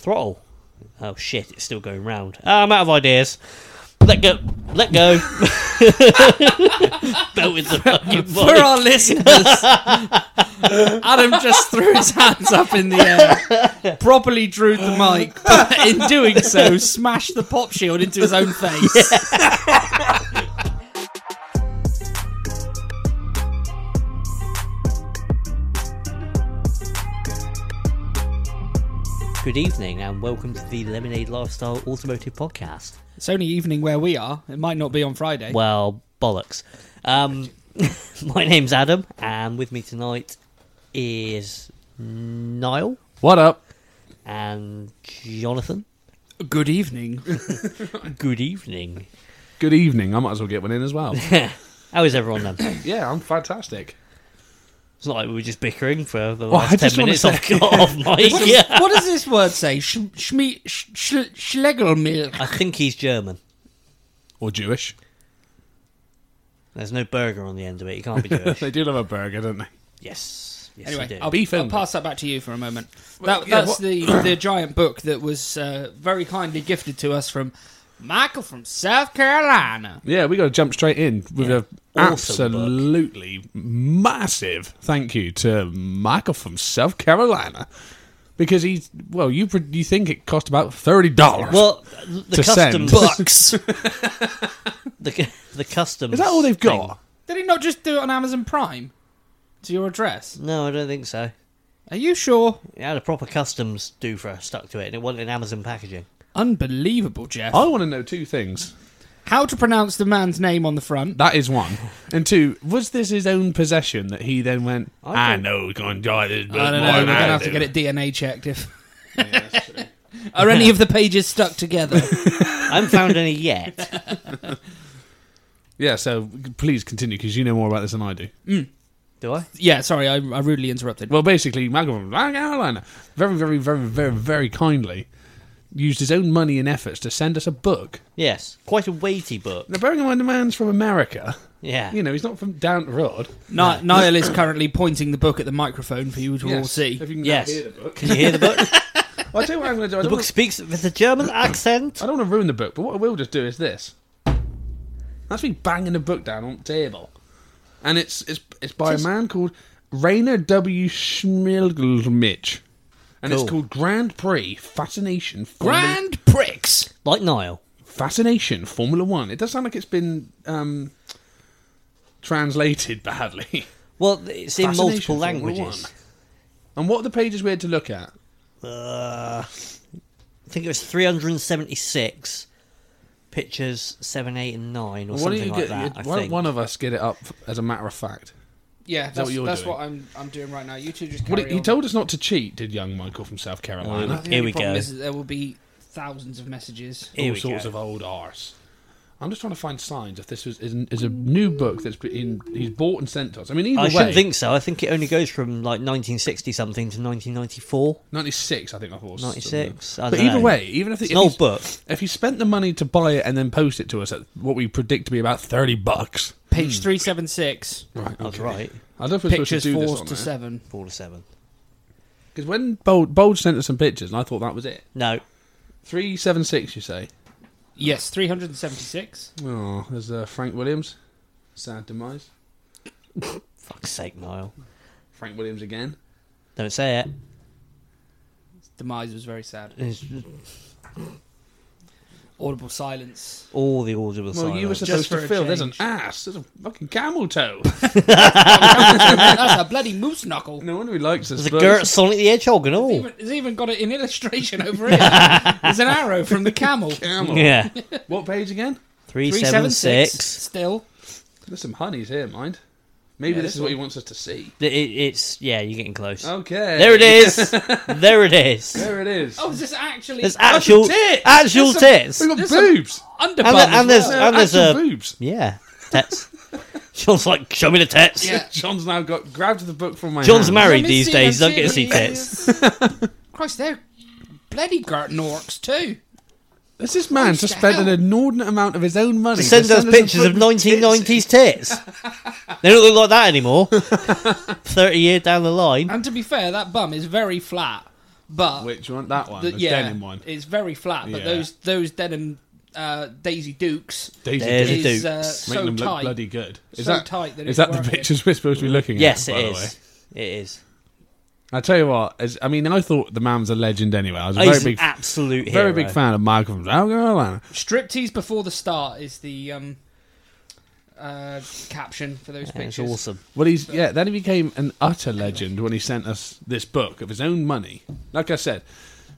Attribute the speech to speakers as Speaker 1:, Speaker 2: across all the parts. Speaker 1: throttle. Oh shit, it's still going round. Ah, I'm out of ideas. Let go. Let go. Belted the fucking
Speaker 2: For
Speaker 1: body.
Speaker 2: our listeners, Adam just threw his hands up in the air, properly drew the mic, but in doing so, smashed the pop shield into his own face.
Speaker 1: Good evening and welcome to the Lemonade Lifestyle Automotive Podcast.
Speaker 2: It's only evening where we are. It might not be on Friday.
Speaker 1: Well, bollocks. Um, my name's Adam, and with me tonight is Niall
Speaker 3: What up?
Speaker 1: and Jonathan.
Speaker 2: Good evening.
Speaker 1: Good evening.
Speaker 3: Good evening. I might as well get one in as well.
Speaker 1: How is everyone then?
Speaker 3: yeah, I'm fantastic.
Speaker 1: It's not like we were just bickering for the
Speaker 3: I
Speaker 1: last ten
Speaker 3: just wanna
Speaker 1: minutes
Speaker 3: say-
Speaker 1: off, off mic.
Speaker 2: What,
Speaker 1: Yeah.
Speaker 2: what does this word say? Sch- schme- sch- sch- Schlegelmilch.
Speaker 3: Uh,
Speaker 1: I think he's German.
Speaker 3: Or Jewish.
Speaker 1: There's no burger on the end of it. He can't be Jewish.
Speaker 3: they do love a burger, don't they?
Speaker 1: yes. Yes, you
Speaker 2: Anyway,
Speaker 1: do.
Speaker 2: I'll,
Speaker 3: Beef,
Speaker 2: I'll
Speaker 3: isn't it?
Speaker 2: pass that back to you for a moment.
Speaker 3: Well,
Speaker 2: That,
Speaker 3: yeah,
Speaker 2: that's
Speaker 3: what-
Speaker 2: the, the giant book that was uh, very kindly gifted to us from Michael from South Carolina.
Speaker 3: Yeah, we got to jump straight in with
Speaker 1: Yeah.
Speaker 3: an
Speaker 1: Awesome book.
Speaker 3: absolutely massive thank you to Michael from South Carolina because he's well, you pr- you think it cost about thirty dollars?
Speaker 1: well, the
Speaker 3: To send.
Speaker 1: customs. The, cu- the customs.
Speaker 3: Is that all they've
Speaker 1: thing.
Speaker 3: got?
Speaker 2: Did he not just do it on Amazon Prime to your address?
Speaker 1: No, I don't think so.
Speaker 2: Are you sure?
Speaker 1: It had a proper customs doofer stuck to it, and it wasn't in Amazon packaging.
Speaker 2: Unbelievable, Jeff.
Speaker 3: I want to know two things.
Speaker 2: How to pronounce the man's name on the front?
Speaker 3: That is one, and two. Was this his own possession that he then went?
Speaker 1: I
Speaker 3: I,
Speaker 1: don't-
Speaker 3: know he's going to die this.
Speaker 2: I don't know. We're going
Speaker 3: We're
Speaker 2: to have to get it DNA checked if. Are any of the pages stuck together?
Speaker 1: I haven't found any yet.
Speaker 3: Yeah, so please continue because you know more about this than I do.
Speaker 1: Do I?
Speaker 2: yeah, sorry, I, I rudely interrupted.
Speaker 3: Well, basically, "Ah, Michael from South Carolina very, very, very, very, very kindly used his own money and efforts to send us a book.
Speaker 1: Yes. Quite a weighty book.
Speaker 3: Now, bearing in mind the man's from America,
Speaker 1: Yeah.
Speaker 3: you know, he's not from down the road.
Speaker 2: Ni- Niall is currently pointing the book at the microphone for you to all see.
Speaker 3: If you can
Speaker 1: yes.
Speaker 3: hear the book.
Speaker 1: Can you hear the book?
Speaker 3: I'll tell you what I'm going to do.
Speaker 1: the
Speaker 3: I don't,
Speaker 1: book
Speaker 3: want,
Speaker 1: speaks with a German accent.
Speaker 3: I don't want to ruin the book, but what I will just do is this. That's me banging the book down on the table. And it's it's it's by a man called Rainer W. Schmilgelmich. And
Speaker 1: Cool.
Speaker 3: it's called Grand Prix Fascination Formula-
Speaker 2: Grand pricks.
Speaker 1: Like Niall.
Speaker 3: Fascination, Formula One. It does sound like it's been um, translated badly.
Speaker 1: Well, it's in
Speaker 3: Fascination
Speaker 1: multiple
Speaker 3: Formula
Speaker 1: languages.
Speaker 3: and what are the pages we had to look at?
Speaker 1: Uh, I think it was 376 pictures, 7, 8, and 9, or
Speaker 3: Why don't
Speaker 1: something
Speaker 3: you
Speaker 1: like
Speaker 3: get
Speaker 1: that. I
Speaker 3: why don't
Speaker 1: think.
Speaker 3: one of us get it up as a matter of fact?
Speaker 2: Yeah,
Speaker 3: that
Speaker 2: that's,
Speaker 3: what you're
Speaker 2: that's
Speaker 3: doing?
Speaker 2: what I'm I'm doing right now. You two just
Speaker 3: What
Speaker 2: carry
Speaker 3: he, he
Speaker 2: on.
Speaker 3: told us not to cheat, did young Michael from South Carolina?
Speaker 2: The
Speaker 1: Here
Speaker 2: only
Speaker 1: we
Speaker 2: problem
Speaker 1: go.
Speaker 2: is that there will be thousands of messages.
Speaker 1: Here
Speaker 3: All
Speaker 1: we
Speaker 3: sorts
Speaker 1: go.
Speaker 3: of old arse. I'm just trying to find signs if this is is, is a new book that's been he's bought and sent to us. I mean, either
Speaker 1: I
Speaker 3: way,
Speaker 1: shouldn't think so. I think it only goes from like 1960 something to 1994,
Speaker 3: 96. I think I thought
Speaker 1: 96. I
Speaker 3: But
Speaker 1: don't
Speaker 3: either
Speaker 1: know.
Speaker 3: way, even if, the,
Speaker 1: It's
Speaker 3: if
Speaker 1: an old
Speaker 3: he's-
Speaker 1: book.
Speaker 3: If he spent the money to buy it and then post it to us at what we predict to be about thirty bucks,
Speaker 2: Page three seven six.
Speaker 3: right?
Speaker 1: That's right.
Speaker 3: I don't know if we're supposed to
Speaker 2: Pictures
Speaker 3: do
Speaker 2: four
Speaker 3: this
Speaker 2: to
Speaker 3: on
Speaker 2: seven.
Speaker 1: Four to seven.
Speaker 3: because when Bold, Bold sent us some pictures, and I thought that was it.
Speaker 1: No.
Speaker 3: Three seven six, you say?
Speaker 2: Yes, three hundred and seventy six.
Speaker 3: Oh, there's uh, Frank Williams, sad demise.
Speaker 1: Fuck's sake, Niall.
Speaker 3: Frank Williams again.
Speaker 1: Don't say it.
Speaker 2: Demise was very sad.
Speaker 1: It's
Speaker 2: Audible silence.
Speaker 1: all the audible
Speaker 3: Well, you were
Speaker 1: silence.
Speaker 3: supposed
Speaker 2: for
Speaker 3: to
Speaker 2: a
Speaker 3: feel. There's an
Speaker 2: change.
Speaker 3: ass. There's a fucking camel toe.
Speaker 2: That's a bloody moose knuckle.
Speaker 3: no wonder he likes us.
Speaker 1: There's a
Speaker 3: but-
Speaker 1: Gert Sonic the Hedgehog and all.
Speaker 2: Even, it's even got it in illustration over here. There's an arrow from the camel.
Speaker 3: Camel.
Speaker 1: Yeah.
Speaker 3: What page again?
Speaker 1: 376.
Speaker 2: Still.
Speaker 3: There's some honeys here, mind. Maybe
Speaker 2: Yeah,
Speaker 3: this
Speaker 2: this
Speaker 3: is what
Speaker 2: one.
Speaker 3: he wants us to see.
Speaker 1: It, it's, yeah, you're getting close.
Speaker 3: Okay.
Speaker 1: There it is. there it is.
Speaker 3: There it is.
Speaker 2: Oh, is this actually
Speaker 1: There's actual
Speaker 3: tits.
Speaker 1: actual
Speaker 2: There's
Speaker 1: tits.
Speaker 3: we got
Speaker 2: there's some-
Speaker 3: boobs.
Speaker 2: underbum?
Speaker 1: and, the- and
Speaker 2: as
Speaker 1: there's
Speaker 2: well?
Speaker 1: and there's
Speaker 3: actual
Speaker 1: a
Speaker 3: boobs.
Speaker 1: yeah tits. John's like, show me the tits.
Speaker 2: Yeah.
Speaker 3: John's now got grabbed the book from my
Speaker 1: John's
Speaker 3: hand.
Speaker 1: married
Speaker 2: Let me
Speaker 1: these
Speaker 2: see
Speaker 1: days.
Speaker 2: them
Speaker 1: Don't get to see tits.
Speaker 2: titties. Christ, they're bloody Garton orcs too.
Speaker 3: There's this man to
Speaker 2: the
Speaker 3: spend an
Speaker 2: hell?
Speaker 3: inordinate amount of his own money
Speaker 1: They send us
Speaker 3: a
Speaker 1: pictures of
Speaker 3: book with tits.
Speaker 1: 1990s tits. they don't look like that anymore. Thirty year down the line.
Speaker 2: And to be fair, that bum is very flat. But
Speaker 3: Which one? That one.
Speaker 2: the-
Speaker 3: the
Speaker 2: yeah,
Speaker 3: denim one.
Speaker 2: it's very flat. But
Speaker 3: Yeah.
Speaker 2: those those denim uh, Daisy Dukes
Speaker 3: Daisy
Speaker 1: There's
Speaker 3: Dukes.
Speaker 1: a
Speaker 2: is
Speaker 1: Dukes.
Speaker 2: uh,
Speaker 3: Make
Speaker 2: so
Speaker 3: them look
Speaker 2: tight.
Speaker 3: bloody good. Is
Speaker 2: so
Speaker 3: that
Speaker 2: tight that
Speaker 3: is
Speaker 2: it's
Speaker 3: that the
Speaker 2: working.
Speaker 3: pictures we're supposed to be looking at?
Speaker 1: Yes,
Speaker 3: by
Speaker 1: it
Speaker 3: the way?
Speaker 1: is. It is.
Speaker 3: I tell you what, as, I mean, I thought the man was a legend anyway. I was a very
Speaker 1: He's
Speaker 3: big,
Speaker 1: an absolute
Speaker 3: very
Speaker 1: hero.
Speaker 3: big fan of Malcolm from South Carolina.
Speaker 2: Striptease before the start is the um, uh, caption for those
Speaker 1: Yeah, it's
Speaker 2: pictures.
Speaker 1: awesome.
Speaker 3: Well, he's yeah. Then he became an utter legend when he sent us this book of his own money. Like I said,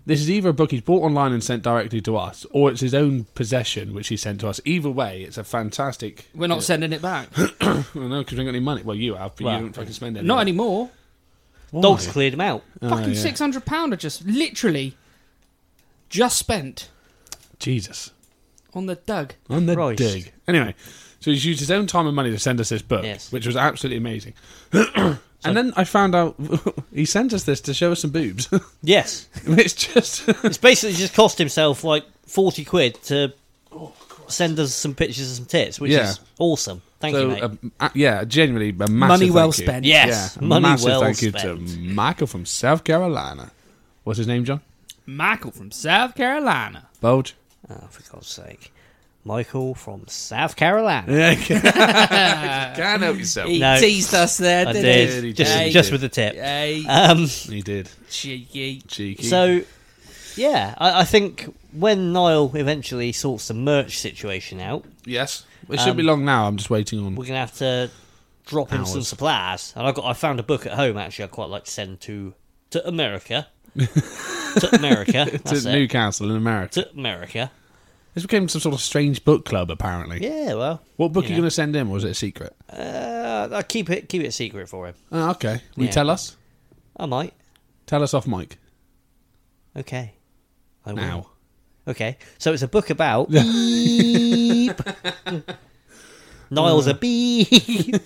Speaker 3: this is either a book he's bought online and sent directly to us, or it's his own possession which he sent to us. Either way, it's a fantastic.
Speaker 2: We're not sending it back.
Speaker 3: Well, no, because we ain't got any money. Well, you have, but
Speaker 1: Well,
Speaker 3: you don't fucking spend any.
Speaker 2: Not anymore.
Speaker 3: Why?
Speaker 1: Dogs cleared him out.
Speaker 3: Oh,
Speaker 2: Fucking
Speaker 3: yeah.
Speaker 2: six hundred pound are just literally just spent
Speaker 3: Jesus.
Speaker 2: on the dug.
Speaker 3: On the
Speaker 1: Christ.
Speaker 3: dig. Anyway, so he's used his own time and money to send us this book,
Speaker 1: Yes.
Speaker 3: which was absolutely amazing. and then I found out he sent us this to show us some boobs.
Speaker 1: Yes,
Speaker 3: it's just
Speaker 1: it's basically just cost himself like forty quid to send us some pictures of some tits, which
Speaker 3: Oh, Yeah.
Speaker 1: is awesome. Thank you,
Speaker 3: so
Speaker 1: mate.
Speaker 3: uh, uh, yeah, genuinely a massive
Speaker 2: Money well
Speaker 3: thank you.
Speaker 2: spent.
Speaker 1: yes,
Speaker 3: Yeah, a
Speaker 1: money
Speaker 3: massive
Speaker 1: well
Speaker 3: thank
Speaker 1: spent.
Speaker 3: you to Michael from South Carolina. What's his name, John?
Speaker 2: Michael from South Carolina.
Speaker 3: Bulge.
Speaker 1: Oh, for God's sake, Michael from South Carolina.
Speaker 3: Yeah, okay. can't help yourself.
Speaker 2: He
Speaker 1: No.
Speaker 2: teased us there,
Speaker 1: I
Speaker 2: didn't
Speaker 3: did,
Speaker 1: did
Speaker 3: he
Speaker 1: just
Speaker 2: did.
Speaker 1: just with the tip.
Speaker 2: he? Hey,
Speaker 1: Um,
Speaker 3: He did.
Speaker 2: cheeky.
Speaker 3: Cheeky.
Speaker 1: So, yeah, I, I think when Niall eventually sorts the merch situation out,
Speaker 3: yes, it
Speaker 1: um,
Speaker 3: should be long now. I'm just waiting on.
Speaker 1: we're gonna have to drop him some
Speaker 3: Hours.
Speaker 1: supplies. And I got I found a book at home actually. I would quite like to send to to America, to America, that's
Speaker 3: to
Speaker 1: it.
Speaker 3: Newcastle in America.
Speaker 1: to America.
Speaker 3: This became some sort of strange book club, apparently.
Speaker 1: Yeah, well,
Speaker 3: What book are
Speaker 1: Yeah.
Speaker 3: you going to send in? Or was it a secret?
Speaker 1: uh, I keep it keep it secret for him.
Speaker 3: Oh, okay. Will
Speaker 1: Yeah.
Speaker 3: you tell us?
Speaker 1: I might.
Speaker 3: Tell us off mic
Speaker 1: Okay, I will.
Speaker 3: now.
Speaker 1: Okay, so it's a book about beep. Niall's
Speaker 3: Uh.
Speaker 1: a beep.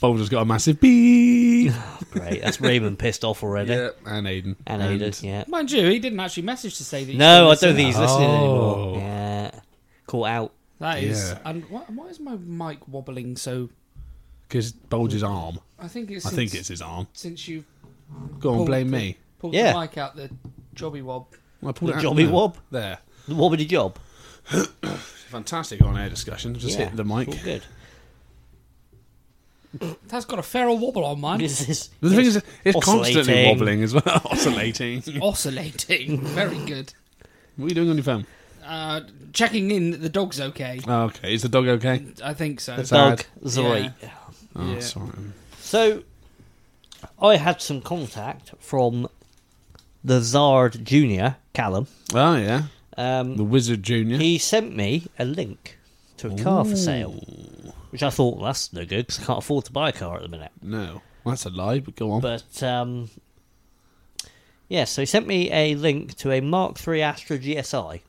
Speaker 3: Boulder's got a massive beep.
Speaker 1: Great, that's Raymond pissed off already.
Speaker 3: yeah, and Aiden.
Speaker 1: And Aidan, yeah.
Speaker 2: Mind you, he didn't actually message to say that. you
Speaker 1: No, I don't
Speaker 2: should listen.
Speaker 1: think he's listening
Speaker 3: Oh.
Speaker 1: anymore. Yeah. Caught out.
Speaker 2: That is.
Speaker 3: Yeah.
Speaker 2: And why, why is my mic wobbling so?
Speaker 3: Because Bulge's arm.
Speaker 2: I think it's.
Speaker 3: I
Speaker 2: since,
Speaker 3: think it's his arm.
Speaker 2: since you
Speaker 3: Go on,
Speaker 2: pulled
Speaker 3: blame
Speaker 2: the-
Speaker 3: me.
Speaker 2: pulled
Speaker 1: Yeah.
Speaker 2: the mic out the jobby wob.
Speaker 3: I pulled
Speaker 1: The
Speaker 3: it out
Speaker 1: jobby
Speaker 3: now.
Speaker 1: wob.
Speaker 3: There.
Speaker 1: The wobbly job.
Speaker 3: Fantastic on air discussion. Just
Speaker 1: yeah.
Speaker 3: hit the mic.
Speaker 1: All good.
Speaker 2: That's got a feral wobble on mine.
Speaker 1: This is,
Speaker 3: The thing is, it's constantly
Speaker 1: oscillating.
Speaker 3: wobbling as well. oscillating. what
Speaker 2: oscillating. Very good.
Speaker 3: are you doing on your phone?
Speaker 2: Uh, checking in that the dog's okay.
Speaker 3: Oh, okay. Is the dog okay?
Speaker 2: I think so.
Speaker 3: That's-
Speaker 1: dog
Speaker 3: Sad.
Speaker 1: Zoe.
Speaker 3: Oh,
Speaker 2: Yeah.
Speaker 3: sorry.
Speaker 1: So, I had some contact from the Zard Junior, Callum.
Speaker 3: Oh, yeah.
Speaker 1: Um,
Speaker 3: The Wizard Junior.
Speaker 1: he sent me a link to a car for sale, which I thought well, that's no good because I can't afford to buy a car at the minute.
Speaker 3: No. Well, that's a lie, but go on.
Speaker 1: But um, yeah, so he sent me a link to a Mark III Astra GSI.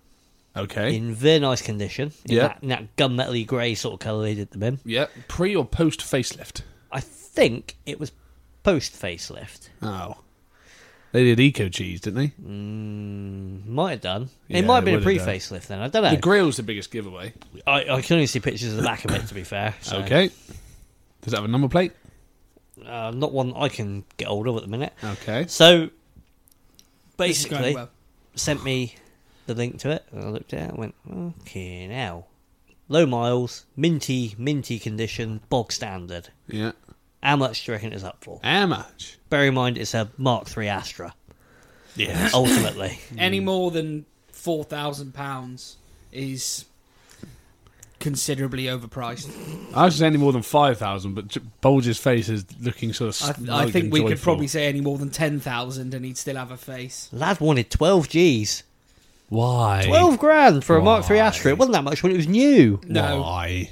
Speaker 3: okay.
Speaker 1: in very nice condition. In
Speaker 3: Yeah.
Speaker 1: that, in that gunmetal grey sort of colour they did them in.
Speaker 3: yeah. Pre or post facelift?
Speaker 1: I think it was post facelift.
Speaker 3: Oh. They did eco cheese, didn't they?
Speaker 1: Might have done.
Speaker 3: Yeah,
Speaker 1: it might have
Speaker 3: they
Speaker 1: been a pre
Speaker 3: would have done.
Speaker 1: facelift then. I don't know.
Speaker 3: The grill's the biggest giveaway.
Speaker 1: I, I can only see pictures of the back of it, to be fair. so,
Speaker 3: Okay. Does that have a number plate?
Speaker 1: Uh, not one I can get hold of at the minute.
Speaker 3: Okay.
Speaker 1: So,
Speaker 2: This is going
Speaker 1: basically,
Speaker 2: well.
Speaker 1: sent me the link to it. And I looked at it and went, okay, now. Low miles, minty, minty condition, bog standard.
Speaker 3: Yeah.
Speaker 1: How much do you reckon it's up for?
Speaker 3: How much?
Speaker 1: Bear in mind, it's a Mark III Astra,
Speaker 3: Yeah.
Speaker 1: ultimately.
Speaker 2: Any more than four thousand pounds is considerably overpriced.
Speaker 3: I was saying any more than 5,000, but J- Bulge's face is looking sort of.
Speaker 2: I,
Speaker 3: Snug
Speaker 2: I think
Speaker 3: and
Speaker 2: we
Speaker 3: joyful.
Speaker 2: could probably say any more than ten thousand, and he'd still have a face.
Speaker 1: Lad wanted 12 G's.
Speaker 3: Why?
Speaker 1: 12 grand for a Mark III Astra. It wasn't that much when it was new.
Speaker 2: No,
Speaker 3: Why?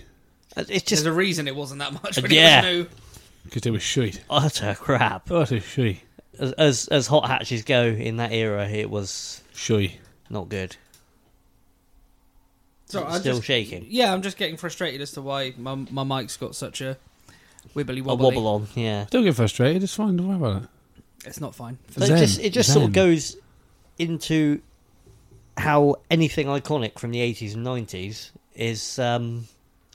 Speaker 1: It's
Speaker 2: there's
Speaker 1: just
Speaker 2: a reason it wasn't that much. When
Speaker 1: Yeah.
Speaker 2: it was new.
Speaker 3: Because they were shit.
Speaker 1: utter crap.
Speaker 3: Utter shit.
Speaker 1: As, as as hot hatches go in that era, it was
Speaker 3: Shit.
Speaker 1: not good.
Speaker 2: So I'm
Speaker 1: Still
Speaker 2: just-
Speaker 1: shaking.
Speaker 2: Yeah, I'm just getting frustrated as to why my, my mic's got such a wibbly
Speaker 1: A
Speaker 2: wobbly.
Speaker 1: wobble on, yeah.
Speaker 3: Don't get frustrated. It's fine. Don't worry about it.
Speaker 2: It's not fine.
Speaker 1: But
Speaker 3: Zen,
Speaker 1: it just it just sort of
Speaker 3: zen.
Speaker 1: goes into how anything iconic from the 80s and 90s is um,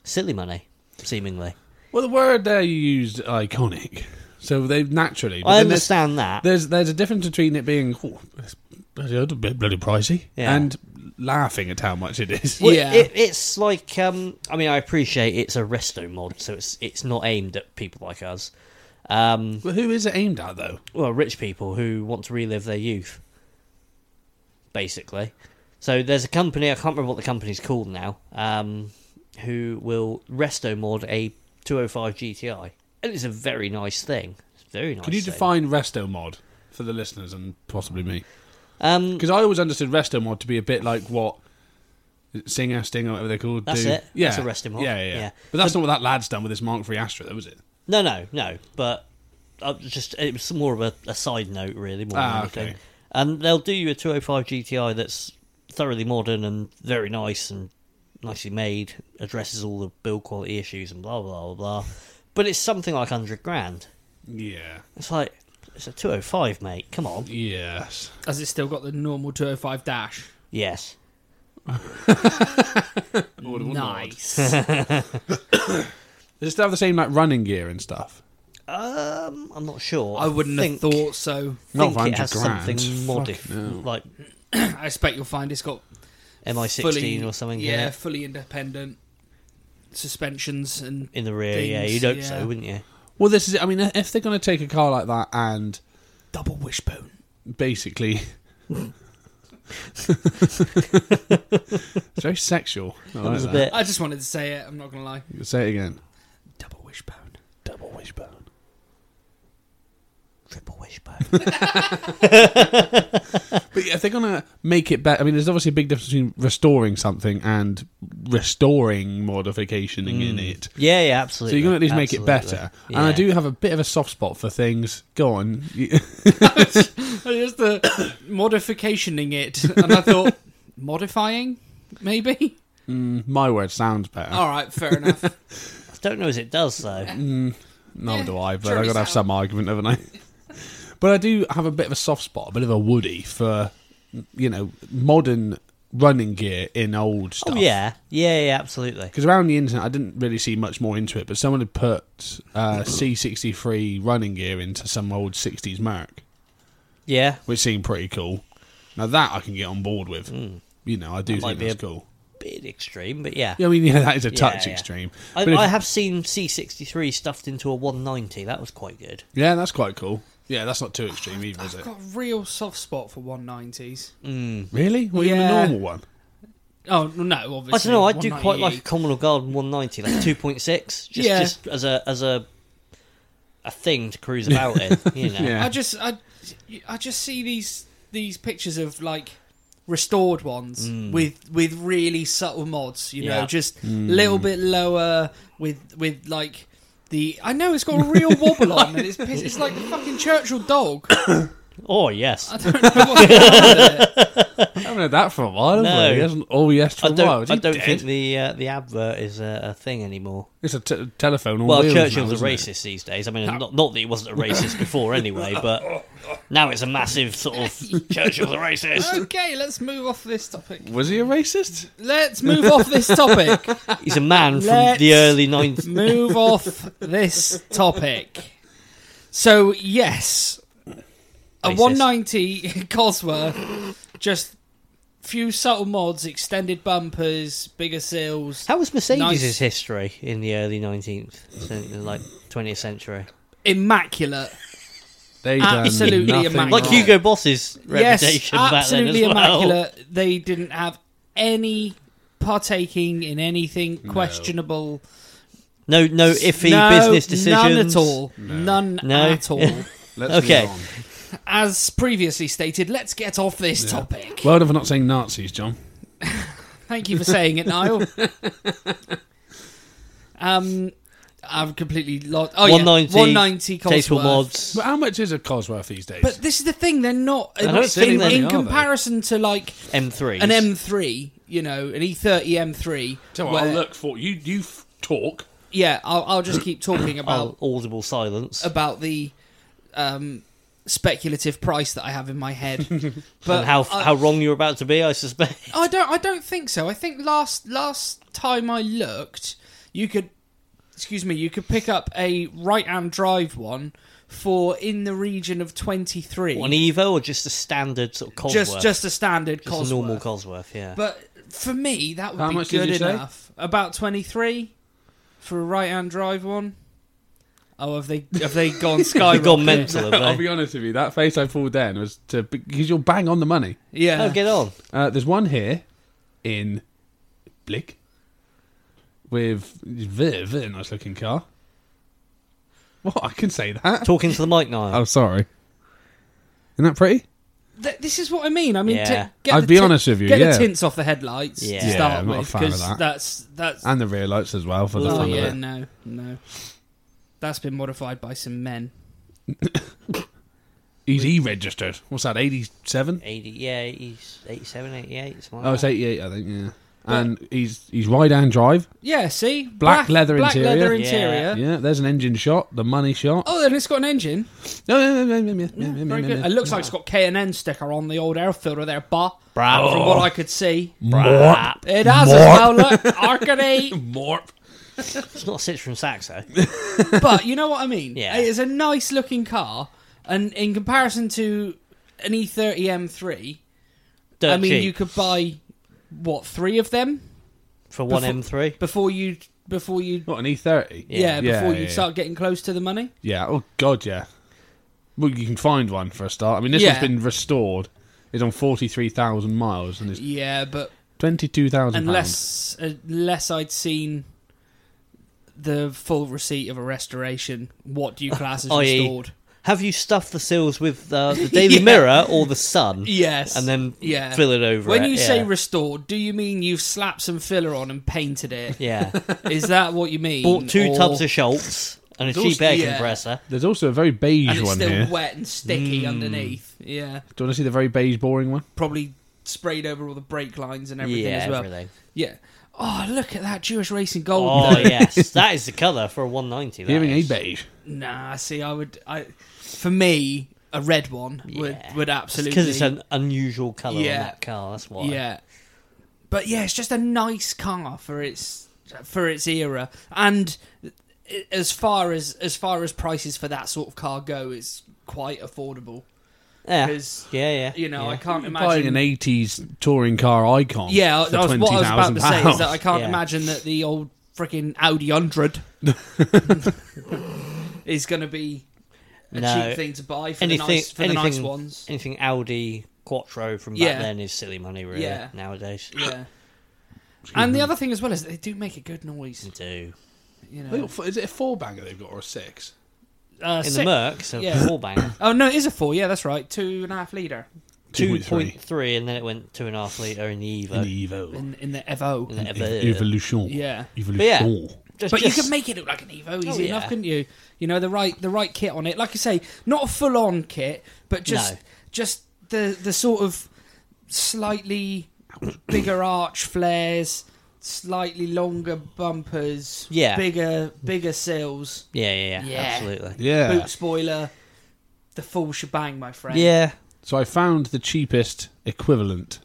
Speaker 1: silly money, seemingly.
Speaker 3: Well, the word there you used, iconic, So they naturally. but
Speaker 1: I
Speaker 3: then there's-
Speaker 1: understand that.
Speaker 3: There's there's a difference between it being oh, it's bloody, it's bloody pricey
Speaker 1: Yeah.
Speaker 3: and laughing at how much it is.
Speaker 1: Well,
Speaker 2: Yeah.
Speaker 1: it, it's like um, I mean, I appreciate it's a resto mod, so it's it's not aimed at people like us. Um,
Speaker 3: Well, who is it aimed at though?
Speaker 1: well, rich people who want to relive their youth, basically. So there's a company I can't remember what the company's called now, um, who will resto mod a 205 GTI, and it's a very nice thing. It's a very nice.
Speaker 3: Could you
Speaker 1: thing.
Speaker 3: define resto mod for the listeners and possibly me?
Speaker 1: Um,
Speaker 3: Because I always understood resto mod to be a bit like what Singer, Stinger, whatever they're called.
Speaker 1: That's
Speaker 3: do.
Speaker 1: it. That's a resto mod.
Speaker 3: Yeah, yeah, yeah.
Speaker 1: Yeah.
Speaker 3: But that's not what that lad's done with his Mark III Astra, though, is it?
Speaker 1: No, no, no. But I was just it was more of a, a side note, really, more than
Speaker 3: Ah,
Speaker 1: anything.
Speaker 3: okay.
Speaker 1: And they'll do you a 205 GTI that's thoroughly modern and very nice and nicely made, addresses all the build quality issues and blah blah blah blah. But it's something like hundred grand.
Speaker 3: Yeah.
Speaker 1: It's like it's a 205, mate. Come on.
Speaker 3: Yes.
Speaker 2: Has it still got the normal 205 dash?
Speaker 1: Yes.
Speaker 2: Nice.
Speaker 3: Does it still have the same like running gear and stuff?
Speaker 1: Um, I'm not sure.
Speaker 2: I wouldn't
Speaker 1: think,
Speaker 2: have thought so.
Speaker 3: Not
Speaker 1: Think
Speaker 3: for
Speaker 1: it has
Speaker 3: 100 grand.
Speaker 1: something modif- like
Speaker 2: I expect you'll find it's got
Speaker 1: MI16
Speaker 2: fully-
Speaker 1: or something.
Speaker 2: Yeah,
Speaker 1: Yeah.
Speaker 2: fully independent suspensions and
Speaker 1: In the rear, yeah.
Speaker 2: Things,
Speaker 1: You'd hope
Speaker 2: yeah.
Speaker 1: so, wouldn't you?
Speaker 3: Well, this is it. I mean, if they're going to take a car like that and
Speaker 2: double wishbone.
Speaker 3: basically. it's very sexual. I like
Speaker 1: That was a
Speaker 3: that.
Speaker 1: bit.
Speaker 2: I just wanted to say it. I'm not gonna lie.
Speaker 3: Say it again.
Speaker 2: Double wishbone.
Speaker 3: Double wishbone.
Speaker 1: Triple wishbone.
Speaker 3: But yeah, if they're gonna make it better, I mean, there's obviously a big difference between restoring something and restoring modification in it.
Speaker 1: Yeah, yeah,
Speaker 3: So
Speaker 1: absolutely.
Speaker 3: you're gonna at least make it
Speaker 1: Mm. absolutely.
Speaker 3: better. And I
Speaker 1: Yeah.
Speaker 3: do have a bit of a soft spot for things. Go on.
Speaker 2: Just the modificationing it, and I thought modifying maybe.
Speaker 3: Mm, My word sounds better.
Speaker 1: Oh.
Speaker 2: All right, fair enough.
Speaker 1: I don't know as it does though.
Speaker 3: Nor Mm, do I, but
Speaker 2: sure
Speaker 3: I've got
Speaker 2: you
Speaker 3: to have
Speaker 2: sound.
Speaker 3: some argument, haven't I? but I do have a bit of a soft spot, a bit of a woody for, you know, modern running gear in old stuff.
Speaker 1: Oh yeah, yeah, yeah, absolutely.
Speaker 3: Because around the internet, I didn't really see much more into it, but someone had put uh,
Speaker 1: Mm-hmm.
Speaker 3: C63 running gear into some old 60s Merc,
Speaker 1: Yeah,
Speaker 3: which seemed pretty cool. Now, that I can get on board with. You know, I do
Speaker 1: Mm. That might
Speaker 3: think
Speaker 1: be
Speaker 3: that's
Speaker 1: a-
Speaker 3: cool.
Speaker 1: bit extreme, but yeah.
Speaker 3: Yeah, I mean, yeah, that is a touch
Speaker 1: yeah.
Speaker 3: extreme.
Speaker 1: I,
Speaker 3: But if-
Speaker 1: I have seen C63 stuffed into a 190. That was quite good.
Speaker 3: yeah, that's quite cool. Yeah, that's not too extreme either, is
Speaker 2: I've
Speaker 3: it?
Speaker 2: got a real soft spot for 190s.
Speaker 3: Really? Well, even
Speaker 2: Yeah.
Speaker 3: a normal one.
Speaker 2: Oh no, obviously.
Speaker 1: I don't know. I do quite like a
Speaker 2: 198.
Speaker 1: Commonwealth Garden 190, like 2.6, just,
Speaker 2: Yeah.
Speaker 1: just as a as a a thing to cruise about in. You know.
Speaker 3: Yeah.
Speaker 2: I just I, I just see these these pictures of like restored ones with with really subtle mods, you know,
Speaker 1: Yeah.
Speaker 2: just a little bit lower with with like the I know it's got a real wobble on and it's piss- it's like the fucking Churchill dog.
Speaker 1: Oh yes.
Speaker 2: I don't know what's going on with it.
Speaker 3: I haven't had that for a while, have
Speaker 1: No.
Speaker 3: we? He hasn't all yes for
Speaker 1: I
Speaker 3: a while. Is
Speaker 1: don't.
Speaker 3: he
Speaker 1: I don't
Speaker 3: dead?
Speaker 1: think the uh, the advert is a, a thing anymore.
Speaker 3: It's a t- telephone on
Speaker 1: Well,
Speaker 3: wheels now,
Speaker 1: Churchill's a
Speaker 3: isn't it?
Speaker 1: racist these days. I mean, not, not that he wasn't a racist before anyway, but now it's a massive sort of Churchill's a racist.
Speaker 2: Okay, let's move off this topic.
Speaker 3: Was he a racist?
Speaker 2: Let's move off this topic.
Speaker 1: He's a man from
Speaker 2: Let's-
Speaker 1: the early 90s.
Speaker 2: move off this topic. So yes, a
Speaker 1: Racist.
Speaker 2: 190 Cosworth, just few subtle mods, extended bumpers, bigger sills.
Speaker 1: How was Mercedes'
Speaker 2: Nice.
Speaker 1: history in the early 19th, cen- like 20th century?
Speaker 2: immaculate.
Speaker 3: They
Speaker 2: Absolutely
Speaker 3: done nothing
Speaker 2: immaculate.
Speaker 1: Like
Speaker 3: wrong.
Speaker 1: Hugo Boss's
Speaker 2: Yes,
Speaker 1: reputation back then as
Speaker 2: absolutely
Speaker 1: well.
Speaker 2: immaculate. They didn't have any partaking in anything questionable.
Speaker 1: No, no iffy
Speaker 2: no,
Speaker 1: business decisions.
Speaker 2: None at all. None
Speaker 1: No.
Speaker 2: at all.
Speaker 3: Let's
Speaker 1: Okay.
Speaker 3: move on.
Speaker 2: As previously stated, let's get off this topic.
Speaker 3: Well done for not saying Nazis, John.
Speaker 2: Thank you for saying it, Niall. um, I've completely lost. Oh,
Speaker 1: 190,
Speaker 2: yeah, 190
Speaker 1: Tasteful
Speaker 2: Cosworth.
Speaker 1: mods.
Speaker 3: But how much is a Cosworth these days?
Speaker 2: But this is the thing; they're not
Speaker 1: don't think
Speaker 2: in,
Speaker 1: they
Speaker 2: in
Speaker 3: are, though.
Speaker 2: comparison to like
Speaker 1: M3.
Speaker 2: an M3, you know, an E E30 M3.
Speaker 3: Tell you what,
Speaker 2: where-
Speaker 3: I'll look for you. You f- talk.
Speaker 2: Yeah, I'll, I'll just keep talking about
Speaker 1: Oh, Audible silence.
Speaker 2: about the um, speculative price that I have in my head. but
Speaker 1: and how,
Speaker 2: I-
Speaker 1: how wrong you're about to be, I suspect.
Speaker 2: I don't. I don't think so. I think last last time I looked, you could, excuse me, you could pick up a right-hand drive one for in the region of 23.
Speaker 1: An Evo or just a standard sort of Cosworth?
Speaker 2: just just a standard
Speaker 1: Just
Speaker 2: Cosworth.
Speaker 1: a normal Cosworth, yeah.
Speaker 2: But for me, that would
Speaker 3: How
Speaker 2: be
Speaker 3: much did
Speaker 2: good
Speaker 3: you say?
Speaker 2: enough. About 23 for a right-hand drive one. Oh, have they have they gone skyrocketing?
Speaker 1: They've gone mental,
Speaker 3: I'll
Speaker 1: have
Speaker 3: be
Speaker 1: they?
Speaker 3: honest with you. That face I pulled then was to because you'll bang on the money.
Speaker 2: Yeah.
Speaker 1: Oh, get on.
Speaker 3: Uh, there's one here in Blick with very very nice looking car. What I can say that.
Speaker 1: Talking to the mic now.
Speaker 3: Oh, sorry. Isn't that pretty?
Speaker 2: Th- this is what I mean. I mean,
Speaker 1: Yeah.
Speaker 2: t- get
Speaker 3: I'd
Speaker 2: the
Speaker 3: be
Speaker 2: tin-
Speaker 3: honest with you,
Speaker 2: Get
Speaker 3: yeah.
Speaker 2: the tints off the headlights
Speaker 1: Yeah.
Speaker 2: to
Speaker 1: Yeah,
Speaker 2: start
Speaker 3: I'm not a
Speaker 2: with
Speaker 3: fan of
Speaker 2: because
Speaker 3: that.
Speaker 2: that's that's.
Speaker 3: And the rear lights as well for the
Speaker 2: oh
Speaker 3: fun
Speaker 2: yeah,
Speaker 3: of it.
Speaker 2: no, no. That's been modified by some men.
Speaker 3: He's e-registered. What's that? Eighty-seven.
Speaker 1: 80, yeah, 80, 87, 88, something like
Speaker 3: Oh, it's
Speaker 1: that.
Speaker 3: eighty-eight, I think. Yeah. And he's he's wide and drive.
Speaker 2: Yeah, see,
Speaker 3: Black leather
Speaker 2: black
Speaker 3: interior.
Speaker 2: leather
Speaker 1: Yeah.
Speaker 2: interior.
Speaker 3: Yeah. There's an engine shot. The money shot.
Speaker 2: Oh, and it's got an engine.
Speaker 3: No, no, no, no, no,
Speaker 2: Yeah,
Speaker 3: no, no,
Speaker 2: very
Speaker 3: no,
Speaker 2: good.
Speaker 3: no.
Speaker 2: It looks like it's got K and N sticker on the old air filter there, but
Speaker 1: Bravo.
Speaker 2: from what I could see,
Speaker 1: Brap.
Speaker 2: it has as well. Look, Arcade.
Speaker 3: Morp.
Speaker 1: It's not a Citroen Saxo.
Speaker 2: but you know what I mean.
Speaker 1: Yeah.
Speaker 2: it is a nice looking car, and in comparison to an E E30 M3,
Speaker 1: Dirt
Speaker 2: I mean,
Speaker 1: cheap
Speaker 2: you could buy what three of them
Speaker 1: for one
Speaker 2: before-
Speaker 1: M3.
Speaker 2: before you before you
Speaker 3: What an E thirty.
Speaker 1: Yeah.
Speaker 2: yeah, before
Speaker 3: Yeah,
Speaker 2: you
Speaker 3: yeah.
Speaker 2: start getting close to the money.
Speaker 3: Yeah. Oh God, yeah. Well, you can find one for a start. I mean, this
Speaker 2: Yeah.
Speaker 3: has been restored. It's on forty-three thousand miles and it's
Speaker 2: Yeah, but
Speaker 3: twenty-two thousand.
Speaker 2: unless uh, unless I'd seen the full receipt of a restoration, what do you class as
Speaker 1: i.e.
Speaker 2: restored?
Speaker 1: Have you stuffed the seals with uh, the Daily
Speaker 2: Yeah.
Speaker 1: Mirror or the Sun?
Speaker 2: Yes,
Speaker 1: And then
Speaker 2: yeah.
Speaker 1: fill it over.
Speaker 2: When
Speaker 1: it,
Speaker 2: you
Speaker 1: yeah.
Speaker 2: say restored, do you mean you've slapped some filler on and painted it?
Speaker 1: yeah,
Speaker 2: Is that what you mean?
Speaker 1: bought two
Speaker 2: Or-
Speaker 1: tubs of Schultz and a
Speaker 3: Those-
Speaker 1: cheap air
Speaker 2: yeah.
Speaker 1: compressor.
Speaker 3: There's also a very beige
Speaker 2: and it's
Speaker 3: one
Speaker 2: still
Speaker 3: here.
Speaker 2: wet and sticky
Speaker 1: Mm.
Speaker 2: underneath. Yeah,
Speaker 3: Do you want to see the very beige, boring one?
Speaker 2: probably sprayed over all the brake lines and everything
Speaker 1: yeah,
Speaker 2: as well.
Speaker 1: everything.
Speaker 2: Yeah. Oh, look at that Jewish Racing Gold.
Speaker 1: Oh yes, that is the colour for a 190. that
Speaker 3: Hearing
Speaker 1: is.
Speaker 3: aid beige.
Speaker 2: Nah, see, I would. I for me, a red one would
Speaker 1: Yeah.
Speaker 2: would
Speaker 1: It's
Speaker 2: absolutely
Speaker 1: because it's an unusual colour
Speaker 2: Yeah.
Speaker 1: on that car. That's why.
Speaker 2: yeah. But yeah, it's just a nice car for its for its era, and i- as far as as far as prices for that sort of car go, it's quite affordable.
Speaker 1: yeah,
Speaker 2: 'Cause,
Speaker 1: yeah, yeah.
Speaker 2: You know,
Speaker 1: yeah.
Speaker 2: I can't
Speaker 3: Buying
Speaker 2: imagine.
Speaker 3: an eighties touring car icon.
Speaker 2: yeah,
Speaker 3: for
Speaker 2: I was, what I was about to say
Speaker 3: £20,000.
Speaker 2: is that I can't
Speaker 1: Yeah.
Speaker 2: imagine that the old freaking Audi hundred is going to be a
Speaker 1: No.
Speaker 2: cheap thing to buy for
Speaker 1: anything,
Speaker 2: the nice for
Speaker 1: anything,
Speaker 2: the nice ones.
Speaker 1: anything Audi Quattro from back
Speaker 2: Yeah.
Speaker 1: then is silly money, really.
Speaker 2: Yeah.
Speaker 1: Nowadays,
Speaker 2: Yeah. and the other thing as well is that they do make a good noise.
Speaker 1: you do.
Speaker 2: You
Speaker 3: They've
Speaker 2: know,
Speaker 3: got four- Is it a four banger they've got or a six?
Speaker 2: uh,
Speaker 1: In
Speaker 2: six-
Speaker 1: the Mercs, a
Speaker 2: Yeah.
Speaker 1: four banger,
Speaker 2: Oh no, it is a four. Yeah, that's right. Two and a half liter
Speaker 1: two point three, and then it went two and a half litre in the Evo.
Speaker 3: in the Evo.
Speaker 2: in in the Evo.
Speaker 1: In the Evo.
Speaker 3: E-, Evolution.
Speaker 2: Yeah.
Speaker 3: Evolution.
Speaker 1: Just-
Speaker 2: But
Speaker 1: just- Oh,
Speaker 2: you could make it look like an Evo easy
Speaker 1: yeah.
Speaker 2: enough, couldn't you? You know the right the right kit on it. Like I say, not a full on kit, but just
Speaker 1: No.
Speaker 2: just the the sort of slightly bigger arch flares, slightly longer bumpers,
Speaker 1: Yeah.
Speaker 2: bigger bigger sills.
Speaker 1: Yeah, yeah, yeah,
Speaker 2: Yeah.
Speaker 1: absolutely.
Speaker 3: Yeah.
Speaker 2: boot spoiler, the full shebang, my friend.
Speaker 1: Yeah,
Speaker 3: So I found the cheapest equivalent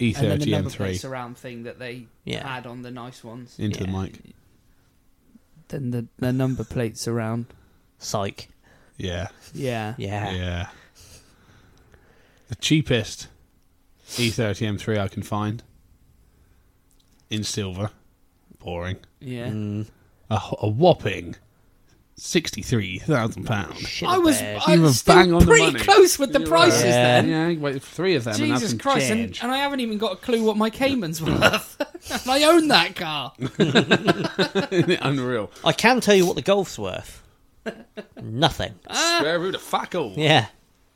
Speaker 3: E
Speaker 2: and then the
Speaker 3: E30
Speaker 2: number
Speaker 3: M3
Speaker 2: plates around thing that they
Speaker 1: Yeah.
Speaker 2: had on the nice ones.
Speaker 3: into the
Speaker 1: Yeah.
Speaker 3: mic.
Speaker 2: Then the, the number plates around.
Speaker 1: psych.
Speaker 3: Yeah.
Speaker 2: Yeah.
Speaker 1: Yeah,
Speaker 3: Yeah. The cheapest E E30 M3 I can find in silver. Boring.
Speaker 2: Yeah.
Speaker 1: Mm,
Speaker 3: A, wh- a whopping £63,000.
Speaker 1: shit
Speaker 2: I
Speaker 1: the
Speaker 2: was
Speaker 1: bed.
Speaker 2: I
Speaker 3: You were
Speaker 2: was still
Speaker 3: bang on the
Speaker 2: pretty
Speaker 3: money.
Speaker 2: close with the
Speaker 3: You were.
Speaker 2: prices
Speaker 1: Yeah.
Speaker 2: then.
Speaker 3: Yeah, you wait for three of them and have
Speaker 2: Jesus
Speaker 3: some
Speaker 2: Christ, and,
Speaker 3: change.
Speaker 2: and I haven't even got a clue what my Cayman's worth. and I own that car.
Speaker 3: Isn't it unreal?
Speaker 1: I can tell you what the golf's worth. nothing.
Speaker 2: Ah.
Speaker 3: Square root of fuck all.
Speaker 1: Yeah,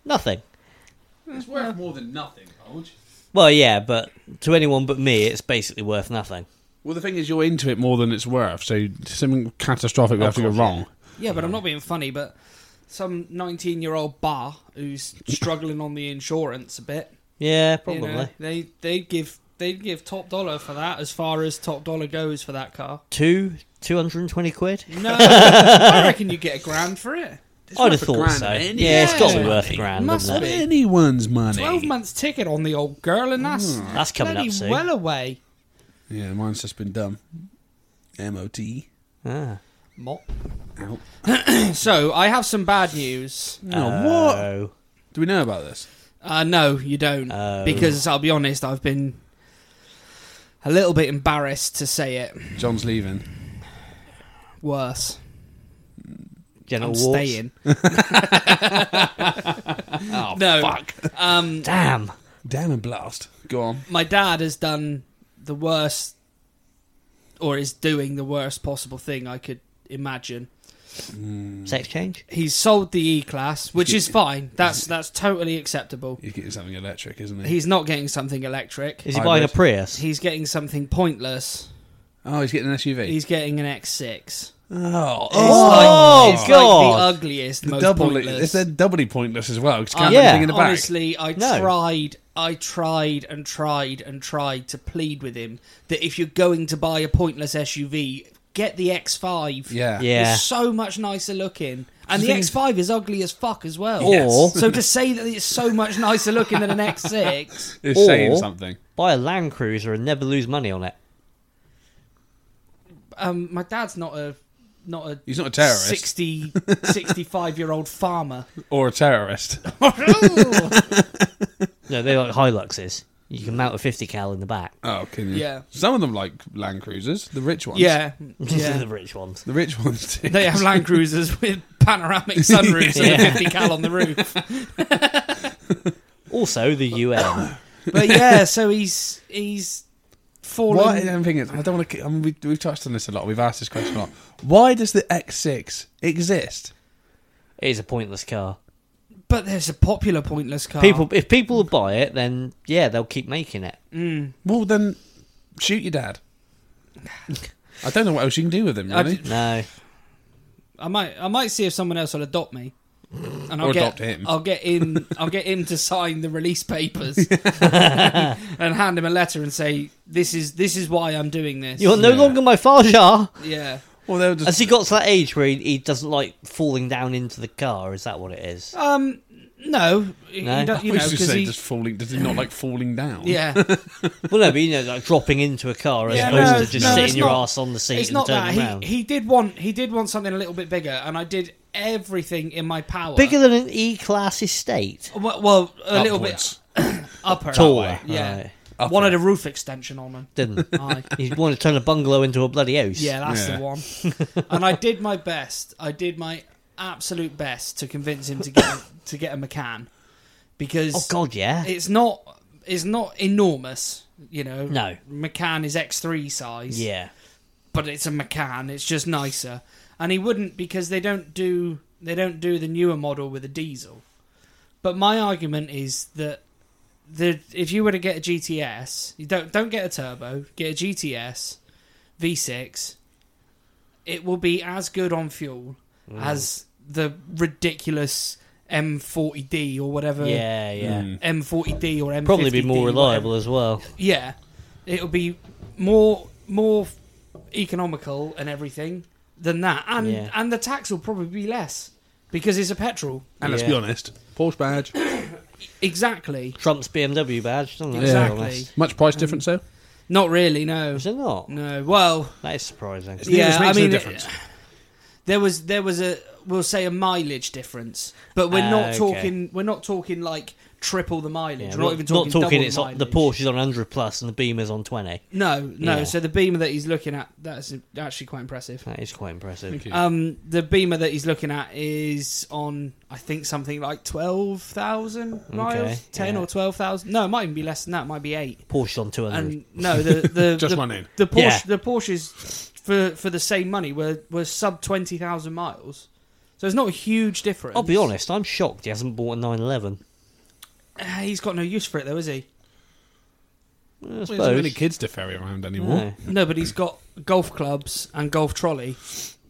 Speaker 1: nothing.
Speaker 3: It's worth more than nothing, Bulge.
Speaker 1: Well, yeah, but to anyone but me, it's basically worth nothing.
Speaker 3: Well, the thing is, you're into it more than it's worth, so something catastrophic will
Speaker 1: Of
Speaker 3: have to go
Speaker 1: course,
Speaker 3: wrong.
Speaker 2: Yeah, but I'm not being funny, but some 19 year old bar who's struggling on the insurance a bit.
Speaker 1: Yeah,
Speaker 2: You
Speaker 1: probably.
Speaker 2: know, they they give they give top dollar for that as far as top dollar goes for that car.
Speaker 1: Two, two hundred and twenty quid.
Speaker 2: No, I reckon you get a grand for it.
Speaker 1: I'd have
Speaker 3: worth a
Speaker 1: thought
Speaker 3: grand,
Speaker 1: so.
Speaker 3: ain't it?
Speaker 1: Yeah, it's got to be
Speaker 2: Yeah.
Speaker 1: worth a grand,
Speaker 2: Must
Speaker 1: wouldn't it?
Speaker 2: be.
Speaker 3: Anyone's money.
Speaker 2: Twelve months ticket on the old girl, and that's
Speaker 1: That's coming
Speaker 2: bloody
Speaker 1: up soon.
Speaker 2: well away.
Speaker 3: Yeah, mine's just been dumb. MOT.
Speaker 1: Ah.
Speaker 2: Mop.
Speaker 3: Ow.
Speaker 2: So I have some bad news.
Speaker 3: Oh, what?
Speaker 1: Oh.
Speaker 3: Do we know about this?
Speaker 2: Uh, no, you don't,
Speaker 1: Oh.
Speaker 2: because I'll be honest, I've been a little bit embarrassed to say it.
Speaker 3: John's leaving.
Speaker 2: Worse,
Speaker 1: Genital
Speaker 2: I'm
Speaker 1: warts?
Speaker 2: staying.
Speaker 1: Oh,
Speaker 2: No.
Speaker 1: fuck.
Speaker 2: Um,
Speaker 1: Damn.
Speaker 3: Damn and blast. Go on.
Speaker 2: my dad has done the worst, or is doing the worst possible thing I could imagine.
Speaker 3: Mm.
Speaker 1: Sex change?
Speaker 2: He's sold the E class, which is fine. That's that's totally acceptable.
Speaker 3: He's getting something electric, isn't he?
Speaker 2: He's not getting something electric.
Speaker 1: Is he
Speaker 3: Hybrid.
Speaker 1: buying a Prius?
Speaker 2: He's getting something pointless.
Speaker 3: oh, he's getting an SUV.
Speaker 2: He's getting an X6.
Speaker 3: oh,
Speaker 1: Oh,
Speaker 2: it's
Speaker 1: God.
Speaker 2: like the ugliest, most
Speaker 3: doubly,
Speaker 2: pointless. Um,
Speaker 3: it's they're doubly pointless as well. Just can't
Speaker 1: yeah.
Speaker 3: anything in the back.
Speaker 2: Honestly, I
Speaker 1: No.
Speaker 2: tried, I tried and tried and tried to plead with him that if you're going to buy a pointless SUV, get the X5.
Speaker 3: yeah.
Speaker 1: Yeah.
Speaker 2: It's so much nicer looking. And
Speaker 3: The
Speaker 2: the,
Speaker 3: thing is-
Speaker 2: X5 is ugly as fuck as well.
Speaker 1: Or- Yes.
Speaker 2: so to say that it's so much nicer looking than an X6,
Speaker 3: It's
Speaker 1: Or-
Speaker 3: saying something.
Speaker 1: Buy a Land Cruiser and never lose money on it.
Speaker 2: um, my dad's not a not a
Speaker 3: He's not a terrorist
Speaker 2: 60 65 year old farmer.
Speaker 3: or a terrorist.
Speaker 1: No, they're like Hiluxes. You can mount a 50 cal in the back.
Speaker 3: Oh, can you?
Speaker 2: Yeah.
Speaker 3: Some of them like Land Cruisers, the rich ones.
Speaker 2: yeah, yeah.
Speaker 1: the rich ones.
Speaker 3: The rich ones do.
Speaker 2: They have Land Cruisers with panoramic sunroofs and a
Speaker 1: Yeah.
Speaker 2: 50 cal on the roof.
Speaker 1: Also, the UN.
Speaker 2: But yeah, so he's he's fallen.
Speaker 3: Why? uh, I think it's, I don't want to. I mean, we, we've touched on this a lot. We've asked this question a lot. Why does the X6 exist?
Speaker 1: it is a pointless car.
Speaker 2: But there's a popular pointless car.
Speaker 1: People, If people will buy it, then yeah, they'll keep making it.
Speaker 3: Well, then shoot your dad. I don't know what else you can do with them,
Speaker 2: I
Speaker 3: really.
Speaker 1: No.
Speaker 2: I might I might see if someone else will adopt me. And I'll
Speaker 3: Or
Speaker 2: get,
Speaker 3: adopt him.
Speaker 2: I'll get in. I'll get him to sign the release papers and hand him a letter and say, "This is this is why I'm doing this."
Speaker 1: You're no
Speaker 3: Yeah.
Speaker 1: longer my Farjar.
Speaker 2: yeah.
Speaker 3: Well, they'll just
Speaker 1: Has he got to that age where he, he doesn't like falling down into the car? Is that what it is?
Speaker 2: Um. No. You,
Speaker 1: No?
Speaker 2: don't, you
Speaker 3: We
Speaker 2: know,
Speaker 3: should
Speaker 2: 'cause
Speaker 3: say
Speaker 2: he-
Speaker 3: just falling. Does he not like falling down?
Speaker 2: yeah.
Speaker 1: Well, no, but you know, like dropping into a car as
Speaker 2: Yeah,
Speaker 1: opposed
Speaker 2: no,
Speaker 1: to just
Speaker 2: no, it's
Speaker 1: sitting your
Speaker 2: not-
Speaker 1: ass on the seat
Speaker 2: it's
Speaker 1: and
Speaker 2: not that
Speaker 1: turning
Speaker 2: he,
Speaker 1: around.
Speaker 2: he did want he did want something a little bit bigger, and I did everything in my power.
Speaker 1: Bigger than an E-class estate.
Speaker 2: Well, well a little bit
Speaker 3: Upwards.
Speaker 2: upper.
Speaker 1: Taller.
Speaker 2: Yeah.
Speaker 1: Right.
Speaker 3: Upper.
Speaker 2: Wanted a roof extension on him.
Speaker 1: Didn't
Speaker 2: Aye.
Speaker 1: he want to turn a bungalow into a bloody house?
Speaker 2: Yeah, that's
Speaker 3: Yeah.
Speaker 2: the one. and I did my best. I did my absolute best to convince him to get to get him a can because
Speaker 1: Oh God, yeah.
Speaker 2: it's not it's not enormous. You know,
Speaker 1: No.
Speaker 2: McCann is X three size.
Speaker 1: yeah.
Speaker 2: but it's a McCann. It's just nicer. And he wouldn't because they don't do they don't do the newer model with a diesel. But my argument is that the if you were to get a GTS, you don't don't get a turbo, get a GTS V6. It will be as good on fuel
Speaker 1: Mm.
Speaker 2: as the ridiculous M40D or whatever
Speaker 1: Yeah, yeah.
Speaker 3: Hmm.
Speaker 2: M40D or M50D.
Speaker 1: Probably be more
Speaker 2: whatever.
Speaker 1: reliable as well.
Speaker 2: Yeah, it'll be more more economical and everything than that, and
Speaker 1: Yeah.
Speaker 2: and the tax will probably be less because it's a petrol.
Speaker 3: And let's
Speaker 1: Yeah.
Speaker 3: be honest, Porsche badge.
Speaker 2: Exactly.
Speaker 1: Trump's BMW badge, doesn't it?
Speaker 2: Exactly.
Speaker 1: Honest.
Speaker 3: Much price difference though.
Speaker 2: Not really. No.
Speaker 1: Is it not?
Speaker 2: No. Well,
Speaker 1: That is surprising.
Speaker 3: It
Speaker 2: yeah.
Speaker 3: just
Speaker 2: I
Speaker 3: makes no
Speaker 2: mean,
Speaker 3: difference.
Speaker 2: there was there was a we'll say a mileage difference, but we're
Speaker 1: Ah,
Speaker 2: not
Speaker 1: okay.
Speaker 2: talking we're not talking like triple the mileage.
Speaker 1: Yeah,
Speaker 2: we're not even talking, double
Speaker 1: it's
Speaker 2: the,
Speaker 1: on, the
Speaker 2: mileage.
Speaker 1: Porsche's on 100 plus and the Beamer's on 20.
Speaker 2: No, no.
Speaker 1: Yeah.
Speaker 2: So the Beamer that he's looking at that's actually quite impressive.
Speaker 1: That is quite impressive.
Speaker 3: you.
Speaker 2: Um, the Beamer that he's looking at is on, I think, something like twelve thousand miles,
Speaker 1: Okay,
Speaker 2: ten
Speaker 1: yeah.
Speaker 2: or twelve thousand. No, it might even be less than that. It might be eight.
Speaker 1: Porsche's on 200.
Speaker 2: And no, the the
Speaker 3: Just
Speaker 2: the,
Speaker 3: my name.
Speaker 2: the Porsche
Speaker 1: Yeah.
Speaker 2: the Porsches for for the same money were were sub twenty thousand miles. So it's not a huge difference.
Speaker 1: I'll be honest, I'm shocked he hasn't bought a 911.
Speaker 2: Uh, he's got no use for it though, is he?
Speaker 1: I
Speaker 3: There's not many
Speaker 1: suppose.
Speaker 3: kids to ferry around anymore.
Speaker 1: No.
Speaker 2: No, but he's got golf clubs and golf trolley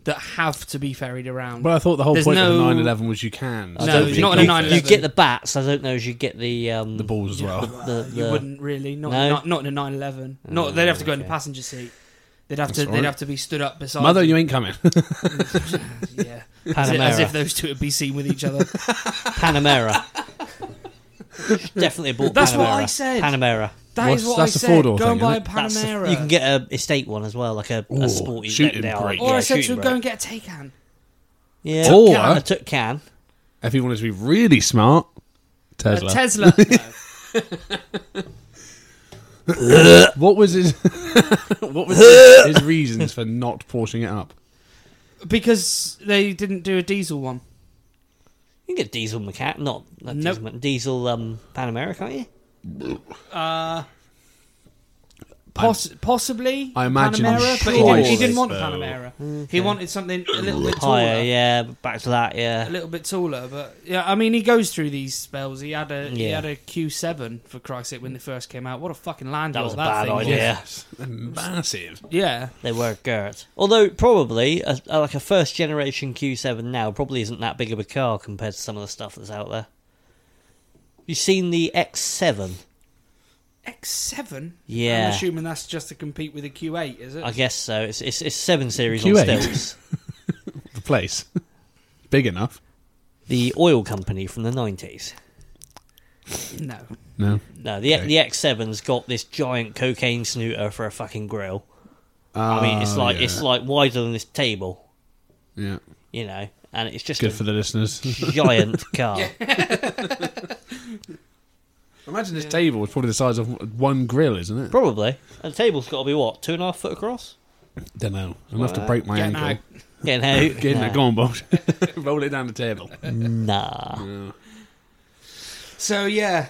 Speaker 2: that have to be ferried around.
Speaker 3: But I thought the whole
Speaker 2: There's
Speaker 3: point of
Speaker 2: no-
Speaker 3: the 911 was you can.
Speaker 2: No,
Speaker 3: still
Speaker 2: it's
Speaker 3: be
Speaker 2: not
Speaker 3: golfing.
Speaker 2: in a 911.
Speaker 1: You get the bats. I don't know if you get the um,
Speaker 3: The balls as well.
Speaker 1: The,
Speaker 2: You
Speaker 1: the-
Speaker 2: wouldn't really, not
Speaker 1: No?
Speaker 2: not, not in a 911.
Speaker 1: Oh,
Speaker 2: Not they'd have to go in the
Speaker 1: okay.
Speaker 2: passenger seat. They'd have
Speaker 3: That's
Speaker 2: to
Speaker 3: all
Speaker 2: they'd
Speaker 3: right.
Speaker 2: have to be stood up beside.
Speaker 3: Mother, you ain't coming.
Speaker 2: yeah. As if,
Speaker 1: Panamera.
Speaker 2: as if those two would be seen with each other.
Speaker 1: Panamera. Definitely bought.
Speaker 2: That's
Speaker 1: Panamera.
Speaker 2: what I said.
Speaker 1: Panamera.
Speaker 2: That is
Speaker 3: What's-
Speaker 2: what
Speaker 3: that's
Speaker 2: I
Speaker 3: a
Speaker 2: said.
Speaker 3: four-door
Speaker 2: go
Speaker 3: thing,
Speaker 2: and buy a
Speaker 3: isn't
Speaker 1: That's the-
Speaker 2: Panamera.
Speaker 1: you can get a estate one as well, like a,
Speaker 3: Ooh,
Speaker 1: a sporty
Speaker 3: shooting
Speaker 1: letdown.
Speaker 3: brake.
Speaker 2: Or
Speaker 1: yeah,
Speaker 2: I said to
Speaker 1: shooting
Speaker 2: him,
Speaker 1: brake.
Speaker 2: go and get a Taycan.
Speaker 1: Yeah,
Speaker 3: Or-
Speaker 1: I took can.
Speaker 3: If you wanted to be really smart,
Speaker 2: A
Speaker 1: Uh,
Speaker 3: Tesla.
Speaker 2: Tesla. No.
Speaker 3: what was his? what was his, his reasons for not porting it up?
Speaker 2: because they didn't do a diesel one.
Speaker 1: You can get diesel Macan, not, not
Speaker 2: Nope.
Speaker 1: diesel, Macan, diesel um, Panamera, can't you?
Speaker 2: Uh, poss- possibly
Speaker 3: I imagine
Speaker 2: Panamera,
Speaker 3: I'm
Speaker 2: but he didn't, he
Speaker 3: sure
Speaker 2: didn't want a
Speaker 3: it's though.
Speaker 2: Panamera. He wanted something a little bit taller.
Speaker 1: Higher, yeah, back to that, yeah.
Speaker 2: A little bit taller, but yeah, I mean, he goes through these spells. He had a he
Speaker 1: Yeah.
Speaker 2: had a Q7 for Christ's sake when they first came out. What a fucking land
Speaker 1: That was a
Speaker 2: yacht
Speaker 1: bad
Speaker 2: thing was.
Speaker 1: idea.
Speaker 3: massive.
Speaker 2: Yeah,
Speaker 1: They were Gert. Although probably a, a- like a first generation Q7 now probably isn't that big of a car compared to some of the stuff that's out there. You seen the X7?
Speaker 2: X7.
Speaker 1: Yeah.
Speaker 2: I'm assuming that's just to compete with the Q8, is it?
Speaker 1: I guess so. It's it's, it's seven series on
Speaker 3: Q8.
Speaker 1: stilts.
Speaker 3: The place, big enough.
Speaker 1: The oil company from the nineties.
Speaker 2: no.
Speaker 3: No.
Speaker 1: No, the
Speaker 3: Okay.
Speaker 1: the X7's got this giant cocaine snooter for a fucking grill. I mean, it's
Speaker 3: Oh,
Speaker 1: like
Speaker 3: yeah.
Speaker 1: it's like wider than this table,
Speaker 3: yeah.
Speaker 1: you know, and it's just
Speaker 3: Good
Speaker 1: a
Speaker 3: for the listeners.
Speaker 1: giant car.
Speaker 3: Imagine this table is probably the size of one grill, isn't it?
Speaker 1: Probably. And the table's got to be what two and a half foot across.
Speaker 3: Don't know. Enough to break my
Speaker 2: Get
Speaker 3: ankle.
Speaker 2: out.
Speaker 1: Getting out. Nah.
Speaker 3: Getting that gone, Bolt. Roll it down the table.
Speaker 1: Nah.
Speaker 2: So yeah,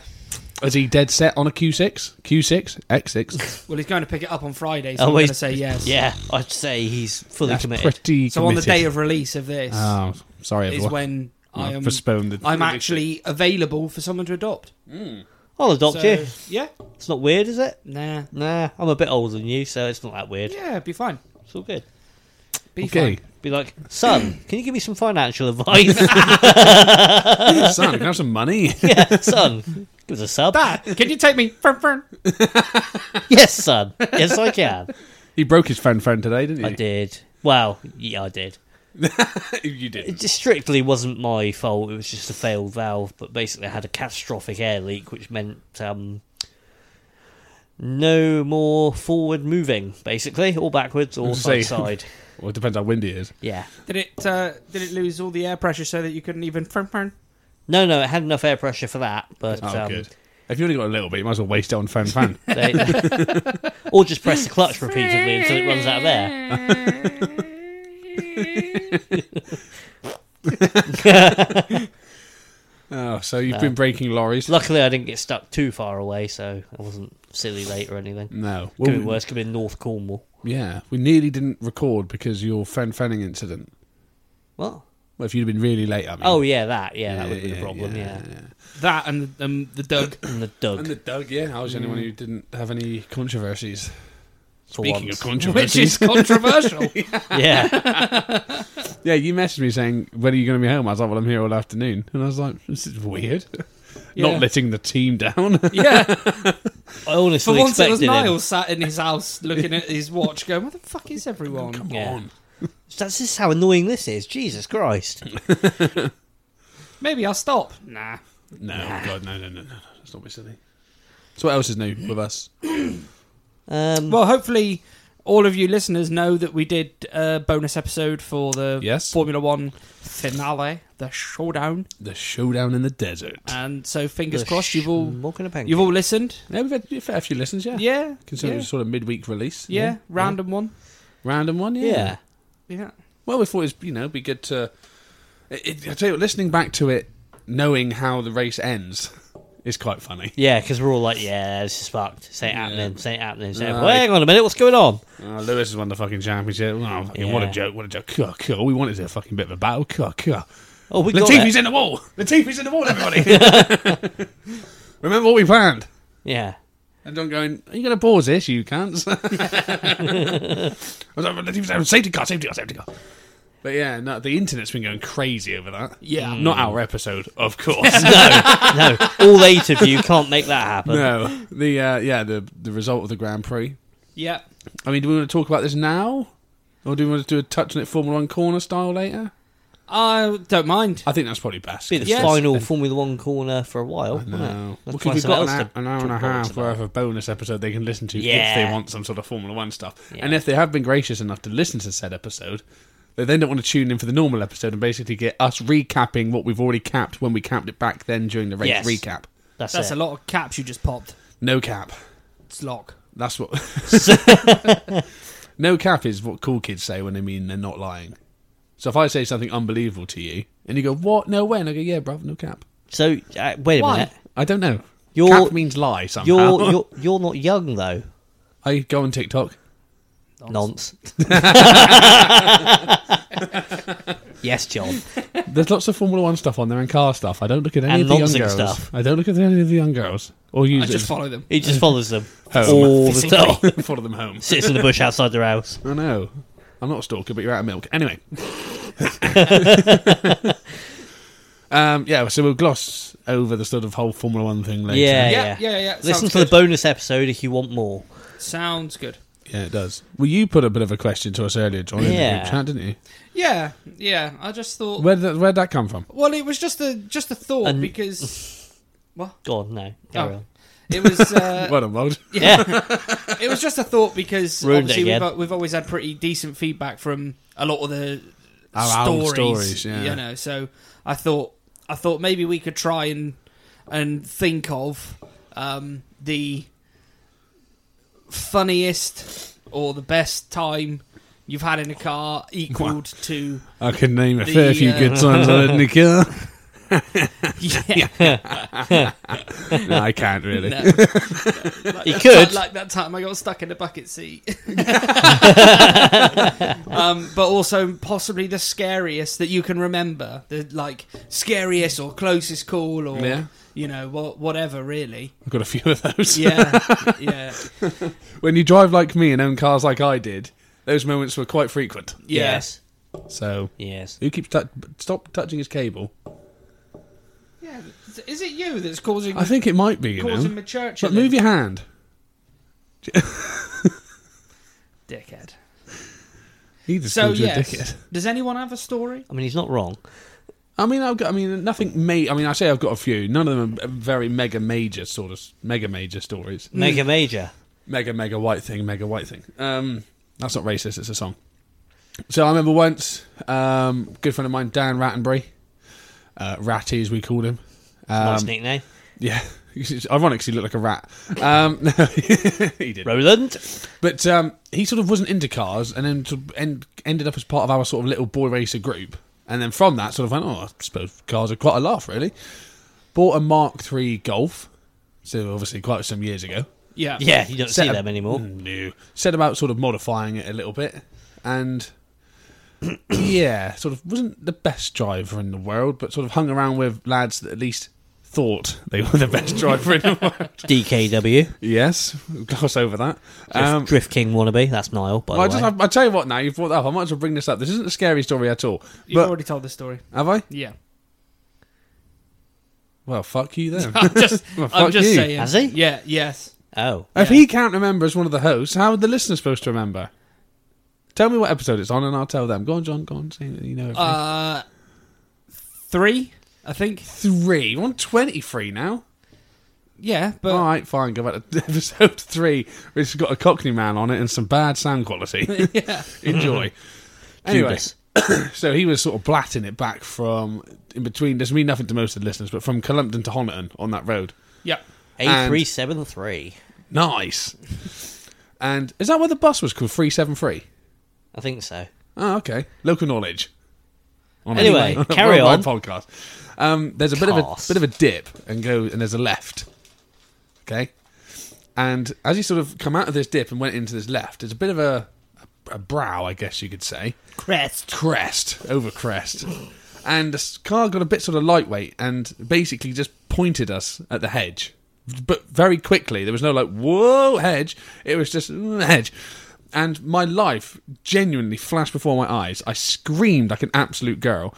Speaker 3: Is he dead set on a Q6? Q6? X6?
Speaker 2: well, he's going to pick it up on Friday, so
Speaker 1: Oh,
Speaker 2: I'm going to
Speaker 1: he's-
Speaker 2: say yes.
Speaker 1: Yeah, I'd say he's fully
Speaker 3: That's
Speaker 1: committed.
Speaker 3: pretty
Speaker 2: So on the day
Speaker 3: committed.
Speaker 2: of release of this
Speaker 3: Oh, sorry,
Speaker 2: is
Speaker 3: everyone.
Speaker 2: when I
Speaker 3: I've
Speaker 2: am
Speaker 3: postponed it.
Speaker 2: I'm actually available for someone to adopt.
Speaker 1: I'll adopt
Speaker 2: So,
Speaker 1: you.
Speaker 2: yeah,
Speaker 1: It's not weird, is it?
Speaker 2: nah,
Speaker 1: Nah, I'm a bit older than you, so it's not that weird.
Speaker 2: yeah, it'd be fine.
Speaker 1: It's all good.
Speaker 2: Be
Speaker 3: Okay.
Speaker 2: fine.
Speaker 1: Be like, son, can you give me some financial advice?
Speaker 3: Son, can I have some money?
Speaker 1: yeah, son, give us a sub.
Speaker 2: Dad, Ah, can you take me? Fern, fern.
Speaker 1: Yes, son. Yes, I can.
Speaker 3: he broke his friend phone today, didn't he?
Speaker 1: I did. Well, yeah, I did.
Speaker 3: you did.
Speaker 1: It just strictly wasn't my fault. It was just a failed valve, but basically I had a catastrophic air leak, which meant um, no more forward moving, basically, or backwards or
Speaker 3: Say-
Speaker 1: side side.
Speaker 3: Well, it depends how windy it is.
Speaker 1: Yeah.
Speaker 2: Did it? Uh, did it lose all the air pressure so that you couldn't even fern, fern?
Speaker 1: No, no, it had enough air pressure for that, but
Speaker 3: Oh,
Speaker 1: um,
Speaker 3: good. If you only got a little bit, you might as well waste it on fan fan.
Speaker 1: They, or just press the clutch repeatedly until it runs out of air.
Speaker 3: oh, so you've been breaking lorries?
Speaker 1: Luckily, I didn't get stuck too far away, so I wasn't silly late or anything.
Speaker 3: no.
Speaker 1: Could
Speaker 3: Well,
Speaker 1: be worse. Could be in North Cornwall.
Speaker 3: Yeah, we nearly didn't record because your fan fanning incident.
Speaker 1: What?
Speaker 3: Well, if you'd have been really late, I mean.
Speaker 1: Oh yeah, that. Yeah, that would have been a problem. Yeah,
Speaker 2: That and um, the Doug.
Speaker 1: and the Doug
Speaker 3: And the Doug, yeah, I was the only one
Speaker 1: Mm.
Speaker 3: who didn't have any controversies.
Speaker 1: for
Speaker 3: Speaking
Speaker 1: once.
Speaker 3: of controversies,
Speaker 2: Which is controversial.
Speaker 1: yeah,
Speaker 3: yeah, you messaged me saying, "When are you going to be home?" I was like, "Well, I'm here all afternoon," and I was like, "This is weird."
Speaker 2: Yeah.
Speaker 3: Not letting the team down.
Speaker 2: yeah.
Speaker 1: I
Speaker 2: For
Speaker 1: honestly
Speaker 2: once, it
Speaker 1: expected
Speaker 2: was
Speaker 1: him.
Speaker 2: Niles sat in his house looking at his watch, going, "What the fuck is everyone?"
Speaker 3: Come
Speaker 1: Yeah.
Speaker 3: on,
Speaker 1: That's just how annoying this is. Jesus Christ!
Speaker 2: Maybe I'll stop. Nah.
Speaker 3: no, God, no, no, no, no, no, let's not be silly. So, what else is new with us?
Speaker 1: Um,
Speaker 2: Well, hopefully, all of you listeners know that we did a bonus episode for the
Speaker 3: Yes.
Speaker 2: Formula One finale, the showdown,
Speaker 3: The showdown in the desert.
Speaker 2: and so fingers
Speaker 1: the
Speaker 2: crossed you've all
Speaker 1: schmuck and a
Speaker 2: you've
Speaker 1: penguin.
Speaker 2: all listened.
Speaker 3: yeah, we've had a fair few listens, yeah.
Speaker 2: Yeah,
Speaker 3: Considering
Speaker 2: yeah,
Speaker 3: it's sort of midweek release.
Speaker 2: yeah, random one.
Speaker 3: Random one, yeah.
Speaker 1: yeah.
Speaker 2: Yeah,
Speaker 3: Well, we thought it was, you know, be good to. It, it, I tell you what, listening back to it, knowing how the race ends, is quite funny.
Speaker 1: Yeah, because we're all like, yeah, this is fucked. This ain't happening. This ain't happening. This ain't
Speaker 3: No,
Speaker 1: happening. Hang on a minute, what's going on?
Speaker 3: Oh, Lewis has won the fucking championship. Oh, fucking, What a
Speaker 1: Yeah.
Speaker 3: joke! What a joke! Cool, cool. We wanted a fucking bit of a battle. Cool, cool.
Speaker 1: Oh, we got
Speaker 3: Latifi's
Speaker 1: it.
Speaker 3: in the wall. Latifi's in the wall. Everybody, remember what we planned.
Speaker 1: Yeah.
Speaker 3: And John going, "Are you going to pause this, you cunts?" I was like, "Latifi's out. Safety car. Safety car. Safety car." But yeah, no, the internet's been going crazy over that. Mm.
Speaker 2: Yeah.
Speaker 3: not our episode, of course.
Speaker 1: No, all eight of you can't make that happen.
Speaker 3: no, the uh, yeah, the the result of the Grand Prix.
Speaker 2: yeah.
Speaker 3: I mean, do we want to talk about this now, or do we want to do a touch on it Formula One corner style later?
Speaker 2: I don't mind.
Speaker 3: I think that's probably best.
Speaker 1: Be the
Speaker 2: Yes.
Speaker 1: final Formula One corner for a while, wouldn't
Speaker 3: No,
Speaker 1: it? Let's
Speaker 3: because
Speaker 1: find
Speaker 3: we've
Speaker 1: something
Speaker 3: got
Speaker 1: else
Speaker 3: an,
Speaker 1: to
Speaker 3: hour- an hour and a
Speaker 1: talk about
Speaker 3: half
Speaker 1: tonight.
Speaker 3: worth of bonus episode they can listen to if
Speaker 1: Yeah.
Speaker 3: they want some sort of Formula One stuff.
Speaker 1: Yeah.
Speaker 3: And if they have been gracious enough to listen to said episode, they then don't want to tune in for the normal episode and basically get us recapping what we've already capped when we capped it back then during the race
Speaker 1: Yes.
Speaker 3: recap.
Speaker 1: That's,
Speaker 2: That's
Speaker 1: it.
Speaker 2: a lot of caps you just popped.
Speaker 3: No cap.
Speaker 2: It's lock.
Speaker 3: That's what. no cap is what cool kids say when they mean they're not lying. So if I say something unbelievable to you and you go, "What? No way!" and I go, "Yeah, bruv, no cap."
Speaker 1: So uh, wait a
Speaker 2: Why?
Speaker 1: minute.
Speaker 3: I don't know.
Speaker 1: You're-
Speaker 3: cap means lie somehow.
Speaker 1: You're you're you're not young though.
Speaker 3: I go on TikTok.
Speaker 1: Nonce. yes, John.
Speaker 3: There's lots of Formula One stuff on there and car stuff. I don't look at any
Speaker 1: And
Speaker 3: of the young
Speaker 1: nonsense
Speaker 3: girls.
Speaker 1: stuff.
Speaker 3: I don't look at any of the young girls or
Speaker 2: I
Speaker 3: use it
Speaker 2: just
Speaker 3: as-
Speaker 2: follow them.
Speaker 1: He just follows them
Speaker 3: Home.
Speaker 1: all the time.
Speaker 3: follow them home.
Speaker 1: Sits in the bush outside their house.
Speaker 3: I know. I'm not a stalker, but you're out of milk. Anyway. um, yeah, so we'll gloss over the sort of whole Formula One thing later.
Speaker 1: Yeah,
Speaker 2: Yeah,
Speaker 1: yeah,
Speaker 2: yeah, yeah,
Speaker 1: Listen
Speaker 2: sounds
Speaker 1: to
Speaker 2: good.
Speaker 1: the bonus episode if you want more.
Speaker 2: Sounds good.
Speaker 3: Yeah, it does. Well, you put a bit of a question to us earlier, John, in the
Speaker 1: Yeah.
Speaker 3: group chat, didn't you?
Speaker 2: Yeah, yeah. I just thought.
Speaker 3: Where did that, where'd that come from?
Speaker 2: Well, it was just a just a thought
Speaker 1: And-
Speaker 2: because
Speaker 1: Go on, no, carry
Speaker 2: Oh.
Speaker 1: on.
Speaker 2: it was uh,
Speaker 3: well done, Mold.
Speaker 1: Yeah,
Speaker 2: it was just a thought because
Speaker 1: Ruined it
Speaker 2: obviously we've,
Speaker 1: again.
Speaker 2: al- we've always had pretty decent feedback from a lot of the
Speaker 3: Our old
Speaker 2: stories,
Speaker 3: stories, yeah.
Speaker 2: you know. So I thought I thought maybe we could try and and think of um, the funniest or the best time you've had in a car equaled to
Speaker 3: I could name a
Speaker 2: The,
Speaker 3: fair few
Speaker 2: uh,
Speaker 3: good times I had in the car.
Speaker 2: yeah,
Speaker 3: No, I can't really.
Speaker 2: no. like,
Speaker 1: You
Speaker 2: that
Speaker 1: could.
Speaker 2: ti- like that time I got stuck in a bucket seat. um, but also possibly the scariest that you can remember, the like scariest or closest call or
Speaker 3: Yeah.
Speaker 2: you know what whatever really.
Speaker 3: I've got a few of those.
Speaker 2: Yeah, yeah,
Speaker 3: when you drive like me and own cars like I did, those moments were quite frequent.
Speaker 1: yes,
Speaker 3: So
Speaker 1: yes.
Speaker 3: who keeps tou- stop touching his cable?
Speaker 2: yeah. Is it you that's causing
Speaker 3: I think it might be you know.
Speaker 2: causing the church?
Speaker 3: But move your hand.
Speaker 2: dickhead.
Speaker 3: He just
Speaker 2: So
Speaker 3: called you a
Speaker 2: yes,
Speaker 3: dickhead.
Speaker 2: does anyone have a story?
Speaker 1: I mean, he's not wrong.
Speaker 3: I mean, I've got. I mean, nothing. Ma- I mean, I say I've got a few. None of them are very mega major sort of s- mega major stories.
Speaker 1: Mega major.
Speaker 3: Mega mega white thing. Mega white thing. Um, that's not racist. It's a song. So I remember once, um, good friend of mine, Dan Rattenbury, uh, Ratty as we called him.
Speaker 1: Nice
Speaker 3: Um,
Speaker 1: nickname.
Speaker 3: Yeah, it's ironic 'cause he looked like a rat. Um, no, he did.
Speaker 1: Roland.
Speaker 3: But um, he sort of wasn't into cars, and then sort of end, ended up as part of our sort of little boy racer group. And then from that, sort of went, oh, I suppose cars are quite a laugh, really. Bought a Mark III Golf, so obviously quite some years ago.
Speaker 2: Yeah,
Speaker 1: Yeah, you don't
Speaker 3: Set
Speaker 1: see
Speaker 3: up-
Speaker 1: them anymore.
Speaker 3: No, said about sort of modifying it a little bit, and yeah, sort of wasn't the best driver in the world, but sort of hung around with lads that at least thought they were the best driver in the world.
Speaker 1: DKW.
Speaker 3: Yes, gloss over that. Um,
Speaker 1: Drift King wannabe. That's Niall, by
Speaker 3: I
Speaker 1: the way.
Speaker 3: just, I, I tell you what, now you've brought that up. I might as well bring this up. This isn't a scary story at all.
Speaker 2: you've
Speaker 3: But
Speaker 2: already told the story.
Speaker 3: have I?
Speaker 2: Yeah,
Speaker 3: Well, fuck you then.
Speaker 2: I'm just,
Speaker 3: Well, fuck
Speaker 2: I'm just
Speaker 3: you.
Speaker 2: saying.
Speaker 1: Has he?
Speaker 2: Yeah, yes.
Speaker 1: Oh.
Speaker 3: If
Speaker 2: Yeah.
Speaker 3: he can't remember as one of the hosts, how are the listeners supposed to remember? Tell me what episode it's on, and I'll tell them. Go on, John. Go on. Say that you know. everything.
Speaker 2: Uh, three, I think.
Speaker 3: three. We're on twenty-three now.
Speaker 2: Yeah, but
Speaker 3: All right, fine. Go back to episode three, which has got a Cockney man on it and some bad sound quality.
Speaker 2: yeah,
Speaker 3: Enjoy. anyway,
Speaker 1: Judas.
Speaker 3: so he was sort of blatting it back from in between. Doesn't mean nothing to most of the listeners, but from Columpton to Honiton on that road.
Speaker 2: yeah.
Speaker 1: A373.
Speaker 3: Nice. And is that where the bus was called 373?
Speaker 1: I think so.
Speaker 3: Oh, okay. Local knowledge. On a-
Speaker 1: Anyway,
Speaker 3: on a
Speaker 1: carry
Speaker 3: worldwide
Speaker 1: on.
Speaker 3: podcast. Um, there's a bit of a
Speaker 1: Cars.
Speaker 3: bit of a dip and go and there's a left. Okay. And as you sort of come out of this dip and went into this left, there's a bit of a a brow, I guess you could say.
Speaker 2: Crest.
Speaker 3: crest over crest and the s- car got a bit sort of lightweight and basically just pointed us at the hedge but very quickly there was no like whoa hedge it was just "Mm, hedge and my life genuinely flashed before my eyes i screamed like an absolute girl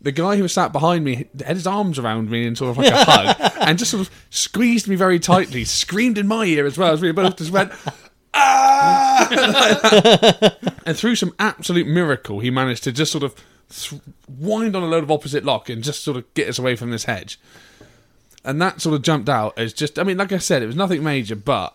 Speaker 3: the guy who was sat behind me had his arms around me in sort of like a hug and just sort of squeezed me very tightly screamed in my ear as well as we both just went ah and through some absolute miracle, he managed to just sort of th- wind on a load of opposite lock and just sort of get us away from this hedge. And that sort of jumped out as just, I mean, like I said, it was nothing major, but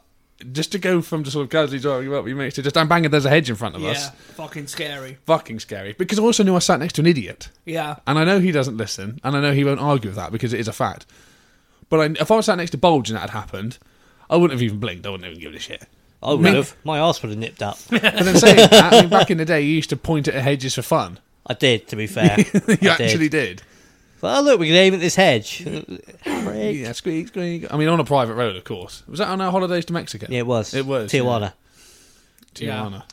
Speaker 3: just to go from just sort of casually driving up, you makes to just, I'm banging, there's a hedge in front of
Speaker 2: Yeah,
Speaker 3: us.
Speaker 2: fucking scary.
Speaker 3: Fucking scary. Because I also knew I sat next to an idiot.
Speaker 2: Yeah,
Speaker 3: And I know he doesn't listen, and I know he won't argue with that because it is a fact. But I, if I was sat next to Bulge and that had happened, I wouldn't have even blinked. I wouldn't have even given a shit.
Speaker 1: I would
Speaker 3: Me-
Speaker 1: have. My ass would have nipped up.
Speaker 3: But then saying that, I mean, back in the day, you used to point at hedges for fun.
Speaker 1: I did, to be fair.
Speaker 3: You
Speaker 1: I
Speaker 3: actually
Speaker 1: did.
Speaker 3: did.
Speaker 1: But oh, look, we can aim at this hedge. Prick.
Speaker 3: Yeah, squeak, squeak. I mean, on a private road, of course. Was that on our holidays to Mexico?
Speaker 1: Yeah, it was.
Speaker 3: It was,
Speaker 1: Tijuana.
Speaker 3: Tijuana.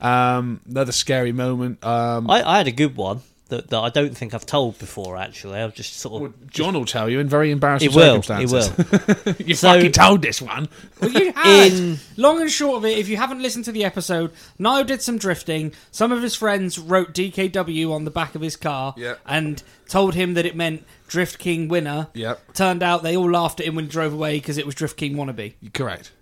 Speaker 3: Um, another scary moment. Um,
Speaker 1: I, I had a good one that, that I don't think I've told before, actually. I've just sort of.
Speaker 3: John will tell you in very embarrassing
Speaker 1: It will. It
Speaker 3: circumstances.
Speaker 1: will.
Speaker 3: you
Speaker 1: So-
Speaker 3: fucking told this one.
Speaker 2: well, you had.
Speaker 1: In-
Speaker 2: Long and short of it, if you haven't listened to the episode, Niall did some drifting. Some of his friends wrote DKW on the back of his car
Speaker 3: Yeah.
Speaker 2: and told him that it meant Drift King winner.
Speaker 3: Yep.
Speaker 2: Turned out they all laughed at him when he drove away because it was Drift King wannabe.
Speaker 3: Correct.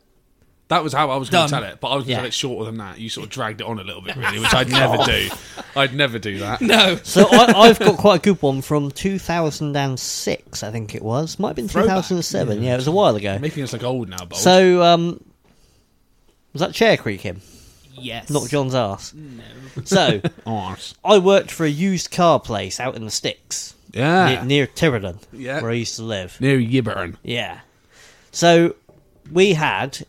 Speaker 3: That was how I was going to
Speaker 2: Done.
Speaker 3: tell it, but I was going to
Speaker 1: Yeah.
Speaker 3: tell it shorter than that. You sort of dragged it on a little bit, really, which I'd never do. I'd never do that.
Speaker 2: No.
Speaker 1: So I, I've got quite a good one from 2006, I think it was. Might have been
Speaker 3: Throwback.
Speaker 1: 2007. Yeah, it was a while ago.
Speaker 3: Making us look old now, Bolt.
Speaker 1: So, um, was that chair creak him?
Speaker 2: Yes.
Speaker 1: Not John's arse. So,
Speaker 3: Arse.
Speaker 1: I worked for a used car place out in the sticks
Speaker 3: Yeah.
Speaker 1: near, near Tiverton,
Speaker 3: Ah. Yeah.
Speaker 1: where I used to live.
Speaker 3: Near Yibburn.
Speaker 1: Yeah. So we had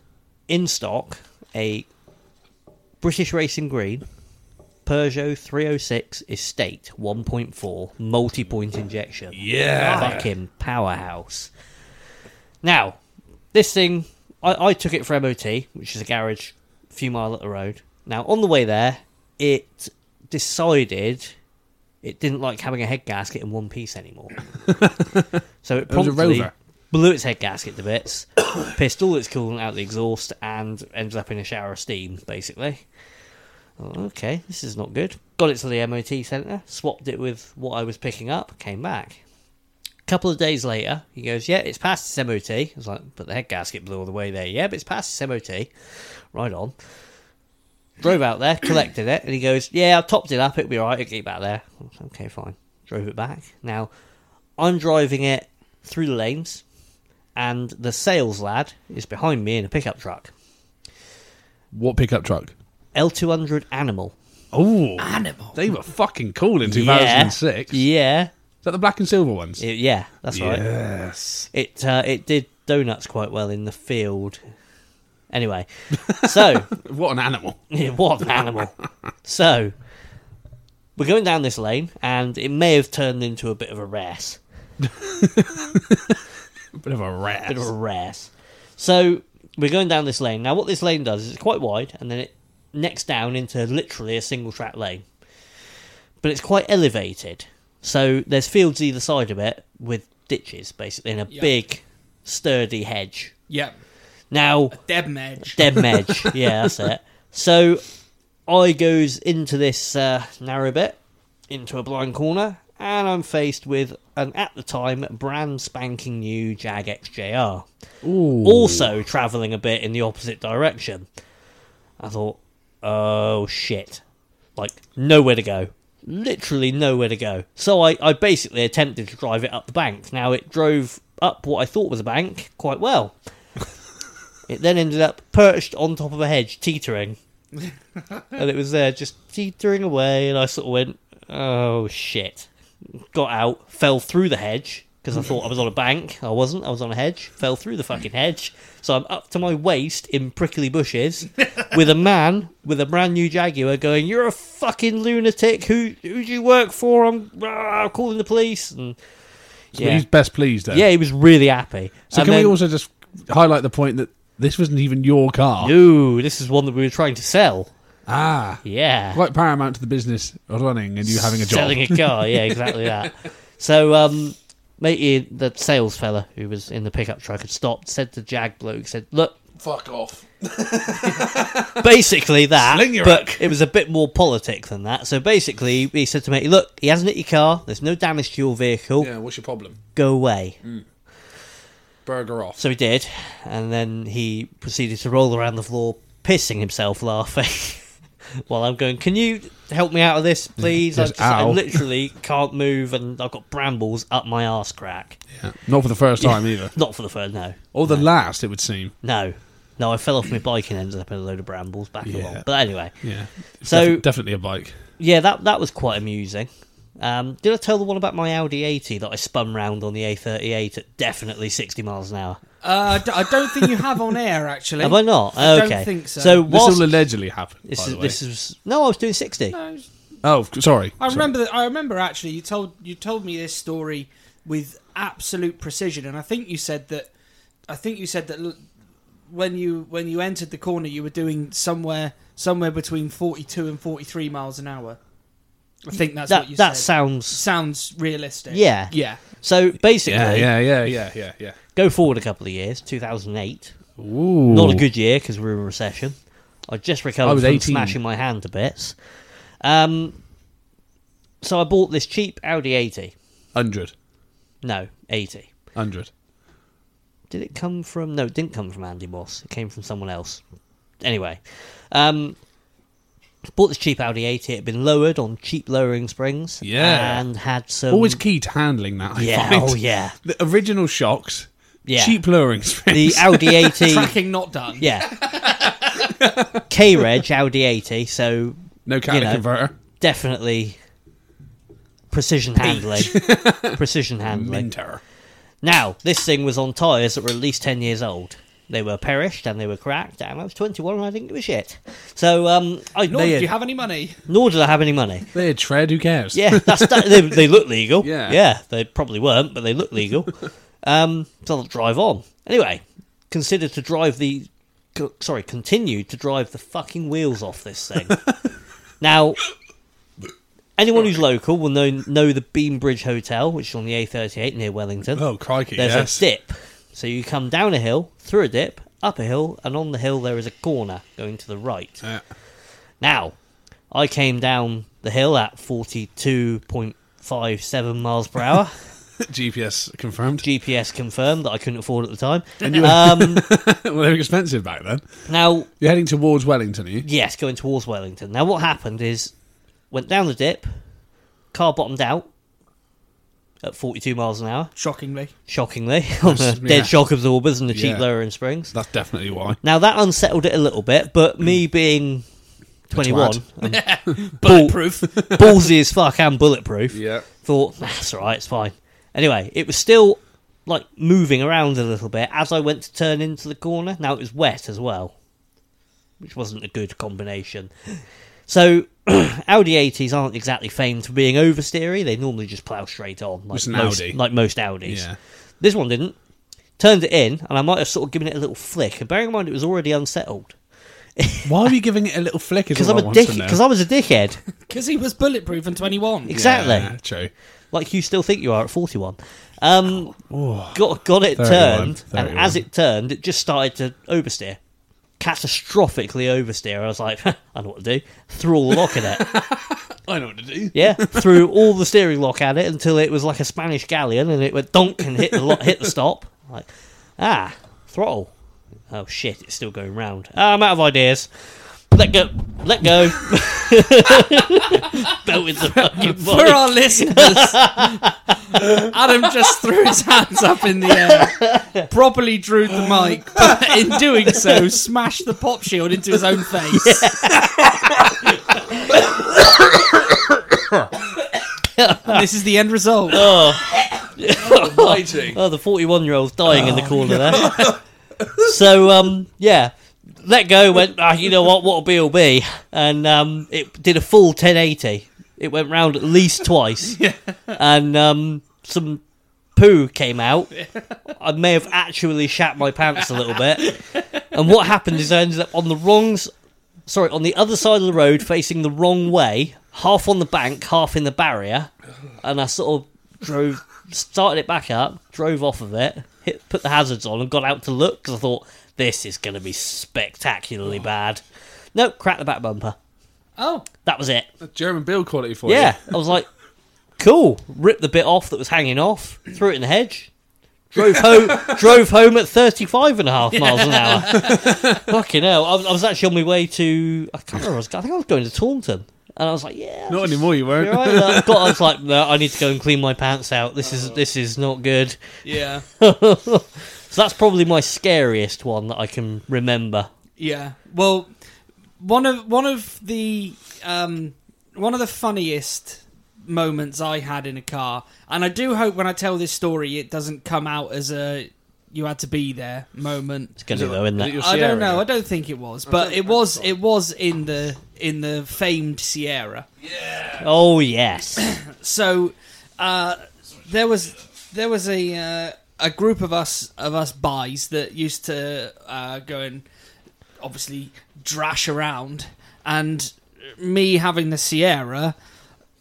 Speaker 1: in stock a British Racing Green Peugeot 306 Estate 1.4 multi point injection.
Speaker 3: Yeah.
Speaker 1: Fucking powerhouse. Now, this thing, I, I took it for MOT, which is a garage a few mile up the road. Now, on the way there, it decided it didn't like having a head gasket in one piece anymore. so it
Speaker 3: was a
Speaker 1: promptly
Speaker 3: rover.
Speaker 1: blew its head gasket to bits, pissed all its coolant out the exhaust, and ended up in a shower of steam, basically. Okay, this is not good. Got it to the MOT centre, swapped it with what I was picking up, came back. A couple of days later, he goes, Yeah, it's past its MOT. I was like, But the head gasket blew all the way there. Yeah, but it's past its MOT. Right on. Drove out there, collected it, and he goes, Yeah, I topped it up. It'll be alright. It'll get back there. I was, Okay, fine. Drove it back. Now, I'm driving it through the lanes, and the sales lad is behind me in a pickup truck.
Speaker 3: What pickup truck?
Speaker 1: L200 Animal.
Speaker 3: Oh.
Speaker 2: Animal.
Speaker 3: They were fucking cool in 2006. Is
Speaker 1: Yeah.
Speaker 3: that the black and silver ones?
Speaker 1: It- yeah, that's right.
Speaker 3: yes.
Speaker 1: It uh, it did donuts quite well in the field. Anyway, so
Speaker 3: What an animal.
Speaker 1: yeah, what an animal. So we're going down this lane, and it may have turned into a bit of a race.
Speaker 3: Bit of a rat.
Speaker 1: bit of a race. So we're going down this lane. Now, what this lane does is it's quite wide, and then it necks down into literally a single track lane. But it's quite elevated, so there's fields either side of it with ditches, basically, and a
Speaker 2: Yeah.
Speaker 1: big, sturdy hedge.
Speaker 2: Yep.
Speaker 1: Now,
Speaker 2: Deb Medge.
Speaker 1: Dead Edge. yeah, that's it. So I goes into this uh, narrow bit, into a blind corner, and I'm faced with an at the time brand spanking new Jag XJR. Also travelling a bit in the opposite direction. I thought, oh shit. Like, nowhere to go. Literally nowhere to go. So I, I basically attempted to drive it up the bank. Now, it drove up what I thought was a bank quite well. It then ended up perched on top of a hedge, teetering. and it was there, just teetering away, and I sort of went, oh shit. Got out, fell through the hedge, because I thought I was on a bank. I wasn't, I was on a hedge. Fell through the fucking hedge. So I'm up to my waist in prickly bushes with a man with a brand new Jaguar going, You're a fucking lunatic. Who who do you work for? I'm ah, calling the police. And
Speaker 3: So
Speaker 1: yeah.
Speaker 3: He's best pleased then.
Speaker 1: yeah, he was really happy.
Speaker 3: So
Speaker 1: And
Speaker 3: can
Speaker 1: then-
Speaker 3: we also just highlight the point that this wasn't even your car?
Speaker 1: No, this is one that we were trying to sell.
Speaker 3: Ah.
Speaker 1: Yeah.
Speaker 3: Quite paramount to the business running and you having a job.
Speaker 1: Selling a car, yeah, exactly that. So, um, matey, the sales fella who was in the pickup truck had stopped, said to Jag bloke, said, look,
Speaker 3: Fuck off.
Speaker 1: basically that,
Speaker 3: Sling your
Speaker 1: but
Speaker 3: hook.
Speaker 1: it was a bit more politic than that. So basically, he said to me, look, he hasn't hit your car, there's no damage to your vehicle,
Speaker 3: Yeah, what's your problem?
Speaker 1: go away.
Speaker 3: Burger off.
Speaker 1: So he did, and then he proceeded to roll around the floor, pissing himself laughing. while I'm going, can you help me out of this, please? I,
Speaker 3: Just
Speaker 1: just, I
Speaker 3: ow.
Speaker 1: literally can't move, and I've got brambles up my arse crack.
Speaker 3: Yeah. Not for the first time either.
Speaker 1: Not for the third, no,
Speaker 3: Or the last, it would seem.
Speaker 1: no, no. I fell off my bike and ended up in a load of brambles back
Speaker 3: Yeah.
Speaker 1: along. But anyway,
Speaker 3: Yeah.
Speaker 1: So-
Speaker 3: Def- definitely a bike.
Speaker 1: yeah, that that was quite amusing. Um, did I tell the one about my Audi 80 that I spun round on the A38 at definitely 60 miles an hour?
Speaker 3: Eh?
Speaker 2: Uh, d- I don't think you have on air actually.
Speaker 1: Am I not?
Speaker 2: I don't
Speaker 1: okay.
Speaker 2: think so.
Speaker 1: So
Speaker 3: This
Speaker 1: whilst,
Speaker 3: all allegedly happened.
Speaker 1: this
Speaker 3: by
Speaker 1: is
Speaker 3: the way.
Speaker 1: this is no, I was doing 60.
Speaker 2: No,
Speaker 3: Oh, c- sorry.
Speaker 2: I
Speaker 3: Sorry.
Speaker 2: remember that. I remember actually. You told you told me this story with absolute precision, and I think you said that. I think you said that l- when you when you entered the corner, you were doing somewhere somewhere between forty two and forty three miles an hour. I think that's what
Speaker 1: that
Speaker 2: you
Speaker 1: that
Speaker 2: said.
Speaker 1: sounds
Speaker 2: sounds realistic.
Speaker 1: yeah.
Speaker 2: yeah.
Speaker 1: So basically,
Speaker 3: Yeah, yeah, yeah, yeah, yeah, yeah.
Speaker 1: go forward a couple of years, 2008.
Speaker 3: Ooh.
Speaker 1: Not a good year because we were in a recession. I just recovered
Speaker 3: I was
Speaker 1: from
Speaker 3: 18.
Speaker 1: smashing my hand to bits. Um, so I bought this cheap Audi 80.
Speaker 3: 100.
Speaker 1: No, 80.
Speaker 3: 100.
Speaker 1: Did it come from? No, it didn't come from Andy Moss. It came from someone else. Anyway, um, bought this cheap Audi 80. It had been lowered on cheap lowering springs.
Speaker 3: Yeah.
Speaker 1: and had some.
Speaker 3: Always key to handling that, I
Speaker 1: Um, yeah,
Speaker 3: find.
Speaker 1: oh yeah,
Speaker 3: The original shocks,
Speaker 1: yeah.
Speaker 3: cheap lowering springs.
Speaker 1: The Audi 80.
Speaker 2: Tracking not done.
Speaker 1: Yeah. K Reg Audi 80, so
Speaker 3: no catalytic
Speaker 1: you know.
Speaker 3: converter.
Speaker 1: definitely precision handling. precision handling.
Speaker 3: Minter.
Speaker 1: Now, this thing was on tyres that were at least 10 years old. They were perished and they were cracked, and I was 21 and I didn't give a shit. So, um, I,
Speaker 2: Nor
Speaker 1: nor,
Speaker 2: did you have any money.
Speaker 1: nor did I have any money.
Speaker 3: They had tread, who cares?
Speaker 1: Yeah, that's that, they, they look legal.
Speaker 3: Yeah.
Speaker 1: yeah, they probably weren't, but they look legal. Um, so I'll drive on. Anyway, considered to drive the, co- sorry, continued to drive the fucking wheels off this thing. now, anyone who's local will know know the Beambridge Hotel, which is on the A38 near Wellington.
Speaker 3: Oh, crikey,
Speaker 1: There's
Speaker 3: yes.
Speaker 1: a dip, so you come down a hill, through a dip, up a hill, and on the hill there is a corner going to the right.
Speaker 3: Yeah.
Speaker 1: Now, I came down the hill at 42.57 miles per hour.
Speaker 3: GPS confirmed.
Speaker 1: GPS confirmed that I couldn't afford at the time.
Speaker 3: you-
Speaker 1: um,
Speaker 3: well, they were expensive back then.
Speaker 1: now,
Speaker 3: You're heading towards Wellington, are you?
Speaker 1: yes, going towards Wellington. Now, what happened is, went down the dip, car bottomed out at 42 miles an hour,
Speaker 2: Shockingly,
Speaker 1: shockingly, on the
Speaker 3: yeah.
Speaker 1: dead shock absorbers and the cheap
Speaker 3: Yeah.
Speaker 1: lowering springs.
Speaker 3: That's definitely why.
Speaker 1: Now, that unsettled it a little bit, but me
Speaker 3: Mm.
Speaker 1: being 21, and
Speaker 2: bulletproof.
Speaker 1: ballsy as fuck and bulletproof,
Speaker 3: Yeah.
Speaker 1: thought that's all right, it's fine. Anyway, it was still like moving around a little bit as I went to turn into the corner. Now it was wet as well, which wasn't a good combination. So Audi 80s aren't exactly famed for being oversteery. They normally just plough straight on, like
Speaker 3: It's an
Speaker 1: most,
Speaker 3: Audi.
Speaker 1: like most Audis.
Speaker 3: Yeah.
Speaker 1: This one didn't. Turned it in, and I might have sort of given it a little flick. And bearing in mind it was already unsettled
Speaker 3: Why are you giving it a little flick? Is
Speaker 1: because
Speaker 3: all
Speaker 1: I'm
Speaker 3: I
Speaker 1: a
Speaker 3: want to
Speaker 1: dick.
Speaker 3: know.
Speaker 1: Because I was a dickhead,
Speaker 2: Because he was bulletproof and 21.
Speaker 1: Exactly.
Speaker 3: Yeah, true.
Speaker 1: like you still think you are at 41. Um,
Speaker 3: Oh,
Speaker 1: got got it
Speaker 3: 31,
Speaker 1: turned,
Speaker 3: 31.
Speaker 1: and as it turned, it just started to oversteer, catastrophically oversteer. I was like, I know what to do. Threw all the lock in it.
Speaker 3: I know what to do.
Speaker 1: Yeah, threw all the steering lock at it until it was like a Spanish galleon, and it went donk and hit the lo- hit the stop. Like, ah, throttle. Oh shit, it's still going round. Ah, I'm out of ideas. Let go. Let go. Belted the fucking
Speaker 2: For
Speaker 1: bike.
Speaker 2: our listeners, Adam just threw his hands up in the air, properly drew the mic, but in doing so, smashed the pop shield into his own face. And this is the end result.
Speaker 3: Lighting.
Speaker 1: Oh, the 41 year old's dying in the corner there. so, um, yeah. Let go, went, ah, you know what, what'll be, will be. And um, it did a full 1080. It went round at least twice. And um, some poo came out. I may have actually shat my pants a little bit. And what happened is I ended up on the wrong, s- sorry, on the other side of the road, facing the wrong way, half on the bank, half in the barrier. And I sort of drove, started it back up, drove off of it, hit, put the hazards on, and got out to look because I thought this is going to be spectacularly bad. Nope, cracked the back bumper.
Speaker 2: Oh,
Speaker 1: That was it.
Speaker 3: German build quality for
Speaker 1: Yeah, I was like, cool. Ripped the bit off that was hanging off, threw it in the hedge, Drove home, drove home at 35 and a half miles an hour. Fucking hell. I was, I was actually on my way to, I can't remember, where I, was, go- I think I was going to Taunton. And I was like, yeah.
Speaker 3: Not
Speaker 1: just-
Speaker 3: anymore, you
Speaker 1: you're
Speaker 3: weren't.
Speaker 1: right. No, I got- I was like, no, I need to go and clean my pants out. This
Speaker 3: Oh.
Speaker 1: is this is not good.
Speaker 2: Yeah.
Speaker 1: so that's probably my scariest one that I can remember.
Speaker 2: Yeah. Well, one of one of the um, one of the funniest moments I had in a car, and I do hope when I tell this story, it doesn't come out as a you had to be there moment.
Speaker 1: It's going
Speaker 3: Is
Speaker 1: to
Speaker 3: it-
Speaker 1: though, isn't
Speaker 3: is it
Speaker 1: it?
Speaker 3: your
Speaker 2: I
Speaker 3: Sierra?
Speaker 2: don't know. I don't think it was, but
Speaker 3: don't
Speaker 2: it
Speaker 3: think
Speaker 2: was.
Speaker 3: so.
Speaker 2: It was in the in the famed Sierra.
Speaker 1: Oh yes.
Speaker 2: So uh, there was there was a uh, a group of us of us buys that used to uh, go and obviously drash around, and me having the Sierra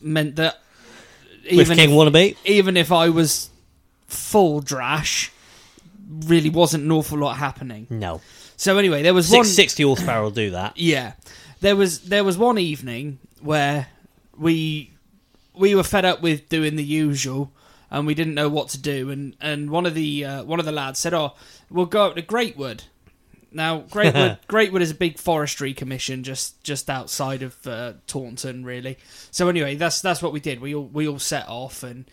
Speaker 2: meant that
Speaker 1: With
Speaker 2: even
Speaker 1: King Wannabe.
Speaker 2: even if I was full drash, really wasn't an awful lot happening.
Speaker 1: No.
Speaker 2: So anyway, there was one.
Speaker 1: Six sixty horsepower will do that.
Speaker 2: Yeah, there was there was one evening where we we were fed up with doing the usual, and we didn't know what to do. And and one of the uh, one of the lads said, "Oh, we'll go up to Greatwood." Now, Greatwood Greatwood is a big forestry commission just just outside of uh, Taunton, really. So anyway, that's that's what we did. We all we all set off, and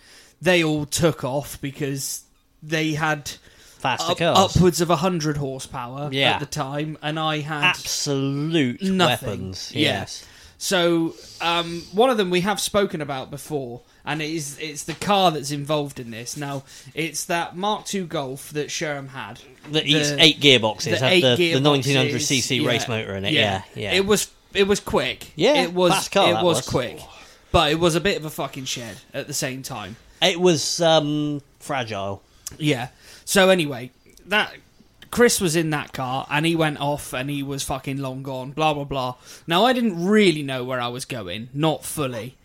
Speaker 2: they all took off because they had
Speaker 1: Faster
Speaker 2: up-
Speaker 1: cars.
Speaker 2: upwards of hundred horsepower
Speaker 1: Yeah.
Speaker 2: at the time, and I had
Speaker 1: Absolute
Speaker 2: Nothing.
Speaker 1: weapons.
Speaker 2: Yeah.
Speaker 1: Yes.
Speaker 2: So um, one of them we have spoken about before, and it is it's the car that's involved in this. Now it's that Mark II Golf that Sherham had.
Speaker 1: That eats
Speaker 2: The-
Speaker 1: eight gearboxes. had
Speaker 2: eight
Speaker 1: the, the
Speaker 2: gearboxes,
Speaker 1: 1900 cc
Speaker 2: yeah,
Speaker 1: race motor in it. Yeah. Yeah.
Speaker 2: It was it was quick.
Speaker 1: Yeah,
Speaker 2: it was
Speaker 1: fast car,
Speaker 2: it
Speaker 1: that
Speaker 2: was,
Speaker 1: was.
Speaker 2: quick, but it was a bit of a fucking shed at the same time.
Speaker 1: It was um, fragile.
Speaker 2: Yeah. So anyway, that Chris was in that car and he went off and he was fucking long gone, blah blah blah. Now I didn't really know where I was going, not fully.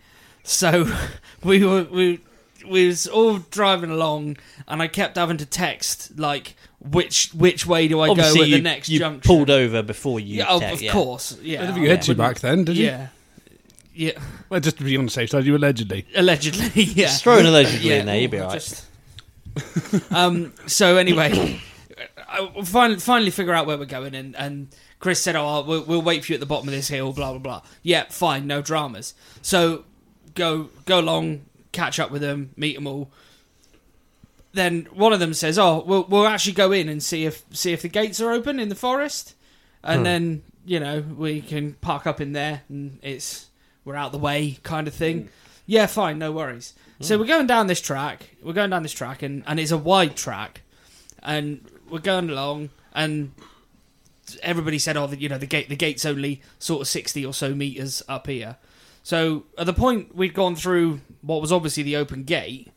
Speaker 2: So we were we we was all driving along and I kept having to text like which which way do I
Speaker 1: Obviously,
Speaker 2: go at
Speaker 1: you,
Speaker 2: the next
Speaker 1: you
Speaker 2: junction?
Speaker 1: pulled over before you.
Speaker 2: yeah, oh,
Speaker 1: tech-
Speaker 2: of
Speaker 1: yeah.
Speaker 2: course. Yeah.
Speaker 3: I don't think you had to back then, did you?
Speaker 2: Yeah. Yeah.
Speaker 3: Well, just to be on the safe side, you allegedly.
Speaker 2: Allegedly, yeah.
Speaker 1: Just throw an allegedly
Speaker 2: Yeah,
Speaker 1: in there, you'll be
Speaker 2: well,
Speaker 1: alright.
Speaker 2: just- um, so anyway, I finally, finally figure out where we're going, and, and Chris said, "Oh, we'll, we'll wait for you at the bottom of this hill." Blah blah blah. Yeah, fine, no dramas. So go go along, catch up with them, meet them all. Then one of them says, "Oh, we'll, we'll actually go in and see if see if the gates are open in the forest, and
Speaker 1: Hmm.
Speaker 2: then you know we can park up in there, and it's we're out the way kind of thing." Yeah, fine, no worries. So we're going down this track. We're going down this track, and, and it's a wide track, and we're going along, and everybody said, "Oh, the, you know, the gate, the gate's only sort of sixty or so meters up here." So at the point we'd gone through what was obviously the open gate,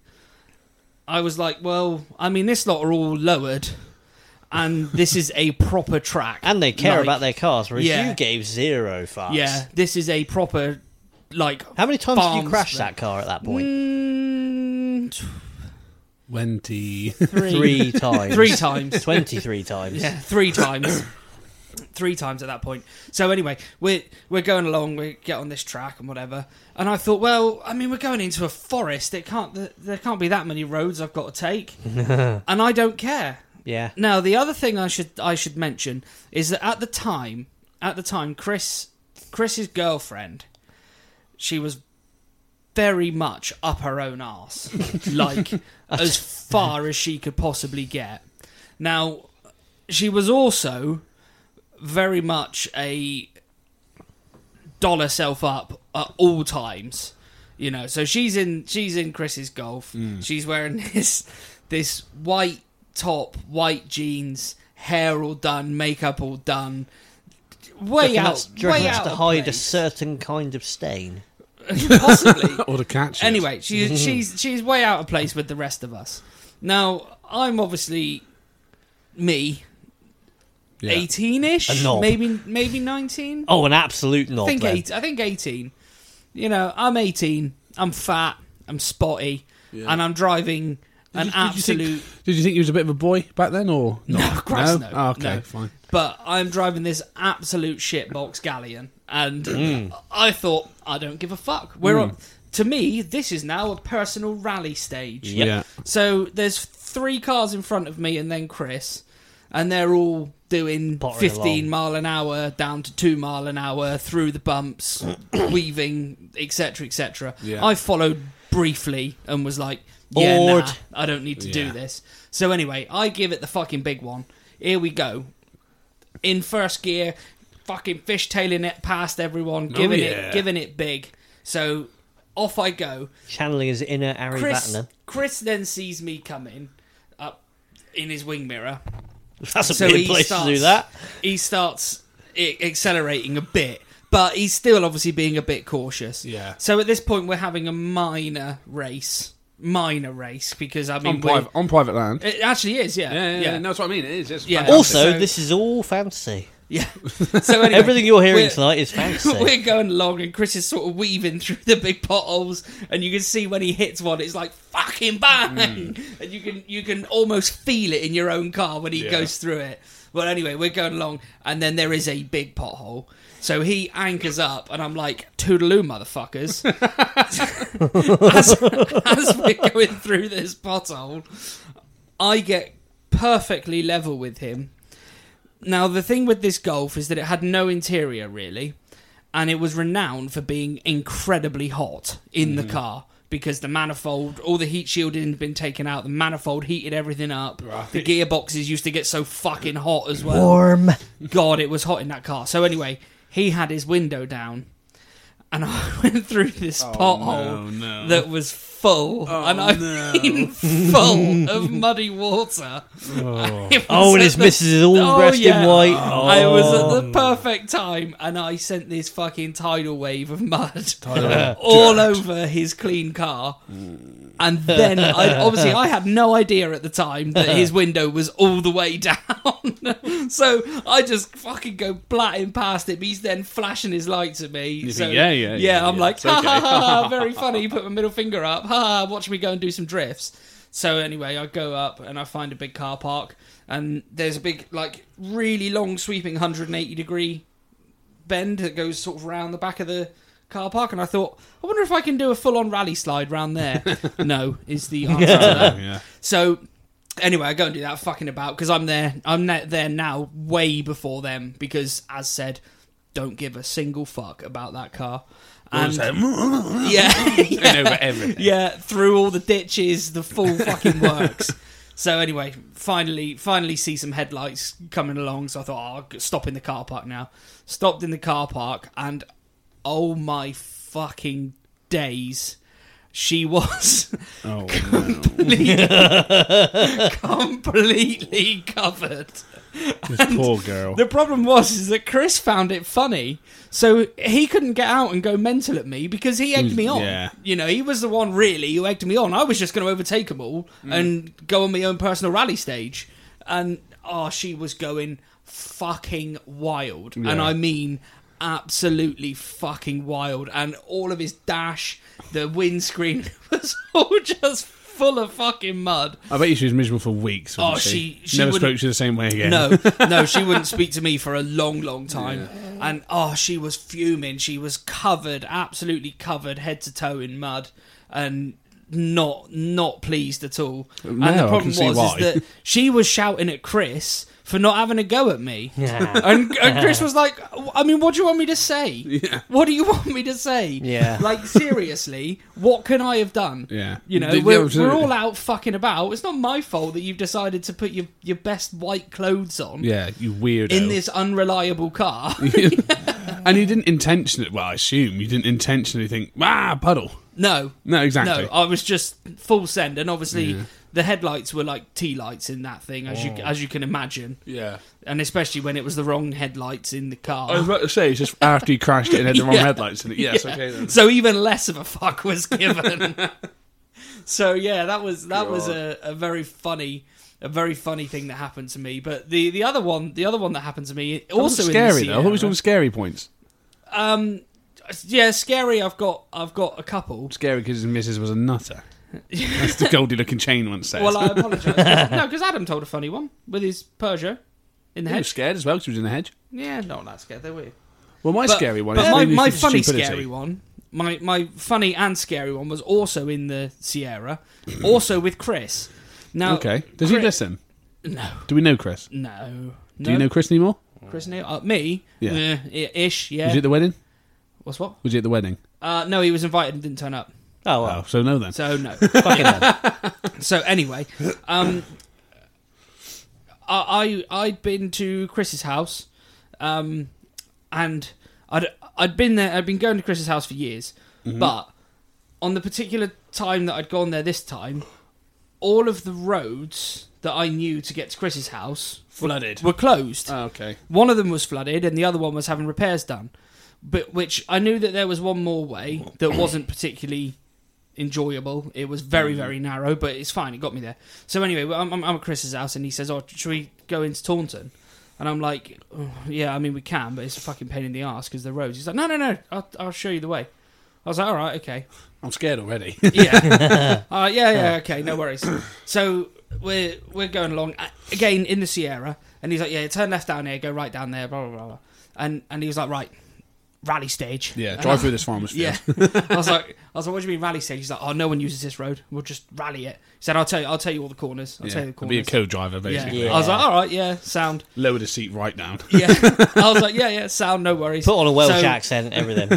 Speaker 2: I was like, "Well, I mean, this lot are all lowered, and this is a proper track,
Speaker 1: And they care
Speaker 2: Like,
Speaker 1: about their cars, whereas
Speaker 2: Yeah.
Speaker 1: you gave zero farts.
Speaker 2: yeah, this is a proper like."
Speaker 1: How many times did
Speaker 2: Farms
Speaker 1: you crash
Speaker 2: there.
Speaker 1: that car at that point?
Speaker 2: Mm,
Speaker 3: Twenty.
Speaker 1: Three times.
Speaker 2: three times.
Speaker 1: 23 times.
Speaker 2: Yeah, three times. three times at that point. So anyway, we're we're going along. We get on this track and whatever. And I thought, well, I mean, we're going into a forest. It can't. th- There can't be that many roads I've got to take. and I don't care.
Speaker 1: Yeah.
Speaker 2: Now, the other thing I should I should mention is that at the time, at the time, Chris Chris's girlfriend, she was very much up her own arse, like as far as she could possibly get. Now, she was also very much a doll herself up at all times. You know, so she's in she's in Chris's golf. She's wearing this this white top, white jeans, hair all done, makeup all done.
Speaker 1: Do you
Speaker 2: Way
Speaker 1: reckon
Speaker 2: out,
Speaker 1: that's- do you reckon
Speaker 2: way
Speaker 1: that's
Speaker 2: out
Speaker 1: to
Speaker 2: of
Speaker 1: hide a
Speaker 2: place.
Speaker 1: certain kind of stain.
Speaker 2: possibly.
Speaker 1: Oh,
Speaker 3: Or the catch.
Speaker 2: Anyway, she's she's she's way out of place with the rest of us. Now I'm obviously me,
Speaker 3: yeah.
Speaker 2: eighteen-ish,
Speaker 1: A knob.
Speaker 2: maybe maybe nineteen.
Speaker 1: Oh, an absolute
Speaker 2: I
Speaker 1: knob.
Speaker 2: think
Speaker 1: then.
Speaker 2: eight, I think eighteen. You know, I'm eighteen. I'm fat. I'm spotty,
Speaker 3: Yeah.
Speaker 2: and I'm driving an
Speaker 3: you- did you
Speaker 2: absolute.
Speaker 3: think- Did you think he was a bit of a boy back then, or
Speaker 2: No,
Speaker 3: not?
Speaker 2: of course no.
Speaker 3: Oh, okay,
Speaker 2: No.
Speaker 3: fine.
Speaker 2: but I'm driving this absolute shitbox galleon, and I thought I don't give a fuck. We're on to me, this is now a personal rally stage.
Speaker 1: Yep.
Speaker 3: Yeah.
Speaker 2: So there's three cars in front of me and then Chris, and they're all doing
Speaker 1: Pottering
Speaker 2: 15
Speaker 1: along.
Speaker 2: mile an hour down to 2 mile an hour through the bumps, weaving, etc., etc.
Speaker 3: Yeah.
Speaker 2: I followed briefly and was like, yeah,
Speaker 1: Bored.
Speaker 2: nah, I don't need to
Speaker 3: Yeah.
Speaker 2: do this. So anyway, I give it the fucking big one. Here we go. In first gear, fucking fishtailing it past everyone, giving
Speaker 3: Oh, yeah.
Speaker 2: it giving it big. So off I go.
Speaker 1: Channeling his inner Ari
Speaker 2: Chris,
Speaker 1: Batner.
Speaker 2: Chris then sees me coming up in his wing mirror.
Speaker 1: That's a
Speaker 2: So
Speaker 1: weird
Speaker 2: he
Speaker 1: place
Speaker 2: starts,
Speaker 1: to do that.
Speaker 2: He starts a- accelerating a bit, but he's still obviously being a bit cautious.
Speaker 3: Yeah.
Speaker 2: So at this point, we're having a minor race, minor race because I mean, we-
Speaker 3: On private, on private land.
Speaker 2: it actually is, yeah,
Speaker 3: Oh, Yeah, yeah, yeah. No, that's what I mean. It is. It's
Speaker 2: Yeah.
Speaker 3: fantastic.
Speaker 1: Also,
Speaker 2: So-
Speaker 1: this is all fantasy.
Speaker 2: yeah. So anyway,
Speaker 1: Everything you're hearing
Speaker 2: we're-
Speaker 1: tonight is fantasy.
Speaker 2: We're going along, and Chris is sort of weaving through the big potholes, and you can see when he hits one, it's like fucking bang, and you can you can almost feel it in your own car when he
Speaker 3: Yeah.
Speaker 2: goes through it. Well, anyway, we're going along, and then there is a big pothole. So he anchors up, and I'm like, "Toodaloo, motherfuckers!" as, as we're going through this pothole, I get perfectly level with him. Now, the thing with this Golf is that it had no interior really, and it was renowned for being incredibly hot in the car because the manifold, all the heat shielding had been taken out, the manifold heated everything up, the gearboxes used to get so fucking hot as well.
Speaker 1: Warm.
Speaker 2: God, it was hot in that car. So anyway, he had his window down, and I went through this pothole
Speaker 3: Oh, no, no.
Speaker 2: that was full, and I
Speaker 3: no.
Speaker 2: mean full of muddy water. It was
Speaker 1: Oh, and
Speaker 2: at
Speaker 1: his
Speaker 2: the-
Speaker 1: missus is all dressed in white. Oh.
Speaker 2: I was at the perfect time, and I sent this fucking tidal wave of mud all over his clean car. And then, I, obviously, I had no idea at the time that his window was all the way down. so I just fucking go blatting past him. He's then flashing his lights at me.
Speaker 3: think,
Speaker 2: so,
Speaker 3: "Yeah, yeah, yeah,
Speaker 2: I'm
Speaker 3: yeah,
Speaker 2: like,
Speaker 3: it's
Speaker 2: ha,
Speaker 3: okay."
Speaker 2: ha, ha, ha, very funny. Put my middle finger up. Ha, ha, watch me go and do some drifts. So anyway, I go up and I find a big car park, and there's a big, like, really long sweeping 180 degree bend that goes sort of round the back of the car park, and I thought, I wonder if I can do a full on rally slide round there. no, is the answer to that.
Speaker 3: yeah.
Speaker 2: So anyway, I go and do that fucking about because I'm there. I'm ne- there now, way before them because, as said, don't give a single fuck about that car. And yeah, yeah,
Speaker 3: and over everything.
Speaker 2: yeah, through all the ditches, the full fucking works. So anyway, finally, finally see some headlights coming along. So I thought, oh, I'll g- stop in the car park now. Stopped in the car park, and oh my fucking days, she was
Speaker 3: Oh, no.
Speaker 2: completely covered.
Speaker 3: this poor girl.
Speaker 2: The problem was is that Chris found it funny, so he couldn't get out and go mental at me because he egged me on.
Speaker 3: yeah.
Speaker 2: You know, he was the one really who egged me on. I was just going to overtake them all and go on my own personal rally stage, and oh, she was going fucking wild, and
Speaker 3: Yeah.
Speaker 2: I mean absolutely fucking wild. And all of his dash, the windscreen was all just full of fucking mud.
Speaker 3: I bet you she was miserable for weeks. wasn't
Speaker 2: Oh, she- she
Speaker 3: never
Speaker 2: wouldn't-
Speaker 3: spoke to you the same way again.
Speaker 2: No, no, she wouldn't speak to me for a long, long time. And oh, she was fuming. She was covered, absolutely covered, head to toe in mud, and not not pleased at all.
Speaker 3: now
Speaker 2: and the
Speaker 3: I
Speaker 2: problem
Speaker 3: can see
Speaker 2: was
Speaker 3: why.
Speaker 2: is that she was shouting at Chris for not having a go at me.
Speaker 1: Yeah.
Speaker 2: And, and Chris was like, I mean, what do you want me to say? What do you want me to say?
Speaker 1: Yeah.
Speaker 2: Like, seriously, what can I have done?
Speaker 3: Yeah.
Speaker 2: You know,
Speaker 3: The- the
Speaker 2: we're,
Speaker 3: absolute-
Speaker 2: we're all out fucking about. It's not my fault that you've decided to put your, your best white clothes on
Speaker 3: Yeah, you weirdo.
Speaker 2: in this unreliable car.
Speaker 3: and you didn't intentionally. Well, I assume you didn't intentionally think, ah, puddle.
Speaker 2: no.
Speaker 3: No, exactly.
Speaker 2: No, I was just full send, and obviously the headlights were like tea lights in that thing, as you
Speaker 3: Oh.
Speaker 2: as you can imagine,
Speaker 3: Yeah.
Speaker 2: and especially when it was the wrong headlights in the car.
Speaker 3: I was about to say, it's just after you crashed it and had the wrong
Speaker 2: Yeah.
Speaker 3: headlights in it. Yes,
Speaker 2: Yeah.
Speaker 3: okay then.
Speaker 2: So even less of a fuck was given. so yeah, that was that was a, a very funny a very funny thing that happened to me. But the, the other one the other one that happened to me also
Speaker 3: That was scary
Speaker 2: in the
Speaker 3: though. What was
Speaker 2: Sierra-
Speaker 3: all the scary points?
Speaker 2: um yeah scary. I've got I've got a couple.
Speaker 3: Scary because his missus was a nutter. That's the Goldie looking chain once said.
Speaker 2: Well, I apologise. no, because Adam told a funny one with his Peugeot in the
Speaker 3: he was
Speaker 2: hedge.
Speaker 3: scared as well because he was in the hedge.
Speaker 2: Yeah, not that scared. They were.
Speaker 3: Well, my
Speaker 2: But-
Speaker 3: scary one.
Speaker 2: But
Speaker 3: is
Speaker 2: my,
Speaker 3: mainly
Speaker 2: my
Speaker 3: for
Speaker 2: funny
Speaker 3: stupidity.
Speaker 2: scary one. my my funny and scary one was also in the Sierra, also with Chris. Now,
Speaker 3: Okay. Does he
Speaker 2: Oh, Chris-
Speaker 3: listen?
Speaker 2: No,
Speaker 3: Do we know Chris?
Speaker 2: no.
Speaker 3: Do you know Chris anymore?
Speaker 2: Chris Neal? Uh, me?
Speaker 3: Yeah.
Speaker 2: Eh, i- ish. Yeah.
Speaker 3: Was he at the wedding?
Speaker 2: What's what?
Speaker 3: Was he at the wedding?
Speaker 2: Uh, no, he was invited and didn't turn up.
Speaker 1: Oh,
Speaker 3: Oh,
Speaker 1: well.
Speaker 3: so no then.
Speaker 2: So no.
Speaker 1: Fucking hell.
Speaker 2: so anyway, um, I, I I'd been to Chris's house, um, and I'd I'd been there. I'd been going to Chris's house for years, but on the particular time that I'd gone there this time, all of the roads that I knew to get to Chris's house
Speaker 3: Flooded.
Speaker 2: were closed.
Speaker 3: Oh, okay.
Speaker 2: One of them was flooded, and the other one was having repairs done. But which I knew that there was one more way that wasn't particularly enjoyable. It was very very narrow, but it's fine. It got me there. So anyway, well, I'm, I'm I'm at Chris's house, and he says, "Oh, should we go into Taunton?" And I'm like, oh, "Yeah, I mean we can, but it's a fucking pain in the ass because the roads." He's like, "No, no, no. I'll, I'll show you the way." I was like, "All right, okay."
Speaker 3: I'm scared already.
Speaker 2: yeah. uh, yeah, yeah, okay, no worries. So we're we're going along uh, again in the Sierra, and he's like, "Yeah, turn left down here, go right down there, blah blah blah." blah." And and he was like, "Right, rally stage."
Speaker 3: yeah.
Speaker 2: And
Speaker 3: Drive
Speaker 2: I-
Speaker 3: through this farmer's field.
Speaker 2: Yeah, I was like, I was like, "What do you mean rally stage?" He's like, "Oh, no one uses this road. We'll just rally it." He said, "I'll tell you, I'll tell you all the corners. I'll
Speaker 3: Yeah.
Speaker 2: tell you the
Speaker 3: It'd
Speaker 2: corners."
Speaker 3: be a co-driver
Speaker 2: yeah.
Speaker 3: basically.
Speaker 1: Yeah.
Speaker 2: I was like, "All right, yeah, sound."
Speaker 3: Lower the seat right down.
Speaker 2: Yeah, I was like, "Yeah, yeah, sound. No worries."
Speaker 1: Put on a Welsh
Speaker 2: So-
Speaker 1: accent and everything.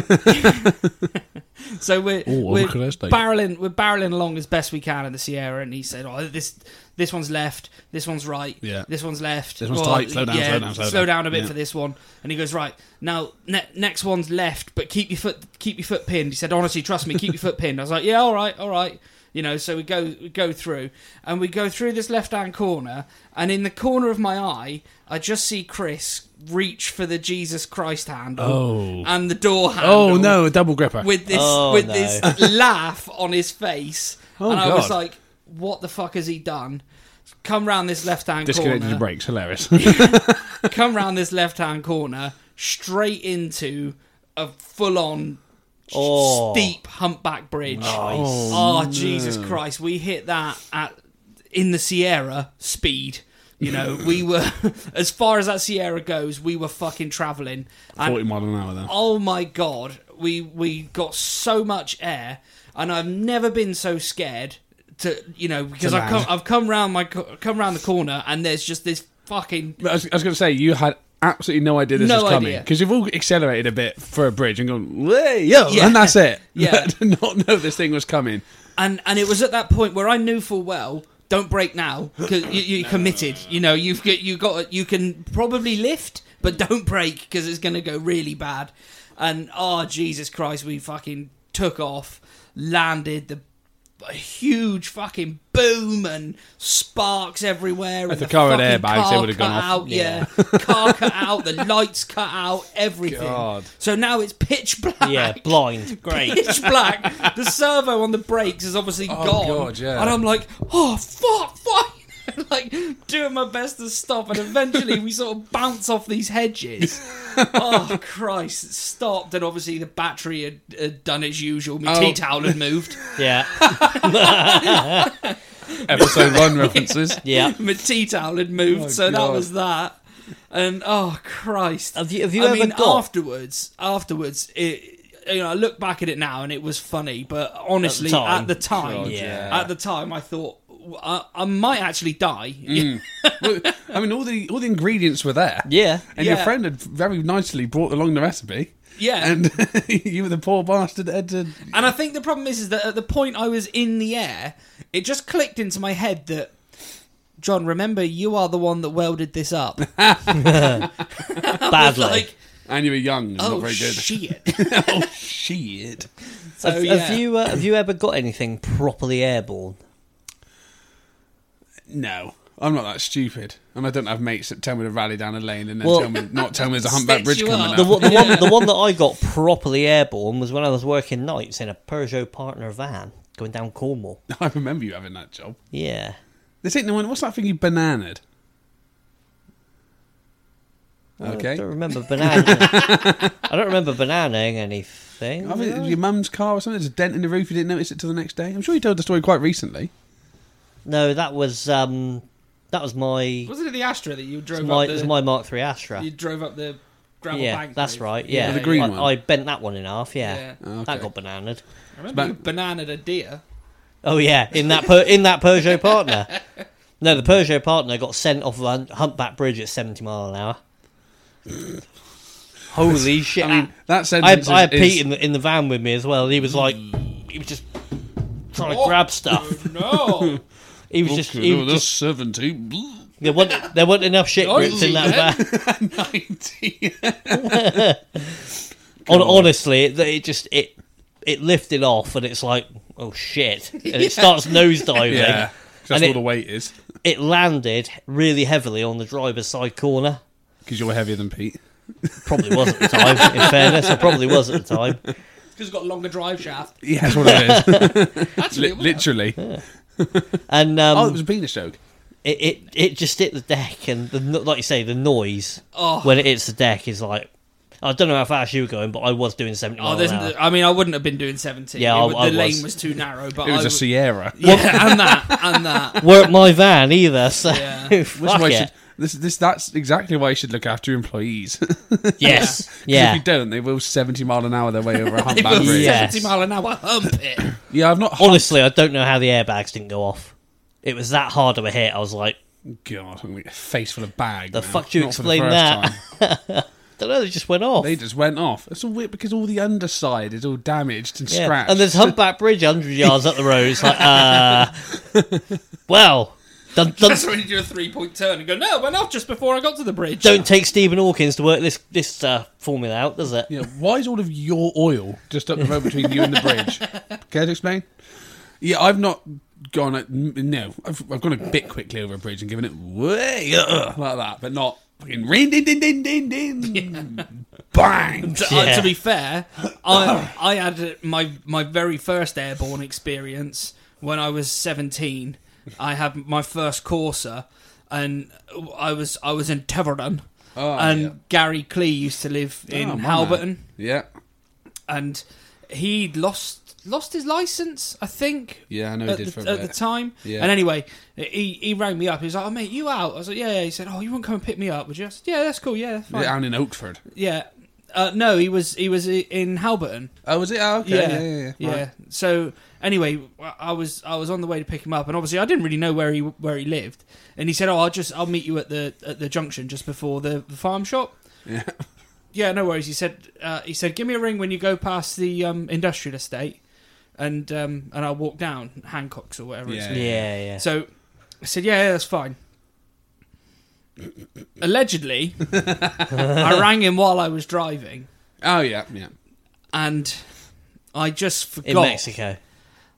Speaker 2: So we're,
Speaker 3: Oh,
Speaker 2: we're
Speaker 3: look at this thing.
Speaker 2: barreling we're barreling along as best we can in the Sierra, and he said, "Oh, this this one's left, this one's right,
Speaker 3: Yeah.
Speaker 2: this one's left,
Speaker 3: This one's
Speaker 2: Oh,
Speaker 3: tight, slow down,
Speaker 2: yeah,
Speaker 3: slow down, slow down."
Speaker 2: a bit
Speaker 3: Yeah.
Speaker 2: for this one." And he goes, "Right now, ne- next one's left, but keep your foot keep your foot pinned." He said, "Honestly, trust me, keep your foot pinned." I was like, "Yeah, all right, all right." You know, so we go we go through, and we go through this left hand corner, and in the corner of my eye, I just see Chris reach for the Jesus Christ handle
Speaker 3: Oh.
Speaker 2: and the door handle
Speaker 3: Oh no, a double gripper.
Speaker 2: with this
Speaker 1: Oh,
Speaker 2: with
Speaker 1: no.
Speaker 2: this laugh on his face,
Speaker 3: Oh,
Speaker 2: and I was
Speaker 3: God.
Speaker 2: like, "What the fuck has he done?" Come round this left hand
Speaker 3: Disconnected
Speaker 2: corner.
Speaker 3: the brakes. Hilarious.
Speaker 2: Come round this left hand corner, straight into a full on
Speaker 1: Oh.
Speaker 2: steep humpback bridge.
Speaker 1: Nice.
Speaker 2: Oh, Jesus Christ! We hit that at in the Sierra speed. You know, we were as far as that Sierra goes, we were fucking traveling, and
Speaker 3: Forty mile an hour then.
Speaker 2: oh my god we we got so much air and i've never been so scared to you know because
Speaker 3: To
Speaker 2: i've come
Speaker 3: land.
Speaker 2: i've come round my co- come round the corner and there's just this fucking
Speaker 3: But I was, I was going to say you had absolutely no idea this
Speaker 2: No
Speaker 3: was coming
Speaker 2: idea.
Speaker 3: because you've all accelerated a bit for a bridge and gone, "Hey, yo," and that's it.
Speaker 2: Yeah.
Speaker 3: But did not know this thing was coming.
Speaker 2: and and it was at that point where i knew full well don't break now because you, you're committed you know you've got you got you can probably lift but don't break because it's going to go really bad and oh jesus christ we fucking took off landed the a huge fucking boom and sparks everywhere. and
Speaker 3: the car had
Speaker 2: fucking
Speaker 3: airbags, they
Speaker 2: car
Speaker 3: would have gone
Speaker 2: cut
Speaker 3: off.
Speaker 2: Out, yeah, car cut out, the lights cut out, everything.
Speaker 3: God.
Speaker 2: So now it's pitch black.
Speaker 1: Yeah, blind. Great.
Speaker 2: Pitch black. the servo on the brakes is obviously gone.
Speaker 3: Oh, God, yeah.
Speaker 2: And I'm like, oh fuck, fuck. like doing my best to stop, and eventually we sort of bounce off these hedges. oh Christ! It stopped, and obviously the battery had, had done as usual. My
Speaker 3: Oh.
Speaker 2: tea towel had moved.
Speaker 1: Yeah.
Speaker 3: Episode one references.
Speaker 1: Yeah.
Speaker 2: my tea towel had moved,
Speaker 3: Oh,
Speaker 2: so that
Speaker 3: God.
Speaker 2: was that. And oh Christ!
Speaker 1: Have you- have you
Speaker 2: I
Speaker 1: ever
Speaker 2: mean,
Speaker 1: got-
Speaker 2: afterwards? Afterwards, it. You know, I look back at it now, and it was funny. But honestly, at the time,
Speaker 1: time.
Speaker 2: at the time,
Speaker 1: God, yeah.
Speaker 2: I thought I, I might actually die.
Speaker 1: Mm.
Speaker 3: Well, I mean, all the all the ingredients were there.
Speaker 1: Yeah.
Speaker 3: And
Speaker 2: Yeah.
Speaker 3: your friend had very nicely brought along the recipe.
Speaker 2: Yeah.
Speaker 3: And you were the poor bastard that had to.
Speaker 2: And I think the problem is, is that at the point I was in the air, it just clicked into my head that John, remember, you are the one that welded this up.
Speaker 1: Badly.
Speaker 2: like,
Speaker 3: And you were young. And
Speaker 2: oh
Speaker 3: not very good.
Speaker 2: shit!
Speaker 3: oh shit!
Speaker 2: So
Speaker 1: have,
Speaker 2: yeah,
Speaker 1: have you uh, have you ever got anything properly airborne?
Speaker 3: No, I'm not that stupid, and I don't have mates that tell me to rally down a lane and then
Speaker 1: Well-
Speaker 3: tell me not tell me there's a humpback
Speaker 2: Sticks
Speaker 3: bridge
Speaker 2: you
Speaker 3: coming
Speaker 2: up.
Speaker 3: up.
Speaker 1: The, one- the one the one that I got properly airborne was when I was working nights in a Peugeot partner van going down Cornwall.
Speaker 3: I remember you having that job.
Speaker 1: Yeah.
Speaker 3: This ain't the one. What's that thing you bananaed?
Speaker 1: I
Speaker 3: Okay.
Speaker 1: don't remember banana. I don't remember bananaing anything.
Speaker 3: I think it
Speaker 1: did
Speaker 3: was
Speaker 1: I?
Speaker 3: your mum's car or something. There's a dent in the roof. You didn't notice it till the next day. I'm sure you told the story quite recently.
Speaker 1: No, that was um, that was my
Speaker 2: wasn't it the Astra that you drove
Speaker 1: my
Speaker 2: up
Speaker 1: it was
Speaker 2: the
Speaker 1: my Mark III Astra.
Speaker 2: you drove up the gravel
Speaker 1: yeah,
Speaker 2: bank.
Speaker 1: that's
Speaker 2: roof.
Speaker 1: right. Yeah,
Speaker 3: The green
Speaker 1: I,
Speaker 3: one.
Speaker 1: I bent that one in half. Yeah,
Speaker 2: Yeah.
Speaker 3: Oh,
Speaker 1: that
Speaker 3: okay.
Speaker 1: got bananaed.
Speaker 2: I remember
Speaker 3: It's
Speaker 2: you bananaed a deer.
Speaker 1: Oh yeah, in that per- in that Peugeot partner. No, the Peugeot partner got sent off a humpback bridge at seventy mile an hour. Holy shit!
Speaker 3: I mean, that
Speaker 1: I had,
Speaker 3: sentence
Speaker 1: I had
Speaker 3: is,
Speaker 1: Pete in the, in the van with me as well, and he was like, he was just trying
Speaker 2: Oh.
Speaker 1: to grab stuff.
Speaker 2: No,
Speaker 1: He was
Speaker 3: is,
Speaker 1: just,
Speaker 3: Okay,
Speaker 1: he
Speaker 3: no,
Speaker 1: was
Speaker 3: that's
Speaker 1: just
Speaker 3: 17.
Speaker 1: there wasn't there wasn't enough
Speaker 2: Oh,
Speaker 1: shit grips in that van.
Speaker 3: 19.
Speaker 1: Hon- honestly, it, it just it it lifted off, and it's like, oh shit, and it starts nosediving.
Speaker 3: Yeah. That's
Speaker 1: And
Speaker 3: all
Speaker 1: it-
Speaker 3: the weight is.
Speaker 1: It landed really heavily on the driver's side corner.
Speaker 3: Because you're heavier than Pete.
Speaker 1: Probably was at the time. in fairness, I probably was at the time.
Speaker 2: because it's got a longer drive shaft.
Speaker 3: Yeah, that's what it is.
Speaker 2: Actually,
Speaker 3: Li-
Speaker 2: it was.
Speaker 3: literally.
Speaker 1: And um,
Speaker 3: Oh, it was a penis joke.
Speaker 1: it, it it just hit the deck, and the, no- like you say, the noise
Speaker 2: Oh.
Speaker 1: when it hits the deck is like I don't know how fast you were going, but I was doing seventy
Speaker 2: Oh,
Speaker 1: miles
Speaker 2: there's,
Speaker 1: an hour.
Speaker 2: I mean, I wouldn't have been doing 70.
Speaker 1: Yeah,
Speaker 2: It
Speaker 1: I-
Speaker 2: would-
Speaker 1: I
Speaker 2: the
Speaker 1: was.
Speaker 2: lane was too narrow. But
Speaker 3: It was
Speaker 2: I
Speaker 3: a
Speaker 2: would-
Speaker 3: Sierra.
Speaker 2: yeah, and that, and that.
Speaker 1: Weren't my van either, so
Speaker 2: Yeah.
Speaker 3: This is
Speaker 1: fuck
Speaker 3: why you
Speaker 1: it.
Speaker 3: should- this, this, that's exactly why you should look after your employees. 'Cause
Speaker 1: Yes,
Speaker 3: if
Speaker 1: yeah.
Speaker 3: you don't, they will 70 mile an hour their way over a
Speaker 2: If it
Speaker 3: humpback
Speaker 2: was
Speaker 1: Yeah.
Speaker 3: bridge.
Speaker 2: 70 mile an hour hump it.
Speaker 3: Yeah, I've not.
Speaker 1: Honestly, I don't know how the airbags didn't go off. It was that hard of a hit. I was like,
Speaker 3: God, I'm gonna get a face full of bags.
Speaker 1: The
Speaker 3: now.
Speaker 1: fuck do you
Speaker 3: Not for the
Speaker 1: explain
Speaker 3: first
Speaker 1: that?
Speaker 3: time.
Speaker 1: don't know, they just went off.
Speaker 3: They just went off. It's all weird because all the underside is all damaged and
Speaker 1: Yeah.
Speaker 3: scratched.
Speaker 1: And there's Humpback Bridge, hundred yards up the road. It's like, uh, well, don't,
Speaker 2: That's
Speaker 1: don't,
Speaker 2: when you do a three point turn and go, no, it went off just before I got to the bridge.
Speaker 1: don't take Stephen Hawkins to work this this uh, formula out, does it?
Speaker 3: Yeah, why is all of your oil just up the road between you and the bridge? Care to explain? Yeah, I've not gone. A, no, I've, I've gone a bit quickly over a bridge and given it way uh, like that, but not fucking ring, ding, ding, ding, ding, ding, bang.
Speaker 2: To, uh,
Speaker 1: Yeah. Oh.
Speaker 2: to be fair, I I had my my very first airborne experience when I was seventeen. I had my first Corsa, and I was I was in Tiverton,
Speaker 3: Oh,
Speaker 2: and
Speaker 3: yeah.
Speaker 2: Gary Clee used to live in
Speaker 3: Oh, my
Speaker 2: Halberton,
Speaker 3: man. Yeah,
Speaker 2: and he lost lost his license, I think,
Speaker 3: yeah, I know
Speaker 2: at,
Speaker 3: he did
Speaker 2: the,
Speaker 3: for a
Speaker 2: at the
Speaker 3: bit.
Speaker 2: time.
Speaker 3: Yeah.
Speaker 2: And anyway, he, he rang me up. He was like, "Oh mate, you out?" I was like, "Yeah." yeah." He said, "Oh, you wouldn't come and pick me up, would you?" I said, "Yeah, that's cool. Yeah, that's fine." Yeah.
Speaker 3: Down in Oakford.
Speaker 2: Uh, no, he was he was i- in Halberton.
Speaker 3: Oh, was it? Oh, okay. Yeah, yeah, yeah.
Speaker 2: yeah.
Speaker 3: Right.
Speaker 2: So anyway, I was I was on the way to pick him up, and obviously I didn't really know where he where he lived. And he said, "Oh, I'll just I'll meet you at the at the junction just before the, the farm shop."
Speaker 3: Yeah.
Speaker 2: Yeah, no worries. He said uh, he said, "Give me a ring when you go past the um, industrial estate, and um, and I'll walk down Hancock's or whatever it's
Speaker 3: Yeah.
Speaker 1: Yeah, yeah.
Speaker 2: so I said, yeah, yeah, that's fine. Allegedly, I rang him while I was driving,
Speaker 3: Oh, yeah, yeah.
Speaker 2: and I just
Speaker 1: in
Speaker 2: forgot.
Speaker 1: Mexico.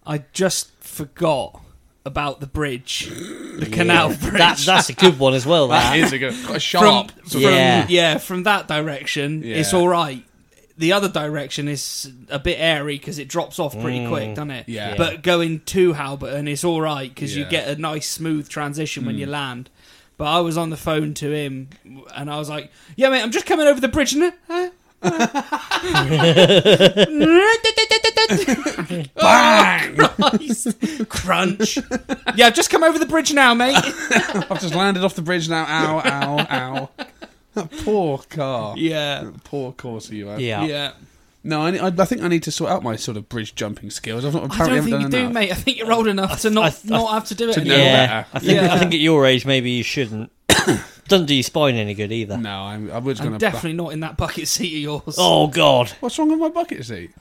Speaker 2: I just forgot about the bridge, the canal bridge.
Speaker 1: That, that's a good one as well.
Speaker 3: That
Speaker 1: That.
Speaker 3: is a good, quite a
Speaker 2: from,
Speaker 3: sharp.
Speaker 2: from
Speaker 1: Yeah.
Speaker 2: yeah. from that direction, it's
Speaker 3: Yeah.
Speaker 2: all right. The other direction is a bit airy because it drops off pretty quick, doesn't it?
Speaker 3: Yeah.
Speaker 2: But going to Halberton, it's all right because
Speaker 3: Yeah.
Speaker 2: you get a nice smooth transition when you land. But I was on the phone to him, and I was like, "Yeah, mate, I'm just coming over the bridge." And, uh, uh."
Speaker 3: bang!
Speaker 2: Christ. crunch. Yeah, I've just come over the bridge now, mate.
Speaker 3: I've just landed off the bridge now. Ow, ow, ow. That poor car.
Speaker 2: yeah,
Speaker 3: Poor Corsa you have.
Speaker 1: Yeah.
Speaker 2: yeah.
Speaker 3: No, I, I, I think I need to sort out my sort of bridge jumping skills. I've not
Speaker 2: I
Speaker 3: apparently
Speaker 2: don't think you
Speaker 3: haven't
Speaker 2: do,
Speaker 3: done enough.
Speaker 2: mate. I think you're old enough to not
Speaker 1: I- I-
Speaker 2: not have to do it.
Speaker 3: to
Speaker 2: anymore.
Speaker 3: know
Speaker 1: Yeah.
Speaker 3: better.
Speaker 1: I think
Speaker 2: Yeah.
Speaker 1: I think at your age, maybe you shouldn't. Doesn't do your spine any good either.
Speaker 3: No, I'm, I was going
Speaker 2: I'm
Speaker 3: to.
Speaker 2: definitely not in that bucket seat of yours.
Speaker 1: Oh God,
Speaker 3: What's wrong with my bucket seat?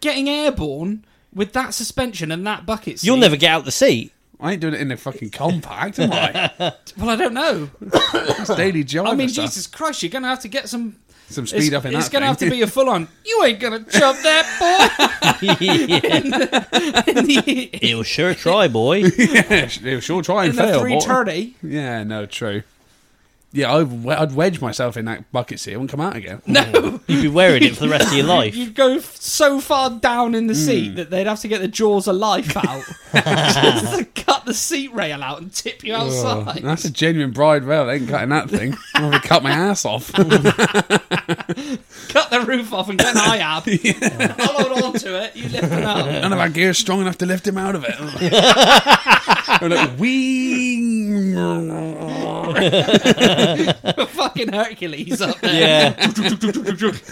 Speaker 2: Getting airborne with that suspension and that bucket seat.
Speaker 1: you'll never get out the seat.
Speaker 3: I ain't doing it in a fucking compact, am I?
Speaker 2: Well, I don't know.
Speaker 3: It's daily job.
Speaker 2: I mean,
Speaker 3: and stuff.
Speaker 2: Jesus Christ, you're going to have to get some.
Speaker 3: some
Speaker 2: It's,
Speaker 3: speed up in
Speaker 2: it's
Speaker 3: that.
Speaker 2: going to have to
Speaker 3: thing.
Speaker 2: be a full on. You ain't going to jump that
Speaker 1: yeah.
Speaker 2: boy in the,
Speaker 1: You'll sure try, boy.
Speaker 3: They'll sure try and
Speaker 2: in the
Speaker 3: fail.
Speaker 2: three
Speaker 3: boy.
Speaker 2: thirty.
Speaker 3: yeah, no, true. Yeah, I'd, we- I'd wedge myself in that bucket seat. I wouldn't come out again.
Speaker 2: No,
Speaker 1: You'd be wearing it for the rest of your life.
Speaker 2: you'd go f- so far down in the
Speaker 3: Hmm.
Speaker 2: seat that they'd have to get the jaws of life out, just to cut the seat rail out and tip you
Speaker 3: Oh,
Speaker 2: outside.
Speaker 3: that's a genuine bride rail. They ain't cutting that thing. I'm going to cut my ass off.
Speaker 2: cut the roof off and get an IAB. I'll hold on to it. You lift it up.
Speaker 3: None of our gear is strong enough to lift him out of it. We're like, "Wee."
Speaker 2: sorry. fucking Hercules up there.
Speaker 1: Yeah.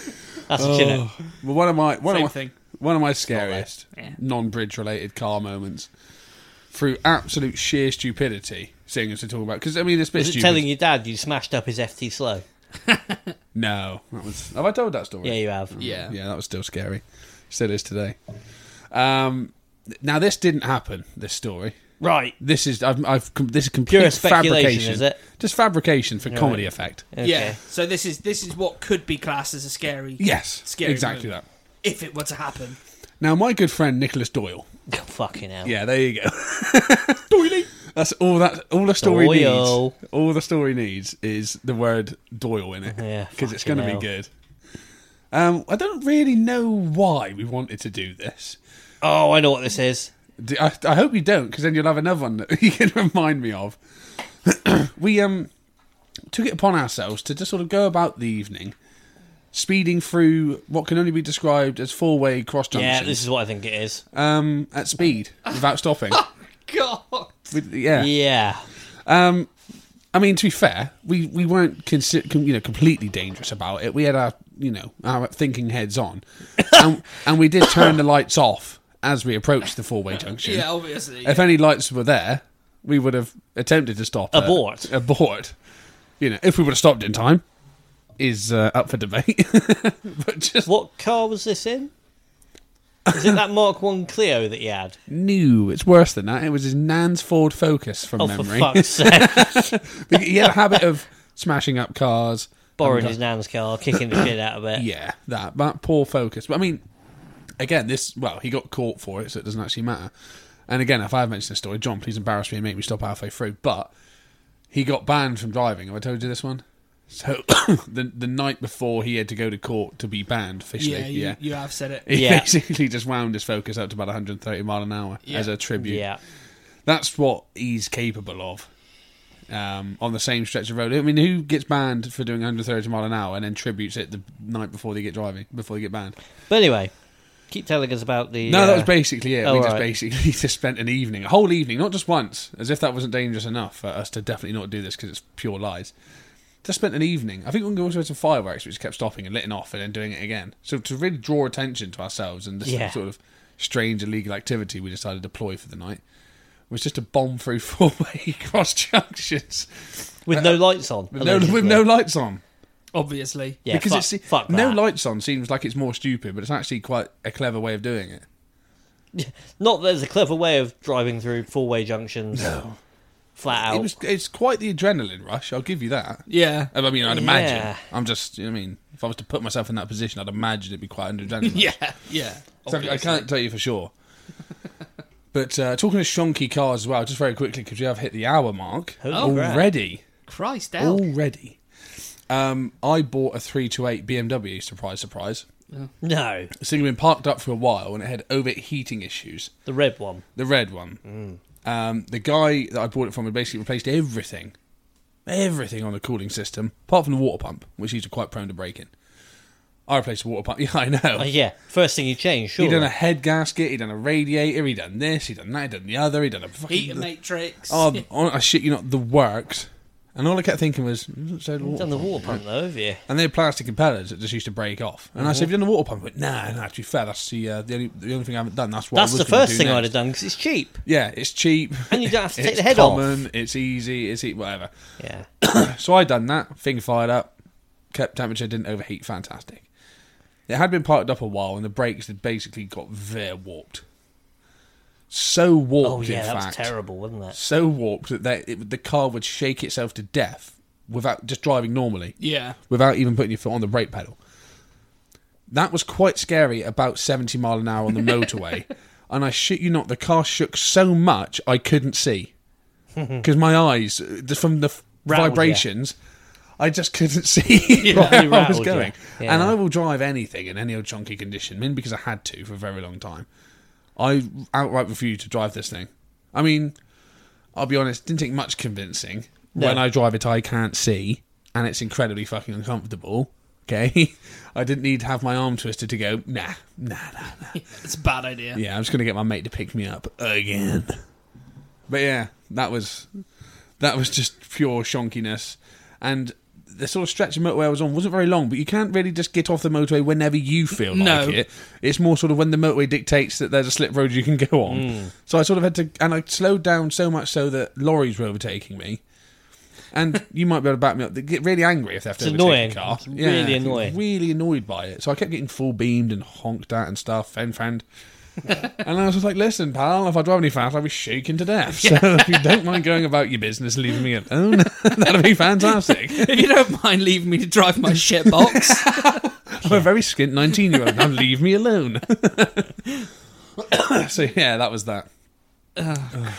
Speaker 3: Oh,
Speaker 1: That's a chin up.
Speaker 3: Well, one of my one
Speaker 2: Same
Speaker 3: of my,
Speaker 2: thing.
Speaker 3: one of my scariest
Speaker 2: Yeah.
Speaker 3: non-bridge related car moments through absolute sheer stupidity. Seeing as we're talking about, because I mean, it's a bit
Speaker 1: Is it
Speaker 3: stupid.
Speaker 1: telling your dad you smashed up his FT slow?
Speaker 3: No, that was. Have I told that story?
Speaker 1: Yeah, you have.
Speaker 2: Yeah.
Speaker 3: yeah, that was still scary. Still is today. Um, now this didn't happen. This story.
Speaker 1: Right.
Speaker 3: This is I've, I've com- this is complete
Speaker 1: Pure speculation,
Speaker 3: fabrication.
Speaker 1: is it?
Speaker 3: Just fabrication for comedy effect.
Speaker 1: Okay.
Speaker 2: Yeah. So this is this is what could be classed as a scary
Speaker 3: Yes,
Speaker 2: Scary
Speaker 3: exactly
Speaker 2: moment.
Speaker 3: that.
Speaker 2: if it were to happen.
Speaker 3: Now my good friend Nicholas Doyle.
Speaker 1: Fucking hell.
Speaker 3: Yeah, there you go. Doily. That's all that all the story
Speaker 1: Doyle.
Speaker 3: needs. All the story needs is the word Doyle in it.
Speaker 1: Yeah,
Speaker 3: because it's
Speaker 1: fucking
Speaker 3: going to be
Speaker 1: hell.
Speaker 3: good. Um, I don't really know why we wanted to do this.
Speaker 1: Oh, I know what this is.
Speaker 3: Do- I, I hope you don't, because then you'll have another one that you can remind me of. we um took it upon ourselves to just sort of go about the evening, speeding through what can only be described as four-way cross
Speaker 1: Yeah,
Speaker 3: junctions
Speaker 1: this is what I think it is.
Speaker 3: um, at speed without stopping.
Speaker 2: God.
Speaker 3: With- yeah.
Speaker 1: Yeah.
Speaker 3: Um, I mean, to be fair, we we weren't consi- com- you know completely dangerous about it. We had our you know our thinking heads on, and, and we did turn the lights off as we approached the four-way junction.
Speaker 2: Yeah, obviously.
Speaker 3: if any lights were there, we would have attempted to stop her.
Speaker 1: Abort.
Speaker 3: Abort. You know, if we would have stopped in time, is uh, up for debate. but just
Speaker 1: What car was this in? Is it that Mark One Clio that he had?
Speaker 3: no, it's worse than that. It was his nan's Ford Focus from
Speaker 1: Oh,
Speaker 3: memory.
Speaker 1: for fuck's sake!
Speaker 3: he had a habit of smashing up cars.
Speaker 1: Borrowing his nan's car, kicking the shit out of it.
Speaker 3: Yeah, that that poor Focus. But I mean, again, this well, he got caught for it, so it doesn't actually matter. And again, if I have mentioned this story, John, please embarrass me and make me stop halfway through. But he got banned from driving. Have I told you this one? So the the night before he had to go to court to be banned officially.
Speaker 2: yeah, you,
Speaker 3: Yeah.
Speaker 2: you have said it.
Speaker 3: He
Speaker 1: Yeah.
Speaker 3: basically just wound his focus up to about 130 mile an hour
Speaker 2: Yeah.
Speaker 3: as a tribute.
Speaker 1: Yeah.
Speaker 3: That's what he's capable of um, on the same stretch of road. I mean, who gets banned for doing 130 mile an hour and then tributes it the night before they get driving, before they get banned?
Speaker 1: But anyway, keep telling us about the.
Speaker 3: No, that was
Speaker 1: uh,
Speaker 3: basically it.
Speaker 1: Oh,
Speaker 3: we just
Speaker 1: alright.
Speaker 3: basically just spent an evening, a whole evening, not just once, as if that wasn't dangerous enough for us to definitely not do this because it's pure lies. Just spent an evening. I think we also had some fireworks, which kept stopping and letting off and then doing it again. So to really draw attention to ourselves and this
Speaker 1: Yeah.
Speaker 3: sort of strange illegal activity, we decided to deploy for the night was just to bomb through four-way cross junctions
Speaker 1: with no lights on.
Speaker 3: with uh, no, with no lights on.
Speaker 2: Obviously.
Speaker 1: Yeah, fuck,
Speaker 3: it's
Speaker 1: fuck
Speaker 3: no
Speaker 1: that.
Speaker 3: lights on seems like it's more stupid, but it's actually quite a clever way of doing it.
Speaker 1: Not that there's a clever way of driving through four-way junctions. Flat out.
Speaker 3: It was it's quite the adrenaline rush. I'll give you that.
Speaker 2: Yeah.
Speaker 3: I mean, I'd imagine.
Speaker 1: Yeah.
Speaker 3: I'm just, you know what I mean? If I was to put myself in that position, I'd imagine it'd be quite an adrenaline.
Speaker 2: Yeah. Yeah.
Speaker 3: So I
Speaker 2: obviously.
Speaker 3: can't tell you for sure. But uh, talking to shonky cars as well, just very quickly, because we have hit the hour mark
Speaker 1: Holy crap.
Speaker 3: already.
Speaker 2: Christ hell.
Speaker 1: Oh,
Speaker 3: Already. Um, I bought a 328 BMW, surprise, surprise.
Speaker 1: No,
Speaker 3: It's thing had been parked up for a while and it had overheating issues.
Speaker 1: the red one.
Speaker 3: The red one. Um, the guy that I bought it from had basically replaced everything, everything on the cooling system, apart from the water pump, which he's quite prone to breaking. I replaced the water pump. Yeah, I know.
Speaker 1: Oh, yeah, first thing you change, sure.
Speaker 3: He done a head gasket. He done a radiator. He done this. He done that. He done the other. He done a fucking.
Speaker 2: Heat matrix.
Speaker 3: oh, the- oh, I shit you not. The works. And all I kept thinking was, "Mm, so the water
Speaker 1: done the
Speaker 3: pump."
Speaker 1: water pump though, have you?
Speaker 3: and they had plastic impellers that just used to break off. And I
Speaker 1: Uh-huh.
Speaker 3: said, "Have you done the water pump?" I went, "Nah, nah. To be fair, that's the uh, the only the only thing I haven't done. That's what I
Speaker 1: That's
Speaker 3: was
Speaker 1: the
Speaker 3: gonna
Speaker 1: first
Speaker 3: do
Speaker 1: thing I'd
Speaker 3: next.
Speaker 1: have done because it's cheap.
Speaker 3: Yeah, it's cheap.
Speaker 1: And you don't have to take
Speaker 3: it's
Speaker 1: the head off.
Speaker 3: common, It's easy. It's e- whatever.
Speaker 1: Yeah,
Speaker 3: so I done that. Thing fired up. Kept temperature. Didn't overheat. Fantastic. It had been parked up a while, and the brakes had basically got very warped. So warped,
Speaker 1: Oh yeah,
Speaker 3: in
Speaker 1: that was
Speaker 3: fact,
Speaker 1: terrible, wasn't it?
Speaker 3: so warped that they, it, the car would shake itself to death without just driving normally,
Speaker 2: yeah.
Speaker 3: without even putting your foot on the brake pedal. That was quite scary. About seventy mile an hour on the motorway, and I shit you not, the car shook so much I couldn't see because my eyes uh, just from the f-
Speaker 1: Rattled ya.
Speaker 3: vibrations. I just couldn't see
Speaker 1: Yeah,
Speaker 3: where I was
Speaker 1: rattled ya.
Speaker 3: going,
Speaker 1: Yeah.
Speaker 3: and I will drive anything in any old chunky condition, mainly because I had to for a very long time. I outright refuse to drive this thing. I mean, I'll be honest, didn't take much convincing.
Speaker 1: No.
Speaker 3: When I drive it, I can't see, and it's incredibly fucking uncomfortable. Okay, I didn't need to have my arm twisted to go. Nah, nah, nah, nah.
Speaker 2: It's a bad idea.
Speaker 3: Yeah, I'm just gonna get my mate to pick me up again. But yeah, that was That was just pure shonkiness. And the sort of stretch the motorway I was on wasn't very long, but you can't really just get off the motorway whenever you feel
Speaker 2: No.
Speaker 3: like it. It's more sort of when the motorway dictates that there's a slip road you can go on. So I sort of had to, and I slowed down so much so that lorries were overtaking me. And you might be able to back me up. They get really angry if they have to
Speaker 1: It's annoying.
Speaker 3: overtake a car.
Speaker 1: It's really annoying.
Speaker 3: Really annoyed by it. So I kept getting full beamed and honked at and stuff, fen fanned. and I was just like, listen, pal, if I drive any fast, I'll be shaking to death. So if you don't mind going about your business, leaving me alone, that'd be fantastic.
Speaker 2: If you don't mind leaving me to drive my shit box,
Speaker 3: I'm a very skint 19 year old. Now leave me alone. so yeah, that was that.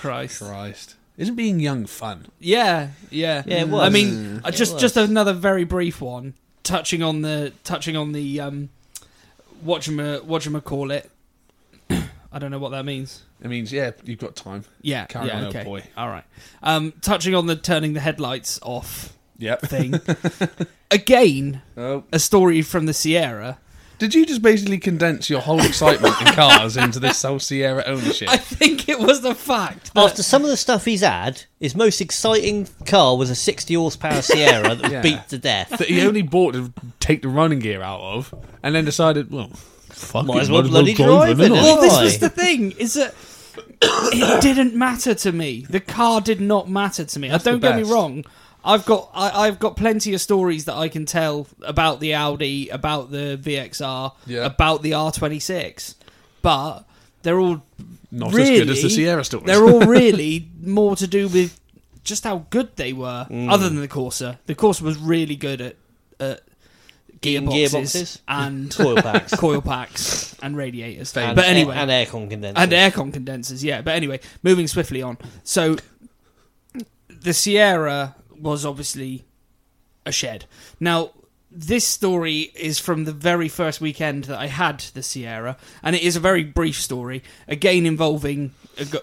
Speaker 2: Christ.
Speaker 3: Christ. Isn't being young fun?
Speaker 2: Yeah, yeah,
Speaker 1: Yeah, it was.
Speaker 2: I mean, uh,
Speaker 1: It
Speaker 2: just
Speaker 1: was.
Speaker 2: just another very brief one, touching on the touching on the um, whatchamacallit. call it. I don't know what that means.
Speaker 3: It means, yeah, you've got time.
Speaker 2: Yeah,
Speaker 3: Carry
Speaker 2: yeah,
Speaker 3: on, old
Speaker 2: okay,
Speaker 3: boy.
Speaker 2: all right. Um, touching on the turning the headlights off
Speaker 3: Yep.
Speaker 2: thing. Again,
Speaker 3: Oh.
Speaker 2: a story from the Sierra.
Speaker 3: Did you just basically condense your whole excitement in cars into this whole Sierra ownership?
Speaker 2: I think it was the fact that
Speaker 1: After some of the stuff he's had, his most exciting car was a 60 horsepower Sierra that was
Speaker 3: Yeah.
Speaker 1: beat to death.
Speaker 3: that he only bought to take the running gear out of, and then decided, well, fuck
Speaker 1: Might
Speaker 3: it,
Speaker 1: as well bloody drive it,
Speaker 3: innit?
Speaker 1: eh?
Speaker 2: Well, this
Speaker 1: Why?
Speaker 2: was the thing: is that it didn't matter to me. The car did not matter to me.
Speaker 3: the
Speaker 2: Don't get me
Speaker 3: best.
Speaker 2: wrong. I've got I, I've got plenty of stories that I can tell about the Audi, about the VXR,
Speaker 3: Yeah.
Speaker 2: about the R26, but they're all
Speaker 3: Not
Speaker 2: really,
Speaker 3: as good as the Sierra stories.
Speaker 2: They're all really more to do with just how good they were, other than the Corsa. The Corsa was really good at, at
Speaker 1: Getting gearboxes?
Speaker 2: gearboxes, and
Speaker 1: Coil packs.
Speaker 2: coil packs and radiators.
Speaker 3: Famous.
Speaker 2: But anyway,
Speaker 1: and aircon condensers.
Speaker 2: and aircon condensers, yeah. But anyway, moving swiftly on. So the Sierra was obviously a shed. Now, this story is from the very first weekend that I had the Sierra, and it is a very brief story, again involving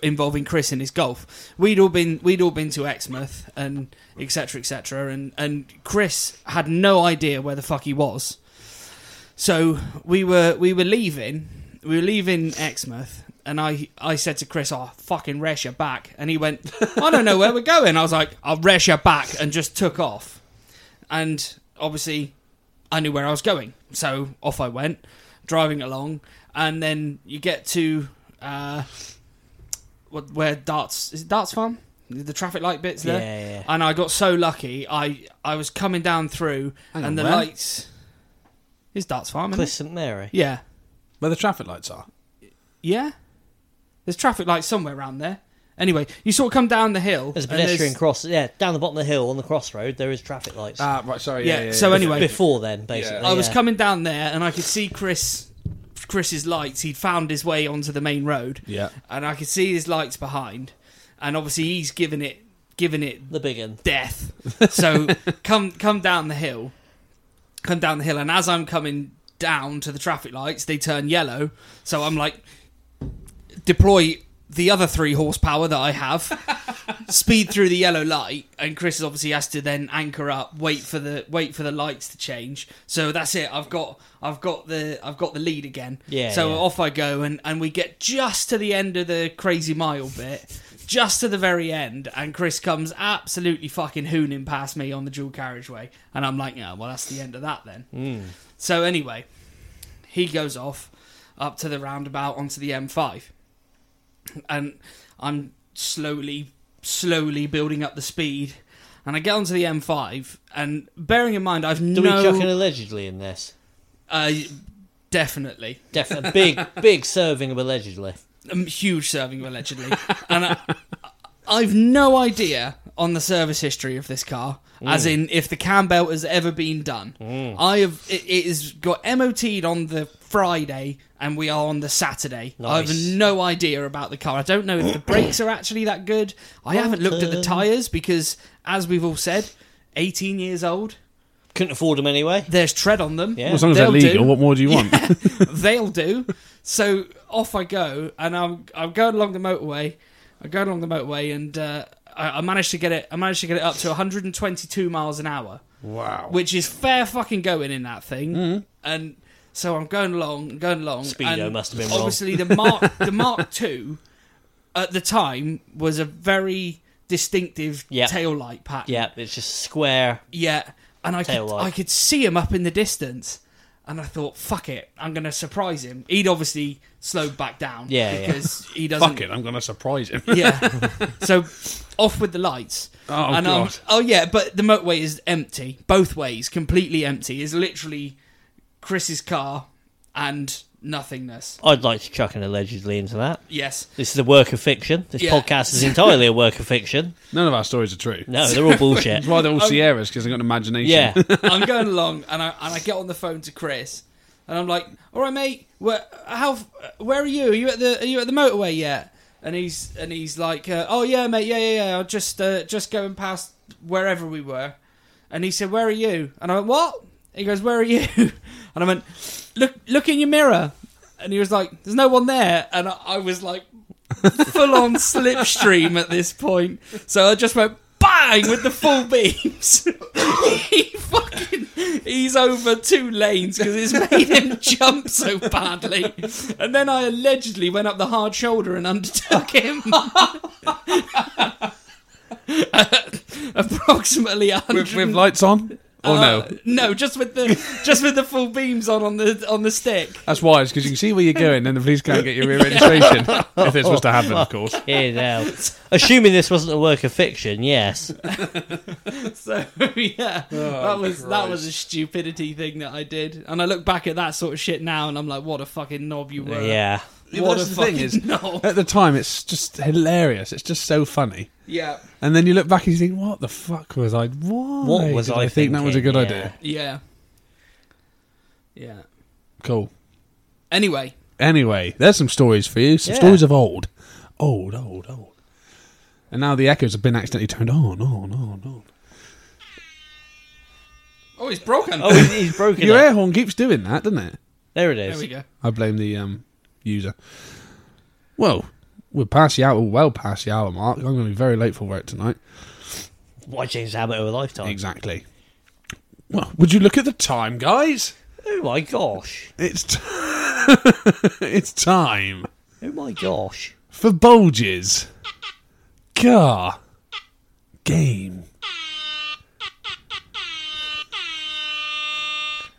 Speaker 2: involving Chris and his golf. We'd all been we'd all been to Exmouth and etc etc, and and Chris had no idea where the fuck he was. So we were we were leaving we were leaving Exmouth and I I said to Chris, Oh fucking race your back and he went, I don't know where we're going. I was like, I'll race your back and just took off. And obviously I knew where I was going. So off I went, driving along, and then you get to uh what where Darts is it Darts Farm? The traffic light bits
Speaker 1: Yeah,
Speaker 2: there.
Speaker 1: yeah.
Speaker 2: And I got so lucky. I I was coming down through,
Speaker 3: Hang
Speaker 2: and
Speaker 3: on,
Speaker 2: the
Speaker 3: where?
Speaker 2: lights. Is Darts Farm? isn't it?
Speaker 1: Cliff St Mary.
Speaker 2: Yeah,
Speaker 3: Where the traffic lights are.
Speaker 2: yeah. There's traffic lights somewhere around there. Anyway, you sort of come down the hill.
Speaker 1: There's a
Speaker 2: and
Speaker 1: pedestrian cross. Yeah, down the bottom of the hill on the crossroad, there is traffic lights.
Speaker 3: Ah, right, sorry.
Speaker 2: Yeah, so anyway-
Speaker 1: Before then, basically.
Speaker 2: I was
Speaker 1: yeah.
Speaker 2: coming down there, and I could see Chris, Chris's lights. He'd found his way onto the main road,
Speaker 3: Yeah.
Speaker 2: and I could see his lights behind. And obviously, he's giving it, giving it
Speaker 1: The big one.
Speaker 2: death. So come come down the hill, come down the hill, and as I'm coming down to the traffic lights, they turn yellow. So I'm like, deploy the other three horsepower that I have, speed through the yellow light, and Chris obviously has to then anchor up, wait for the wait for the lights to change. So that's it. I've got I've got the I've got the lead again.
Speaker 1: Yeah,
Speaker 2: So
Speaker 1: yeah.
Speaker 2: off I go, and and we get just to the end of the crazy mile bit. Just to the very end, and Chris comes absolutely fucking hooning past me on the dual carriageway, and I'm like, yeah, well, that's the end of that then.
Speaker 1: Hmm.
Speaker 2: So anyway, he goes off up to the roundabout onto the M5. And I'm slowly, slowly building up the speed. And I get onto the M5, and bearing in mind, I've
Speaker 1: Do we chuck an
Speaker 2: no.
Speaker 1: allegedly in this?
Speaker 2: Uh, definitely.
Speaker 1: Def- a big, big serving of allegedly.
Speaker 2: a um, huge serving of allegedly, and I, I've no idea on the service history of this car,
Speaker 1: Mm.
Speaker 2: as in if the cam belt has ever been done. I have it, it has got MOT'd on the Friday, and we are on the Saturday. I
Speaker 1: Nice.
Speaker 2: have no idea about the car. I don't know if the brakes are actually that good. I haven't looked at the tires because, as we've all said, 18 years old.
Speaker 1: Couldn't afford them anyway.
Speaker 2: There's tread on them.
Speaker 1: Yeah.
Speaker 3: Well, as long as they're
Speaker 2: They'll do.
Speaker 3: legal, what more do you want?
Speaker 2: they'll do. So off I go, and I'm I'm going along the motorway. I go along the motorway, and uh, I, I managed to get it. I managed to get it up to 122 miles an hour,
Speaker 3: Wow.
Speaker 2: which is fair fucking going in that thing. And so I'm going along, going along.
Speaker 1: Speedo
Speaker 2: and
Speaker 1: must have been wrong.
Speaker 2: obviously the mark the Mark II at the time was a very distinctive
Speaker 1: Yeah.
Speaker 2: tail light pattern.
Speaker 1: Yeah, it's just square.
Speaker 2: Yeah, and I could,
Speaker 1: Taillight.
Speaker 2: I could see him up in the distance, and I thought, "Fuck it, I'm gonna surprise him." He'd obviously slowed back down,
Speaker 1: Yeah, yeah.
Speaker 2: because he doesn't.
Speaker 3: Fuck it, I'm gonna surprise him.
Speaker 2: Yeah, so off with the lights.
Speaker 3: Oh,
Speaker 2: and um,
Speaker 3: God.
Speaker 2: oh yeah, but the motorway is empty both ways, completely empty. It's literally Chris's car and nothingness.
Speaker 1: I'd like to chuck an allegedly into that.
Speaker 2: Yes,
Speaker 1: This is a work of fiction. This
Speaker 2: Yeah.
Speaker 1: podcast is entirely a work of fiction.
Speaker 3: None of our stories are true.
Speaker 1: No, they're all bullshit.
Speaker 3: That's why they're all Sierras because they've got an imagination.
Speaker 1: yeah,
Speaker 2: I'm going along, and I and I get on the phone to Chris, and I'm like, "All right, mate, where how where are you? Are you at the are you at the motorway yet?" And he's and he's like, uh, "Oh yeah, mate, yeah, yeah, yeah. I'm just uh, just going past wherever we were." And he said, "Where are you?" And I went, "What?" He goes, "Where are you?" And I went, "Look look in your mirror." And he was like, "There's no one there." And I, I was like, full on slipstream at this point. So I just went bang with the full beams. he fucking he's over two lanes because it's made him jump so badly. And then I allegedly went up the hard shoulder and undertook him. Approximately
Speaker 3: with,
Speaker 2: 100
Speaker 3: with lights on. Oh
Speaker 2: uh,
Speaker 3: no,
Speaker 2: no, just with the just with the full beams on on the on the stick.
Speaker 3: that's wise because you can see where you're going, and the police can't get your rear end station if this was to happen. Of course,
Speaker 1: here now. Assuming this wasn't a work of fiction, yes.
Speaker 2: So yeah, that was that was a stupidity thing that I did, and I look back at that sort of shit now, and I'm like, what a fucking knob you were.
Speaker 1: Yeah.
Speaker 3: Yeah, but
Speaker 2: what a
Speaker 3: that's the thing
Speaker 2: fucking
Speaker 3: is-
Speaker 2: knob.
Speaker 3: at the time, it's just hilarious. It's just so funny.
Speaker 2: yeah,
Speaker 3: And then you look back and you think, "What the fuck was I? Why
Speaker 1: What was
Speaker 3: did
Speaker 1: I
Speaker 3: I think that was a
Speaker 1: thinking?
Speaker 3: good
Speaker 1: Yeah.
Speaker 3: idea?"
Speaker 2: yeah, yeah.
Speaker 3: Cool.
Speaker 2: Anyway,
Speaker 3: Anyway, there's some stories for you. Some
Speaker 1: Yeah.
Speaker 3: stories of old, old, old, old. And now the echoes have been accidentally turned on, on, on, on.
Speaker 2: oh, it's broken.
Speaker 1: Oh, he's- he's broken
Speaker 3: Your
Speaker 1: it.
Speaker 3: air horn keeps doing that, doesn't it?
Speaker 1: There it
Speaker 2: there
Speaker 1: is.
Speaker 2: we go.
Speaker 3: I blame the um, user. Well, we're past the hour, well past the hour mark. I'm going to be very late for work tonight.
Speaker 1: Why change the habit of a lifetime?
Speaker 3: Exactly. Well, would you look at the time, guys?
Speaker 1: Oh my gosh.
Speaker 3: It's t- it's time
Speaker 1: Oh my gosh.
Speaker 3: for Bulges Car Game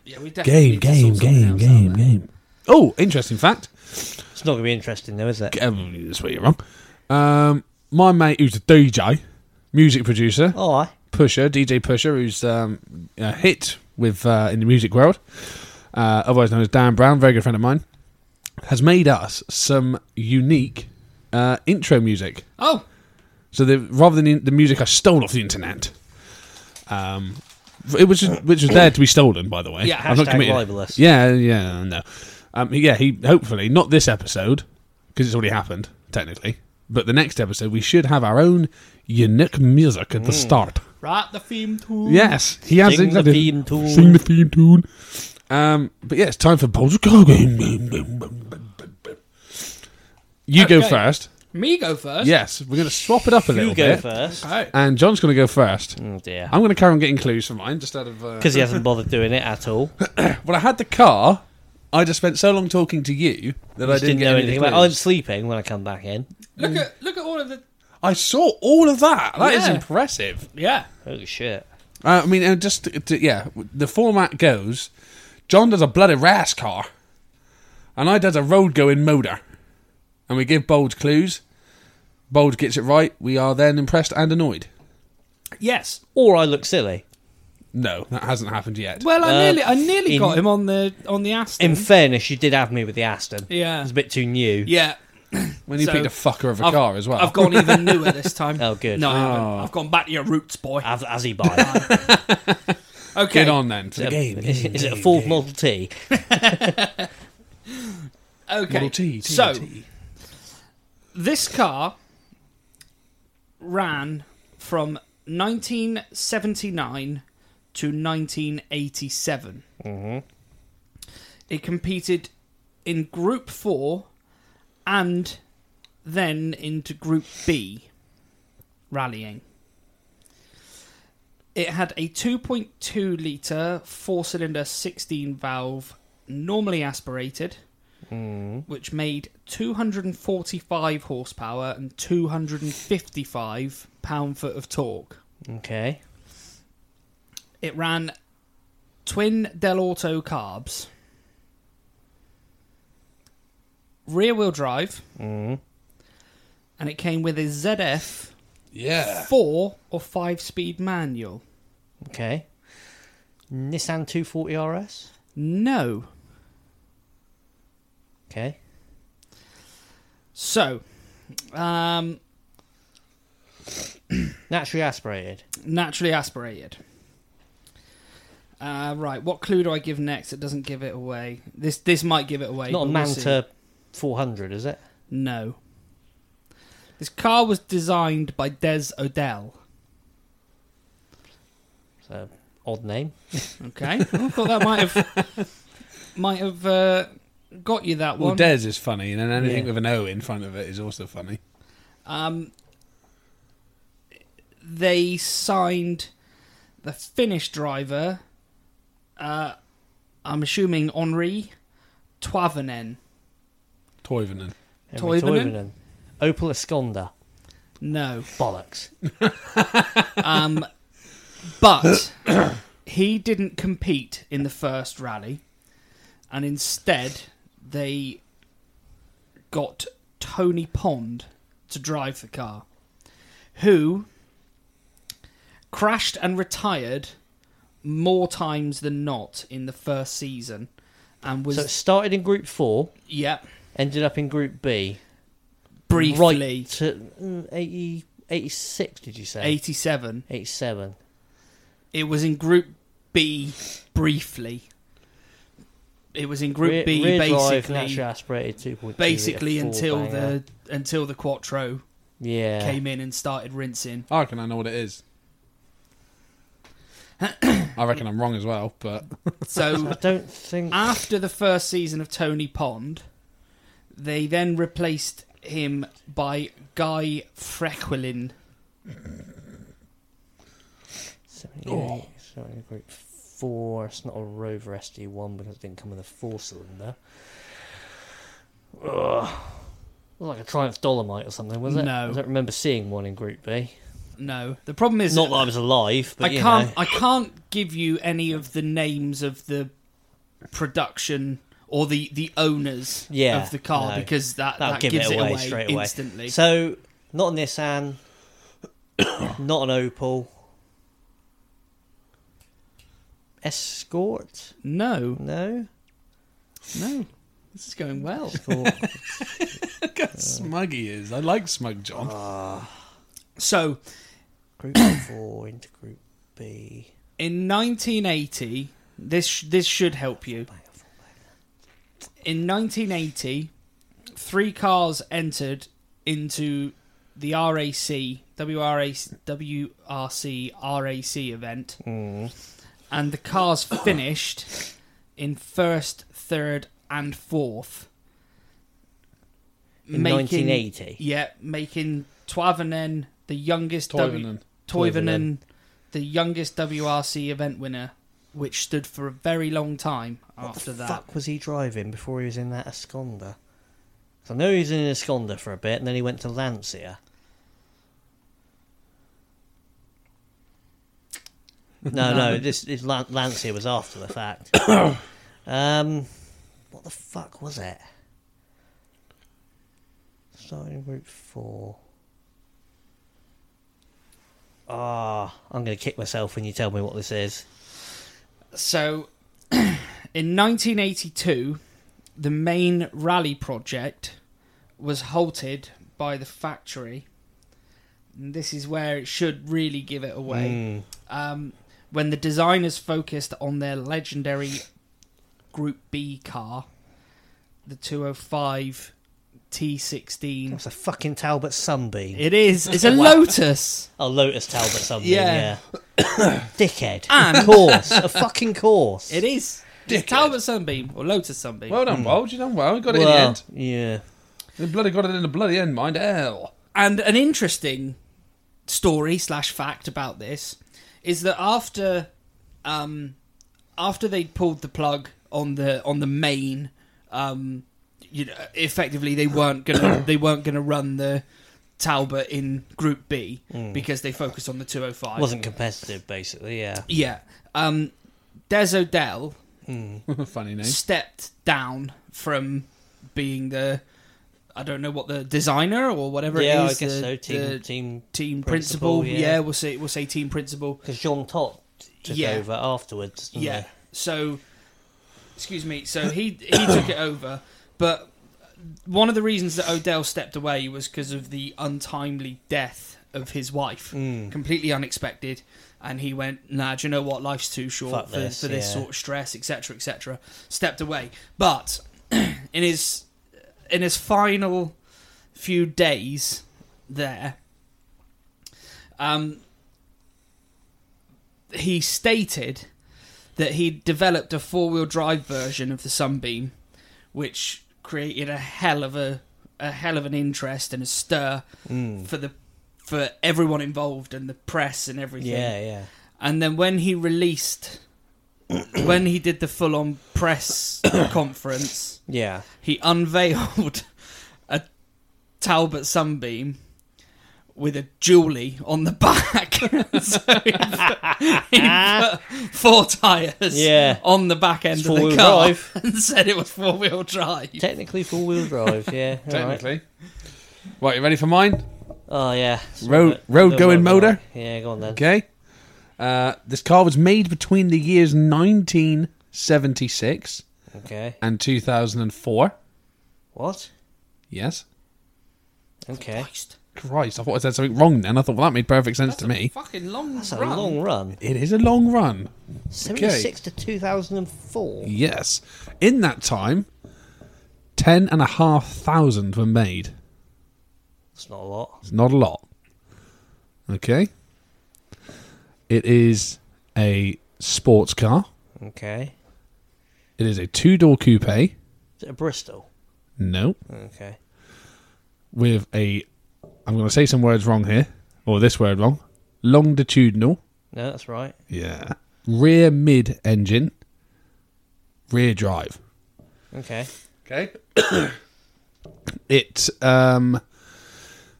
Speaker 2: Yeah, we definitely
Speaker 3: Game
Speaker 2: need to
Speaker 3: Game
Speaker 2: sort something
Speaker 3: Game
Speaker 2: else
Speaker 3: Game
Speaker 2: out there.
Speaker 3: Game. Oh, interesting fact.
Speaker 1: It's not going to be interesting, though, is it?
Speaker 3: Um, that's where you're wrong. Um, my mate, who's a DJ, music producer,
Speaker 1: Oh, aye.
Speaker 3: Pusher, DJ Pusher, who's um, a hit with uh, in the music world, uh, otherwise known as Dan Brown, very good friend of mine, has made us some unique uh, intro music.
Speaker 2: Oh,
Speaker 3: So the, rather than the- the music I stole off the internet, um, it was which was there to be stolen, by the way.
Speaker 2: Yeah,
Speaker 3: I've not
Speaker 1: hashtag
Speaker 3: committed-
Speaker 1: libelous.
Speaker 3: Yeah, yeah, no. Um, yeah, he hopefully not this episode because it's already happened technically, but the next episode we should have our own unique music at the start.
Speaker 2: right, the theme tune.
Speaker 3: Yes, he has
Speaker 1: Mm. Sing the
Speaker 3: exactly-
Speaker 1: theme tune.
Speaker 3: Sing the theme tune. Um, but yeah, it's time for Bowls of Car Game. You go
Speaker 2: Okay.
Speaker 3: first.
Speaker 2: Me go first.
Speaker 3: Yes, we're going to swap it up a little
Speaker 1: You go
Speaker 3: bit.
Speaker 1: first.
Speaker 2: Okay.
Speaker 3: And John's going to go first.
Speaker 1: Oh, dear.
Speaker 3: I'm going to carry on getting clues for mine, just out of. Uh...
Speaker 1: Because he hasn't bothered doing it at all.
Speaker 3: Well, I had the car. I just spent so long talking to you that I
Speaker 1: Just
Speaker 3: didn't,
Speaker 1: didn't, know
Speaker 3: get any
Speaker 1: anything about I'm
Speaker 3: clues.
Speaker 1: sleeping when I come back in.
Speaker 2: Look at look at all of the.
Speaker 3: I saw all of that. That is
Speaker 2: Yeah.
Speaker 3: impressive.
Speaker 2: Yeah.
Speaker 1: Oh, shit.
Speaker 3: Uh, I mean, and just to, to- yeah, the format goes. John does a bloody race car, and I does a road going motor, and we give bold clues. Bold gets it right. We are then impressed and annoyed.
Speaker 2: Yes.
Speaker 1: Or I look silly.
Speaker 3: No, that hasn't happened yet.
Speaker 2: Well, I
Speaker 1: Uh,
Speaker 2: nearly I nearly
Speaker 1: in-
Speaker 2: got him on the on the Aston.
Speaker 1: In fairness, you did have me with the Aston.
Speaker 2: Hmm? Yeah.
Speaker 1: It was a bit too new.
Speaker 2: yeah.
Speaker 3: when you
Speaker 2: so
Speaker 3: picked a fucker of a
Speaker 2: I've-
Speaker 3: car as well,
Speaker 2: I've gone even newer this time.
Speaker 1: Oh, good.
Speaker 2: No, I
Speaker 3: Oh.
Speaker 2: haven't. I've gone back to your roots, boy.
Speaker 1: As, as he buys.
Speaker 2: Okay.
Speaker 3: get on then to the game.
Speaker 1: Is, is it a Ford Model T?
Speaker 2: Okay.
Speaker 3: Model T, T,
Speaker 2: so
Speaker 3: T.
Speaker 2: this car ran from 1979 to 1987. It competed in Group Four and then into Group B rallying. It had a 2.2 litre four cylinder 16 valve, normally aspirated, which made 245 horsepower and 255 pound foot of torque.
Speaker 1: Okay.
Speaker 2: It ran twin Del Auto carbs, rear wheel drive,
Speaker 1: Mm.
Speaker 2: and it came with a ZF
Speaker 3: Yeah.
Speaker 2: four or five speed manual.
Speaker 1: Okay. Nissan 240 RS.
Speaker 2: No.
Speaker 1: Okay.
Speaker 2: So, um,
Speaker 1: Naturally aspirated.
Speaker 2: naturally aspirated. Uh, right, what clue do I give next? It doesn't give it away. This this might give it away.
Speaker 1: Not a
Speaker 2: but we'll see.
Speaker 1: Manta 400, is it?
Speaker 2: No. This car was designed by Des Odell.
Speaker 1: So odd name.
Speaker 2: Okay, Oh, I thought that might have might have uh, got you that
Speaker 3: Well,
Speaker 2: one.
Speaker 3: Des is funny, and then anything
Speaker 1: Yeah.
Speaker 3: with an O in front of it is also funny.
Speaker 2: um, they signed the Finnish driver. Uh, I'm assuming Henri Toivonen.
Speaker 3: Toivonen.
Speaker 1: Henry
Speaker 2: Toivonen?
Speaker 1: Toivonen. Opel Esconda.
Speaker 2: No,
Speaker 1: Bollocks.
Speaker 2: um, but he didn't compete in the first rally, and instead they got Tony Pond to drive the car, who crashed and retired more times than not in the first season, and was
Speaker 1: So it started in Group 4,
Speaker 2: yeah
Speaker 1: ended up in Group B.
Speaker 2: briefly
Speaker 1: Right to mm, 80, 86, did you say?
Speaker 2: eighty seven.
Speaker 1: 87.
Speaker 2: It was in Group B briefly. It was in Group
Speaker 1: Rear-
Speaker 2: B
Speaker 1: rear drive,
Speaker 2: basically,
Speaker 1: naturally aspirated 2.2 litre
Speaker 2: basically
Speaker 1: four
Speaker 2: until
Speaker 1: banger.
Speaker 2: the until the Quattro
Speaker 1: yeah
Speaker 2: came in and started rinsing.
Speaker 3: I reckon I know what it is. I reckon I'm wrong as well, but
Speaker 1: I
Speaker 2: So
Speaker 1: don't think
Speaker 2: after the first season of Tony Pond, they then replaced him by Guy Frequelin.
Speaker 1: 78,
Speaker 2: Oh.
Speaker 1: sorry, group four. It's not a Rover SD1 because it didn't come with a four cylinder. Ugh. It was like a Triumph Dolomite or something, was it?
Speaker 2: No.
Speaker 1: I don't remember seeing one in Group B.
Speaker 2: No, the problem is
Speaker 4: Not that I was alive, but
Speaker 2: I
Speaker 4: you
Speaker 2: can't.
Speaker 4: know.
Speaker 2: I can't give you any of the names of the production or the the owners
Speaker 1: Yeah,
Speaker 2: of the car
Speaker 4: no.
Speaker 2: because that
Speaker 4: That'll
Speaker 2: that
Speaker 4: give
Speaker 2: gives
Speaker 4: it
Speaker 2: it
Speaker 4: away
Speaker 2: away,
Speaker 4: straight away.
Speaker 2: instantly.
Speaker 1: So, not a Nissan, not an Opel. Escort?
Speaker 2: no,
Speaker 1: No?
Speaker 2: no, this is going well.
Speaker 1: Or-
Speaker 3: look how smug he is. I like smug John.
Speaker 2: Uh, So
Speaker 1: group 4 into Group B.
Speaker 2: in 1980, this sh- this should help you. In 1980, three cars entered into the RAC WRAC WRC RAC event.
Speaker 1: Mm.
Speaker 2: and the cars finished in first, third, and fourth.
Speaker 1: In 1980.
Speaker 2: Yeah, making Toivonen the youngest W-
Speaker 3: Toivonen.
Speaker 2: Toivonen the youngest WRC event winner, which stood for a very long time after
Speaker 1: the
Speaker 2: that.
Speaker 1: fuck was he driving before he was in that Esconda? 'Cause I know he was in an Esconda for a bit, and then he went to Lancia. No, no, this, this Lan- Lancia was after the fact. um, what the fuck was it? Starting in Group Four. Ah, I'm gonna kick myself when you tell me what this is.
Speaker 2: So, in 1982, the main rally project was halted by the factory. And this is where it should really give it away.
Speaker 1: Mm.
Speaker 2: Um, when the designers focused on their legendary Group B car, the 205 T16.
Speaker 1: It's a fucking Talbot Sunbeam.
Speaker 2: It is. It's a
Speaker 1: Wow.
Speaker 2: Lotus.
Speaker 1: A Lotus Talbot something, yeah.
Speaker 2: Yeah.
Speaker 1: Dickhead.
Speaker 2: And-
Speaker 1: Of course. A fucking course.
Speaker 2: It is. It's Talbot Sunbeam or Lotus Sunbeam.
Speaker 3: Well done, Bulge. You done well. You got it in the
Speaker 1: Well,
Speaker 3: end.
Speaker 1: yeah.
Speaker 3: The bloody got it in the bloody end, mind hell.
Speaker 2: And an interesting story slash fact about this is that after um, after they pulled the plug on the on the main um, you know, effectively they weren't gonna they weren't gonna run the Talbot in Group B because they focused on the 205.
Speaker 1: Wasn't competitive, basically. Yeah.
Speaker 2: Yeah. Um, Des O'Dell
Speaker 3: Funny name.
Speaker 2: stepped down from being the I don't know what the designer or whatever
Speaker 1: Yeah,
Speaker 2: it
Speaker 1: I
Speaker 2: is.
Speaker 1: guess
Speaker 2: the-
Speaker 1: so. Team,
Speaker 2: the
Speaker 1: team,
Speaker 2: team
Speaker 1: principal,
Speaker 2: principal.
Speaker 1: yeah.
Speaker 2: yeah. we'll say we'll say team principal.
Speaker 1: because John Todd took
Speaker 2: Yeah.
Speaker 1: over afterwards. didn't
Speaker 2: Yeah. So, excuse me. So he he took it over, but one of the reasons that Odell stepped away was because of the untimely death of his wife,
Speaker 1: Mm.
Speaker 2: completely unexpected. And he went, nah, do you know what? Life's too short
Speaker 1: Fuck
Speaker 2: for
Speaker 1: this,
Speaker 2: for this
Speaker 1: yeah.
Speaker 2: sort of stress, etc., etc. Stepped away, but in his in his final few days there, um, he stated that he developed a four wheel drive version of the Sunbeam, which created a hell of a a hell of an interest and a stir for the for everyone involved and the press and everything.
Speaker 1: Yeah, yeah.
Speaker 2: And then when he released, when he did the full on press conference,
Speaker 5: Yeah.
Speaker 2: he unveiled a Talbot Sunbeam with a Julie on the back. so he put, he put four tyres
Speaker 1: Yeah.
Speaker 2: on the back end
Speaker 1: It's
Speaker 2: of the
Speaker 1: four-wheel
Speaker 2: car
Speaker 1: drive.
Speaker 2: and said it was four wheel drive.
Speaker 1: Technically four wheel drive. Yeah. all right.
Speaker 3: Technically. Right, you ready for mine?
Speaker 1: Oh yeah.
Speaker 3: Road-
Speaker 1: Little bit-
Speaker 3: road
Speaker 1: little
Speaker 3: going
Speaker 1: bit
Speaker 3: motor?
Speaker 1: right. Yeah, go on then.
Speaker 3: Okay. Uh, this car was made between the years 1976
Speaker 1: Okay.
Speaker 3: and 2004.
Speaker 1: What?
Speaker 3: Yes.
Speaker 1: Okay.
Speaker 3: Christ, I thought I said something wrong then. I thought, well, that made perfect sense to me.
Speaker 2: Fucking long
Speaker 1: That's a
Speaker 2: run.
Speaker 1: long run.
Speaker 3: It is a long run.
Speaker 1: Seventy six to two thousand and four.
Speaker 3: Yes. In that time, 10,500 were made.
Speaker 1: That's not a lot.
Speaker 3: It's not a lot. Okay. It is a sports car.
Speaker 1: Okay.
Speaker 3: It is a two door coupe.
Speaker 1: Is it a Bristol?
Speaker 3: No.
Speaker 1: Okay.
Speaker 3: With a, I'm going to say some words wrong here, or this word wrong. Longitudinal.
Speaker 1: No, that's right.
Speaker 3: Yeah. Rear mid engine. Rear drive.
Speaker 1: Okay.
Speaker 3: Okay. it um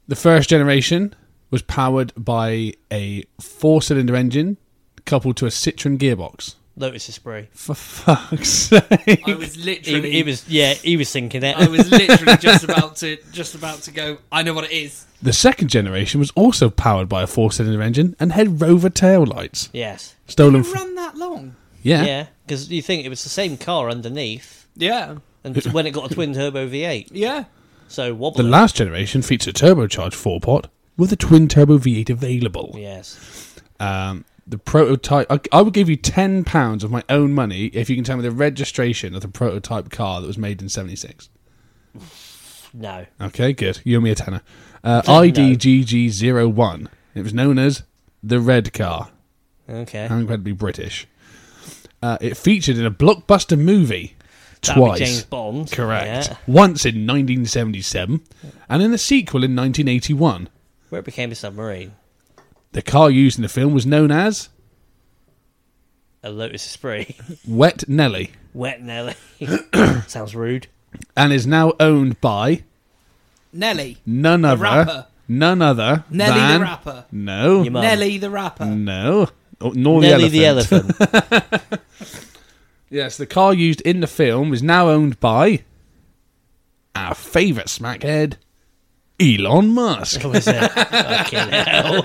Speaker 3: the first generation was powered by a four cylinder engine coupled to a Citroen gearbox.
Speaker 1: Lotus Esprit.
Speaker 3: For fuck's sake.
Speaker 2: I was
Speaker 1: He,
Speaker 2: literally
Speaker 1: he was yeah, he was thinking it.
Speaker 2: I was literally just about to just about to go. I know what it is.
Speaker 3: The second generation was also powered by a four cylinder engine and had rover tail lights.
Speaker 1: yes.
Speaker 3: Stolen
Speaker 2: It
Speaker 3: from
Speaker 2: run that long.
Speaker 3: Yeah.
Speaker 1: Yeah, because you think it was the same car underneath,
Speaker 2: Yeah,
Speaker 1: and when it got a twin turbo V8,
Speaker 2: yeah.
Speaker 1: so
Speaker 3: The
Speaker 1: wobbly.
Speaker 3: last generation featured a turbocharged four pot with a twin turbo V8 available.
Speaker 1: yes.
Speaker 3: Um, the prototype. I, I would give you ten pounds of my own money if you can tell me the registration of the prototype car that was made in '76.
Speaker 1: No.
Speaker 3: Okay, good. You owe me a tenner. Uh, IDGG01. It was known as the Red Car.
Speaker 1: Okay.
Speaker 3: How incredibly British. Uh, it featured in a blockbuster movie
Speaker 1: That'd be
Speaker 3: twice.
Speaker 1: James Bond.
Speaker 3: Correct.
Speaker 1: Yeah.
Speaker 3: Once in 1977, and in a sequel in 1981.
Speaker 1: Where it became a submarine.
Speaker 3: The car used in the film was known as
Speaker 1: A Lotus Esprit.
Speaker 3: Wet Nelly.
Speaker 1: Wet Nelly. Sounds rude.
Speaker 3: and is now owned by
Speaker 2: Nelly,
Speaker 3: none other,
Speaker 2: rapper.
Speaker 3: none other
Speaker 2: Nelly
Speaker 3: than
Speaker 2: the rapper,
Speaker 3: no,
Speaker 1: Your mum.
Speaker 2: Nelly the rapper.
Speaker 3: no, oh, nor
Speaker 1: Nelly
Speaker 3: the
Speaker 1: the
Speaker 3: elephant.
Speaker 1: elephant.
Speaker 3: Yes, the car used in the film is now owned by our favourite smackhead, Elon Musk.
Speaker 1: What was it? Fucking hell.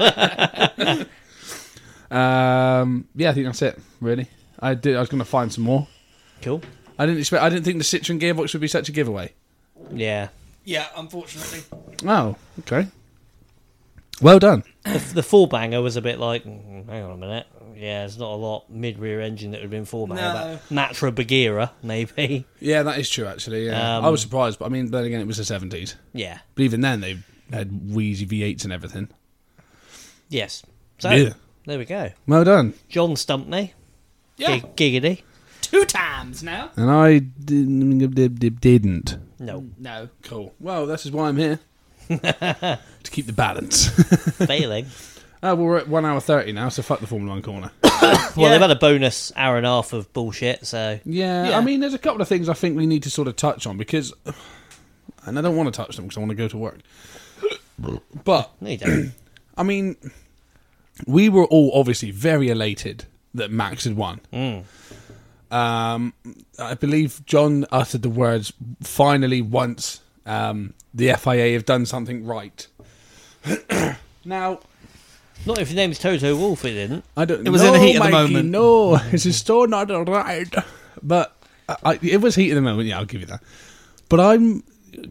Speaker 3: um, yeah, I think that's it. Really, I did. I was going to find some more.
Speaker 1: Cool.
Speaker 3: I didn't expect. I didn't think the Citroen gearbox would be such a giveaway.
Speaker 1: Yeah.
Speaker 2: Yeah, unfortunately.
Speaker 3: Oh, okay. Well done.
Speaker 1: The, the four banger was a bit like, "Mm, hang on a minute. Yeah, there's not a lot mid rear engine that would have been four banger.
Speaker 2: No.
Speaker 1: That Matra Bagheera, maybe.
Speaker 3: Yeah, that is true. Actually, yeah.
Speaker 1: Um,
Speaker 3: I was surprised, but I mean, then again, it was the seventies.
Speaker 1: Yeah.
Speaker 3: But even then, they had wheezy V8s and everything.
Speaker 1: Yes. So,
Speaker 3: Yeah.
Speaker 1: there we go.
Speaker 3: Well done.
Speaker 1: John stumped me.
Speaker 2: Yeah,
Speaker 1: Gig- giggity.
Speaker 2: two times now.
Speaker 3: And I didn't. did- did- didn't.
Speaker 1: No.
Speaker 2: No,
Speaker 3: Cool. Well, this is why I'm here. to keep the balance.
Speaker 1: Failing.
Speaker 3: Oh, we're at one hour thirty now, so fuck the Formula One corner.
Speaker 1: Well,
Speaker 2: Yeah.
Speaker 1: they've had a bonus hour and a half of bullshit, so
Speaker 3: Yeah,
Speaker 2: Yeah.
Speaker 3: I mean, there's a couple of things I think we need to sort of touch on because, and I don't want to touch them because I want to go to work. But
Speaker 1: no, you don't.
Speaker 3: I mean, we were all obviously very elated that Max had won. Um, I believe John uttered the words finally once um, the FIA have done something right. now,
Speaker 1: Not if your name's Toto Wolf, it didn't.
Speaker 3: I don't.
Speaker 2: It was
Speaker 3: no,
Speaker 2: in the heat of the
Speaker 3: Mikey,
Speaker 2: moment.
Speaker 3: No, this is still not alright. But I, I, it was heat of the moment. Yeah, I'll give you that. But I'm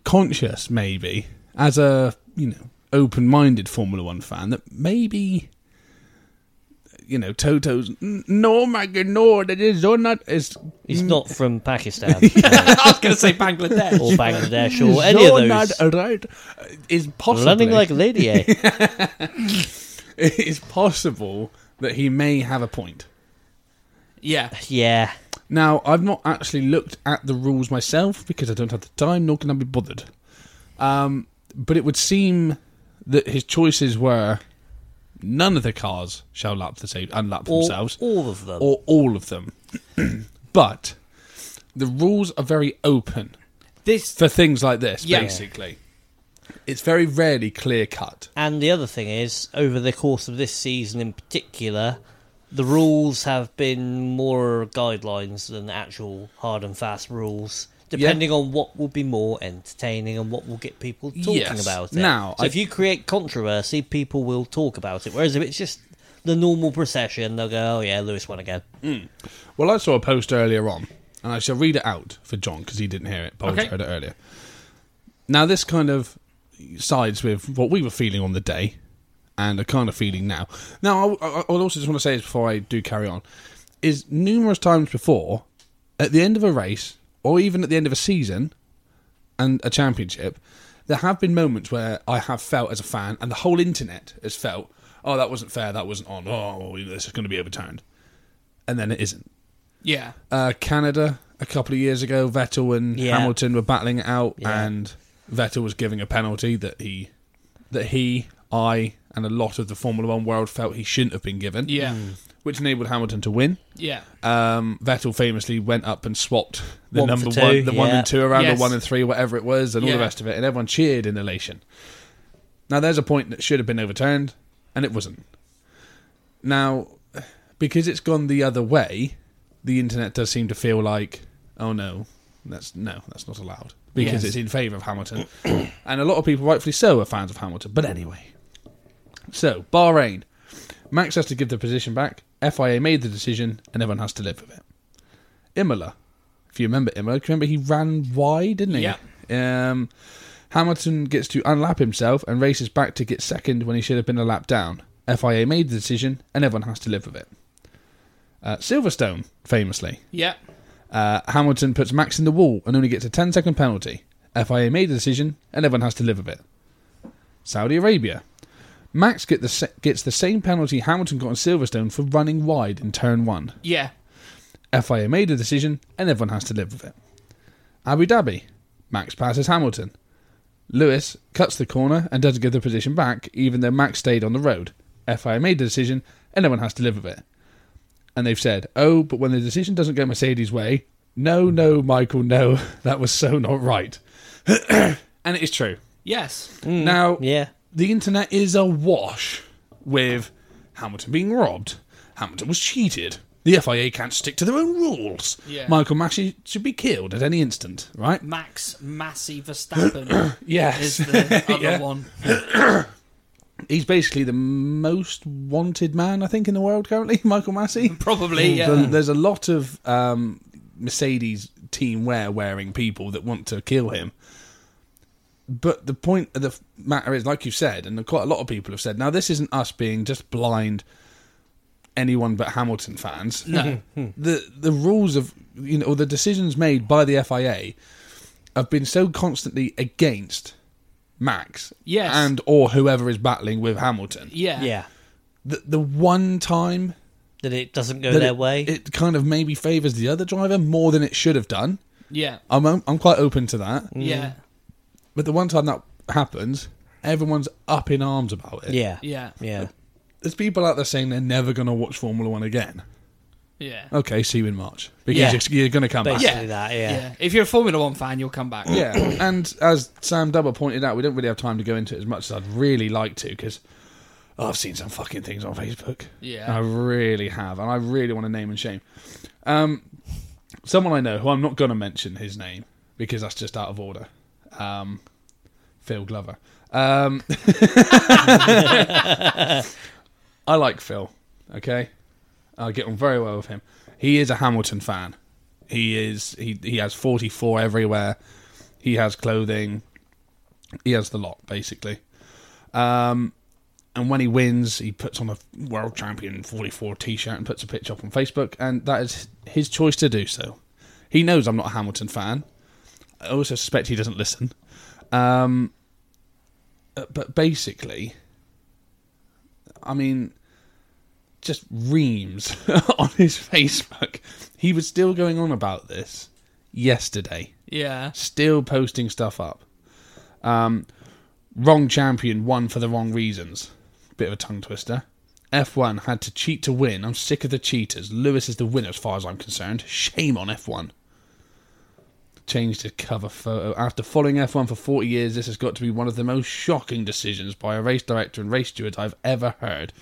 Speaker 3: conscious, maybe, as a you know open-minded Formula One fan, that maybe you know Toto's "N- no, Maggie, no, that is or not is
Speaker 2: Mm.
Speaker 1: He's not from Pakistan
Speaker 2: I was going to say Bangladesh.
Speaker 1: or Bangladesh or any of
Speaker 3: "No,
Speaker 1: those.
Speaker 3: not right is possible.
Speaker 1: Running like a lady, eh?
Speaker 3: it is possible that he may have a point.
Speaker 2: yeah.
Speaker 1: yeah.
Speaker 3: Now, I've not actually looked at the rules myself because I don't have the time, nor can I be bothered. Um, but it would seem that his choices were none of the cars shall lap the same, unlap
Speaker 1: Or
Speaker 3: themselves,
Speaker 1: all of them.
Speaker 3: or all of them. but the rules are very open
Speaker 2: This
Speaker 3: for things like this.
Speaker 2: Yeah.
Speaker 3: Basically, it's very rarely clear cut.
Speaker 1: And the other thing is, over the course of this season in particular, the rules have been more guidelines than actual hard and fast rules, depending on what will be more entertaining and what will get people talking
Speaker 3: Yes.
Speaker 1: about it.
Speaker 3: Now,
Speaker 1: so
Speaker 3: I-
Speaker 1: if you create controversy, people will talk about it. Whereas if it's just the normal procession, they'll go, oh yeah, Lewis won again.
Speaker 3: Well, I saw a post earlier on, and I shall read it out for John because he didn't hear it, but
Speaker 2: Okay.
Speaker 3: I heard it earlier. Now, this kind of sides with what we were feeling on the day and a kind of feeling now. Now, I, I, I'll also just want to say this before I do carry on is numerous times before, at the end of a race, or even at the end of a season and a championship, there have been moments where I have felt as a fan, and the whole internet has felt, oh, that wasn't fair, that wasn't on, oh, this is going to be overturned. And then it isn't
Speaker 2: yeah.
Speaker 3: uh, Canada a couple of years ago. Vettel and
Speaker 1: Yeah.
Speaker 3: Hamilton were battling it out,
Speaker 1: Yeah.
Speaker 3: and Vettel was giving a penalty that he, that he, I, and a lot of the Formula One world felt he shouldn't have been given.
Speaker 2: Yeah.
Speaker 3: which enabled Hamilton to win.
Speaker 2: Yeah.
Speaker 3: Um, Vettel famously went up and swapped the
Speaker 1: One for
Speaker 3: number
Speaker 1: two,
Speaker 3: one, the one
Speaker 1: yeah.
Speaker 3: and two around,
Speaker 2: Yes.
Speaker 3: the one and three, whatever it was, and all
Speaker 2: Yeah.
Speaker 3: the rest of it, and everyone cheered in elation. Now, there's a point that should have been overturned, and it wasn't. Now, because it's gone the other way, the internet does seem to feel like, oh no, that's no, that's not allowed
Speaker 2: Yes.
Speaker 3: because it's in favour of Hamilton, and a lot of people, rightfully so, are fans of Hamilton. But anyway, so Bahrain, Max has to give the position back. FIA made the decision, and everyone has to live with it. Imola, if you remember Imola, do you remember he ran wide, didn't he? Yeah. Um, Hamilton gets to unlap himself and races back to get second when he should have been a lap down. FIA made the decision, and everyone has to live with it. Uh, Silverstone, famously,
Speaker 2: Yeah.
Speaker 3: uh, Hamilton puts Max in the wall and only gets a 10 second penalty. FIA made the decision and everyone has to live with it. Saudi Arabia. Max get the sa- gets the same penalty Hamilton got on Silverstone for running wide in turn one.
Speaker 2: Yeah.
Speaker 3: FIA made a decision and everyone has to live with it. Abu Dhabi. Max passes Hamilton. Lewis cuts the corner and doesn't give the position back, even though Max stayed on the road. FIA made the decision and everyone has to live with it. And they've said, oh, but when the decision doesn't go Mercedes' way, no, no, Michael, no, that was so not right. and it is true.
Speaker 2: Yes.
Speaker 3: now,
Speaker 1: Yeah.
Speaker 3: the internet is awash with Hamilton being robbed. Hamilton was cheated. The FIA can't stick to their own rules.
Speaker 2: Yeah.
Speaker 3: Michael Massey should be killed at any instant, right?
Speaker 2: Max Massey Verstappen is
Speaker 3: Yes.
Speaker 2: the other
Speaker 3: Yeah.
Speaker 2: one.
Speaker 3: He's basically the most wanted man, I think, in the world currently, Michael Massey.
Speaker 2: Probably. Yeah.
Speaker 3: There- There's a lot of um, Mercedes team wear wearing people that want to kill him. But the point of the f- matter is, like you've said, and quite a lot of people have said, now this isn't us being just blind anyone but Hamilton fans. No,
Speaker 2: Hmm.
Speaker 3: the the rules of you know, or the decisions made by the FIA have been so constantly against Max,
Speaker 2: Yes.
Speaker 3: and or whoever is battling with Hamilton.
Speaker 2: Yeah.
Speaker 1: Yeah.
Speaker 3: The, the one time
Speaker 1: That it doesn't go
Speaker 3: that
Speaker 1: their
Speaker 3: it,
Speaker 1: way.
Speaker 3: It kind of maybe favours the other driver more than it should have done.
Speaker 2: Yeah.
Speaker 3: I'm I'm quite open to that.
Speaker 1: Mm.
Speaker 2: Yeah.
Speaker 3: But the one time that happens, everyone's up in arms about it.
Speaker 1: yeah.
Speaker 2: Yeah.
Speaker 1: Yeah.
Speaker 3: there's people out there saying they're never going to watch Formula One again.
Speaker 2: Yeah.
Speaker 3: Okay, see you in March because
Speaker 1: Yeah.
Speaker 3: you're- you're, going to come back.
Speaker 1: Basically that,
Speaker 2: yeah.
Speaker 1: yeah.
Speaker 2: If you're a Formula One fan, you'll come back.
Speaker 3: Yeah, and as Sam Dubber pointed out, we don't really have time to go into it as much as I'd really like to because I've seen some fucking things on Facebook.
Speaker 2: Yeah.
Speaker 3: I really have, and I really want to name and shame. Um, someone I know who I'm not going to mention his name because that's just out of order. Um, Phil Glover. Um, I like Phil. Okay, I get on very well with him. He is a Hamilton fan. He is. He he has 44 everywhere. He has clothing. He has the lot basically. Um, and when he wins, he puts on a world champion 44 t-shirt and puts a picture up on Facebook, and that is his choice to do so. He knows I'm not a Hamilton fan. I also suspect he doesn't listen. Um, uh, but basically, I mean, just reams on his Facebook. He was still going on about this yesterday
Speaker 2: Yeah.
Speaker 3: still posting stuff up. Um, wrong champion won for the wrong reasons. Bit of a tongue twister. F1 had to cheat to win. I'm sick of the cheaters. Lewis is the winner as far as I'm concerned. Shame on F1. Changed his cover photo. After following F1 for 40 years, this has got to be one of the most shocking decisions by a race director and race steward I've ever heard.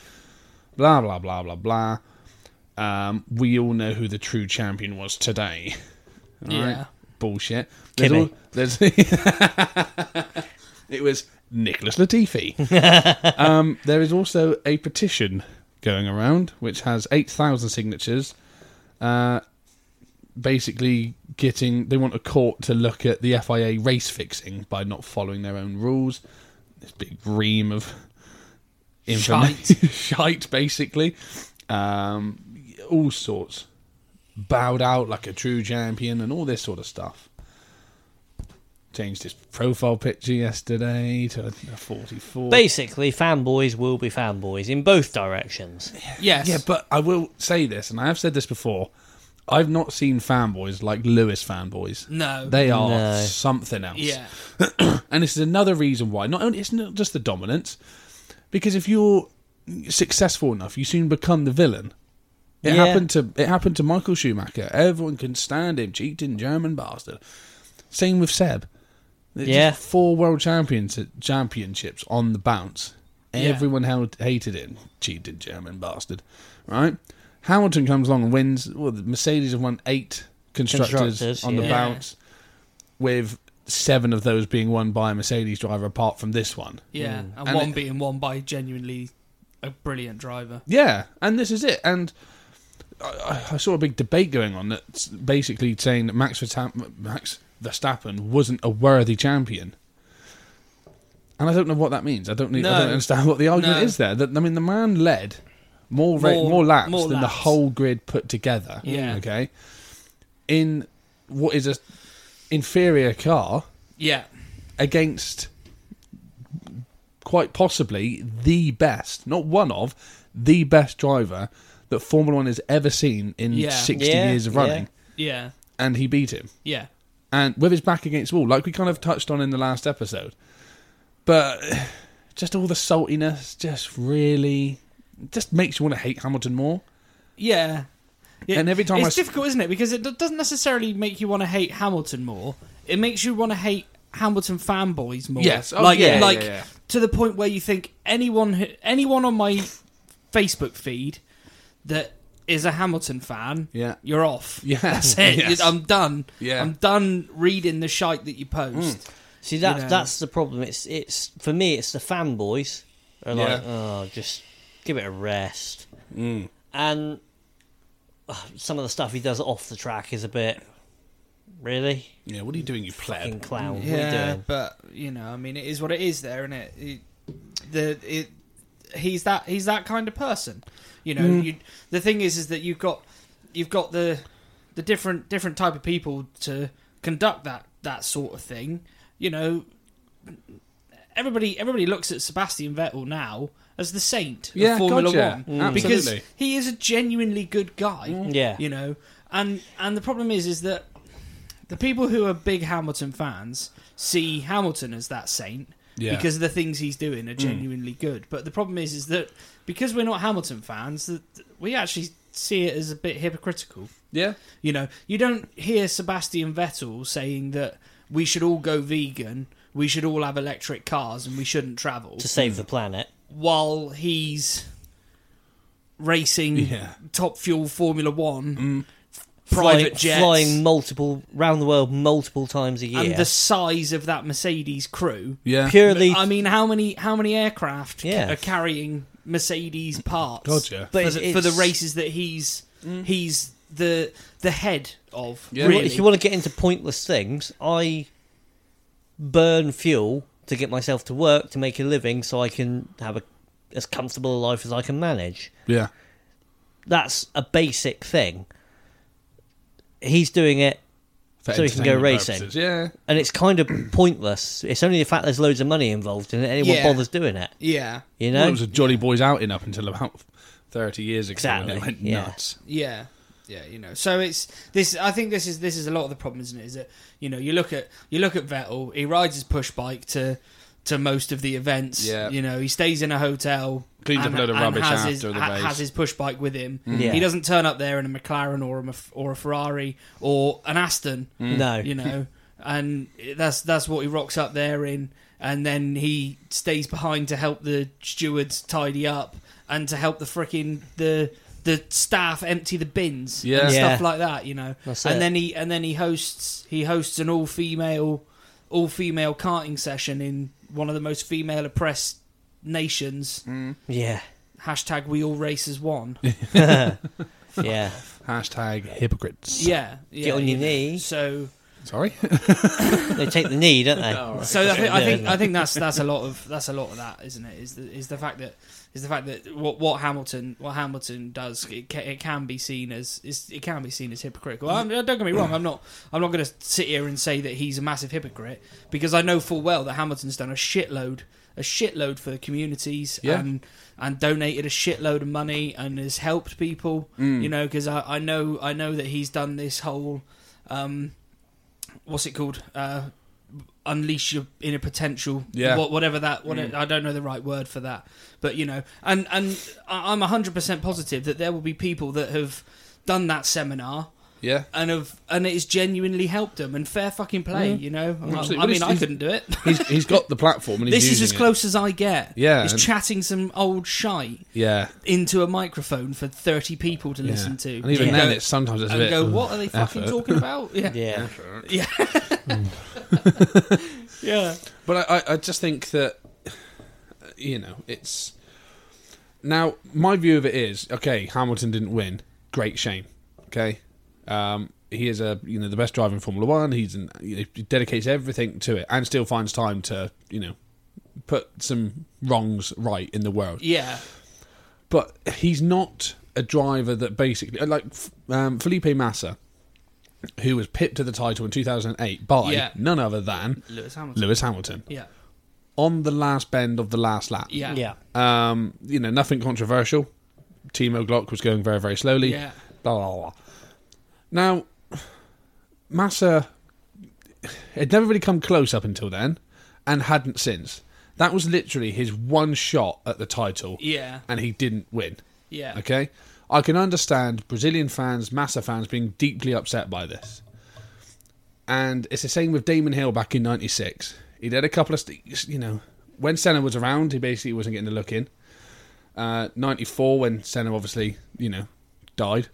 Speaker 3: Blah, blah, blah, blah, blah. Um, we all know who the true champion was today. All right?
Speaker 2: Yeah.
Speaker 3: Bullshit.
Speaker 1: Kimmy.
Speaker 3: There's all- there's- it was Nicholas Latifi. um, there is also a petition going around which has 8,000 signatures. Uh, basically, getting they want a court to look at the FIA race fixing by not following their own rules. This big ream of information, shite, basically. Um, all sorts. Bowed out like a true champion and all this sort of stuff changed his profile picture yesterday to a 44.
Speaker 5: Basically, fanboys will be fanboys in both directions.
Speaker 2: Yes.
Speaker 3: yeah, but I will say this, and I have said this before. I've not seen fanboys like Lewis fanboys.
Speaker 2: No.
Speaker 3: They are
Speaker 5: No.
Speaker 3: something else.
Speaker 2: Yeah.
Speaker 3: And this is another reason why not only it's not just the dominance, because if you're successful enough, you soon become the villain. It
Speaker 5: Yeah.
Speaker 3: happened to it happened to Michael Schumacher. Everyone can stand him, cheating German bastard. Same with Seb. It's just
Speaker 5: Yeah.
Speaker 3: four world champions championships on the bounce. Everyone held, hated him, cheating German bastard. Right? Hamilton comes along and wins. Well, the Mercedes have won eight constructors,
Speaker 5: Constructors,
Speaker 3: on the
Speaker 2: yeah.
Speaker 3: bounce, with seven of those being won by a Mercedes driver, apart from this one.
Speaker 2: Yeah. And,
Speaker 3: And
Speaker 2: one
Speaker 3: it-
Speaker 2: being won by genuinely a brilliant driver.
Speaker 3: Yeah, and this is it. And I, I- I saw a big debate going on that's basically saying that Max, Verta- Max Verstappen wasn't a worthy champion. And I don't know what that means. I don't, need, I
Speaker 2: No.
Speaker 3: don't understand what the argument
Speaker 2: No.
Speaker 3: is there. That I mean, the man led more ra-
Speaker 2: More-
Speaker 3: more, laps
Speaker 2: more
Speaker 3: than the
Speaker 2: laps.
Speaker 3: whole grid put together.
Speaker 2: Yeah.
Speaker 3: Okay. In what is a inferior car
Speaker 2: Yeah.
Speaker 3: against quite possibly the best, not one of, the best driver that Formula One has ever seen in
Speaker 2: Yeah.
Speaker 3: 60
Speaker 5: Yeah,
Speaker 3: years of
Speaker 5: yeah.
Speaker 3: running.
Speaker 2: Yeah.
Speaker 3: And he beat him.
Speaker 2: Yeah.
Speaker 3: And with his back against the wall, like we kind of touched on in the last episode. But just all the saltiness just really just makes you want to hate Hamilton more.
Speaker 2: Yeah. Yeah.
Speaker 3: And every time
Speaker 2: it's
Speaker 3: I s-
Speaker 2: difficult, isn't it? Because it do- doesn't necessarily make you want to hate Hamilton more. It makes you want to hate Hamilton fanboys more.
Speaker 3: Yes. Oh,
Speaker 2: like
Speaker 3: yeah, yeah,
Speaker 2: like
Speaker 3: yeah.
Speaker 2: to the point where you think anyone who- anyone on my Facebook feed that is a Hamilton fan,
Speaker 3: Yeah.
Speaker 2: you're off.
Speaker 3: Yeah.
Speaker 2: That's it.
Speaker 3: Yes.
Speaker 2: I'm done.
Speaker 3: Yeah. Mm.
Speaker 2: I'm done reading the shite that you post.
Speaker 5: See, that's
Speaker 2: know.
Speaker 5: that's the problem. It's it's for me, it's the fanboys are like, oh, just give it a rest.
Speaker 2: Mm.
Speaker 5: And uh, some of the stuff he does off the track is a bit really
Speaker 3: Yeah, what are you doing, you
Speaker 5: fucking
Speaker 3: pleb?
Speaker 5: clown. What are you
Speaker 2: Yeah,
Speaker 5: doing?
Speaker 2: but you know, I mean, it is what it is. There, and it, it the it he's that he's that kind of person. You know,
Speaker 3: Mm.
Speaker 2: you, the thing is, is that you've got you've got the the different different type of people to conduct that that sort of thing. You know, everybody everybody looks at Sebastian Vettel now as the saint of
Speaker 3: Yeah,
Speaker 2: Formula
Speaker 3: gotcha.
Speaker 2: One
Speaker 3: Mm.
Speaker 2: because
Speaker 3: Absolutely.
Speaker 2: he is a genuinely good guy.
Speaker 5: Yeah.
Speaker 2: you know, and and the problem is, is that the people who are big Hamilton fans see Hamilton as that saint
Speaker 3: Yeah.
Speaker 2: because the things he's doing are genuinely good. But the problem is, is that because we're not Hamilton fans, that we actually see it as a bit hypocritical.
Speaker 3: yeah,
Speaker 2: You know, you don't hear Sebastian Vettel saying that we should all go vegan, we should all have electric cars, and we shouldn't travel,
Speaker 5: to save the planet.
Speaker 2: while he's racing
Speaker 3: Yeah.
Speaker 2: top fuel Formula One.
Speaker 5: flying,
Speaker 2: Private jets,
Speaker 5: flying multiple round the world multiple times a year.
Speaker 2: and the size of that Mercedes crew.
Speaker 3: yeah.
Speaker 5: purely,
Speaker 2: I mean, how many how many aircraft ca-
Speaker 5: Yeah.
Speaker 2: are carrying Mercedes parts
Speaker 3: God, yeah.
Speaker 5: but
Speaker 2: for, the, for the
Speaker 5: it's-
Speaker 2: races that he's he's the the head of?
Speaker 3: Yeah.
Speaker 2: Really,
Speaker 5: If you want to get into pointless things, I burn fuel to get myself to work to make a living, so I can have a as comfortable a life as I can manage.
Speaker 3: yeah,
Speaker 5: That's a basic thing. He's doing it,
Speaker 3: For
Speaker 5: So he can go
Speaker 3: entertainment
Speaker 5: racing.
Speaker 3: purposes, Yeah,
Speaker 5: and it's kind of pointless. It's only the fact there's loads of money involved in it. Anyone
Speaker 2: Yeah.
Speaker 5: bothers doing it,
Speaker 2: yeah,
Speaker 5: you
Speaker 3: Well,
Speaker 5: know?
Speaker 3: it was a jolly boys outing up until about thirty years ago.
Speaker 5: Exactly,
Speaker 3: and it went
Speaker 5: yeah.
Speaker 3: nuts.
Speaker 2: yeah, yeah. You know, so it's this. I think this is this is a lot of the problem, isn't it? Is that you know you look at you look at Vettel. He rides his push bike to to most of the events.
Speaker 3: Yeah.
Speaker 2: You know, he stays in a hotel.
Speaker 3: Cleans up a load of rubbish
Speaker 2: has
Speaker 3: after
Speaker 2: his,
Speaker 3: the
Speaker 2: ha-
Speaker 3: race.
Speaker 2: Has his push bike with him.
Speaker 5: Yeah.
Speaker 2: He doesn't turn up there in a McLaren or a, Mef- or a Ferrari or an Aston.
Speaker 5: No.
Speaker 2: you know, and that's that's what he rocks up there in, and then he stays behind to help the stewards tidy up and to help the frickin' the the staff empty the bins
Speaker 3: Yeah.
Speaker 2: and stuff
Speaker 5: Yeah.
Speaker 2: like that, you know.
Speaker 5: That's
Speaker 2: and
Speaker 5: it.
Speaker 2: then he and then he hosts he hosts an all female all female karting session in one of the most female oppressed nations.
Speaker 5: Yeah.
Speaker 2: Hashtag we all race as one.
Speaker 5: Yeah.
Speaker 3: Hashtag hypocrites.
Speaker 2: yeah, yeah,
Speaker 5: Get on
Speaker 2: you
Speaker 5: your
Speaker 2: know.
Speaker 5: knee.
Speaker 2: So
Speaker 3: Sorry.
Speaker 5: They take the knee, don't they?
Speaker 2: So I think, I
Speaker 5: Yeah,
Speaker 2: think
Speaker 5: yeah.
Speaker 2: I think that's that's a lot of that's a lot of that, isn't it? Is the, is the fact that is the fact that what what Hamilton what Hamilton does it can, it can be seen as is it can be seen as hypocritical. I'm, don't get me wrong, I'm not I'm not going to sit here and say that he's a massive hypocrite because I know full well that Hamilton's done a shitload a shitload for the communities
Speaker 3: Yeah.
Speaker 2: and and donated a shitload of money and has helped people. You know, because I, I know I know that he's done this whole. Um, what's it called? Uh, unleash your inner potential.
Speaker 3: Yeah. Mm.
Speaker 2: Wha- whatever that. What I don't know the right word for that, but you know, and and I- I'm hundred percent positive that there will be people that have done that seminar
Speaker 3: Yeah.
Speaker 2: and have and it has genuinely helped them. And fair fucking play, you know. I-
Speaker 3: Absolutely.
Speaker 2: I,
Speaker 3: Mm. Well,
Speaker 2: mean,
Speaker 3: it's-
Speaker 2: I
Speaker 3: it's-
Speaker 2: couldn't do it.
Speaker 3: He's, he's got the platform and he's
Speaker 2: This is
Speaker 3: using
Speaker 2: as
Speaker 3: it.
Speaker 2: close as I get.
Speaker 3: Yeah,
Speaker 2: It's
Speaker 3: and-
Speaker 2: chatting some old shite
Speaker 3: Yeah.
Speaker 2: into a microphone for 30 people to
Speaker 3: yeah.
Speaker 2: listen to.
Speaker 3: And even
Speaker 2: Yeah.
Speaker 3: then,
Speaker 2: Go-
Speaker 3: it's sometimes it's a
Speaker 2: and
Speaker 3: bit. mm.
Speaker 2: go, what are they fucking
Speaker 3: effort.
Speaker 2: talking about? Yeah.
Speaker 5: Yeah.
Speaker 2: Yeah.
Speaker 3: But I, I, I just think that you know it's now my view of it is okay. Hamilton didn't win. Great shame. Okay, um, he is a you know the best driver in Formula One. He's an, you know, he dedicates everything to it and still finds time to you know put some wrongs right in the world.
Speaker 2: Yeah.
Speaker 3: But he's not a driver that basically uh, like um, Felipe Massa, who was pipped to the title in 2008 by
Speaker 2: Yeah.
Speaker 3: none other than
Speaker 2: Lewis Hamilton.
Speaker 3: Lewis Hamilton
Speaker 2: Yeah.
Speaker 3: on the last bend of the last lap.
Speaker 2: Yeah.
Speaker 5: Yeah.
Speaker 3: Um, you know, nothing controversial. Timo Glock was going very, very slowly.
Speaker 2: Yeah.
Speaker 3: Blah, blah, blah. Now, Massa had never really come close up until then and hadn't since. That was literally his one shot at the title.
Speaker 2: Yeah.
Speaker 3: And he didn't win.
Speaker 2: Yeah.
Speaker 3: Okay? I can understand Brazilian fans, Massa fans being deeply upset by this. And it's the same with Damon Hill back in 96. He did a couple of, st- you know, when Senna was around, he basically wasn't getting a look in. Uh, 94, when Senna obviously, you know, died,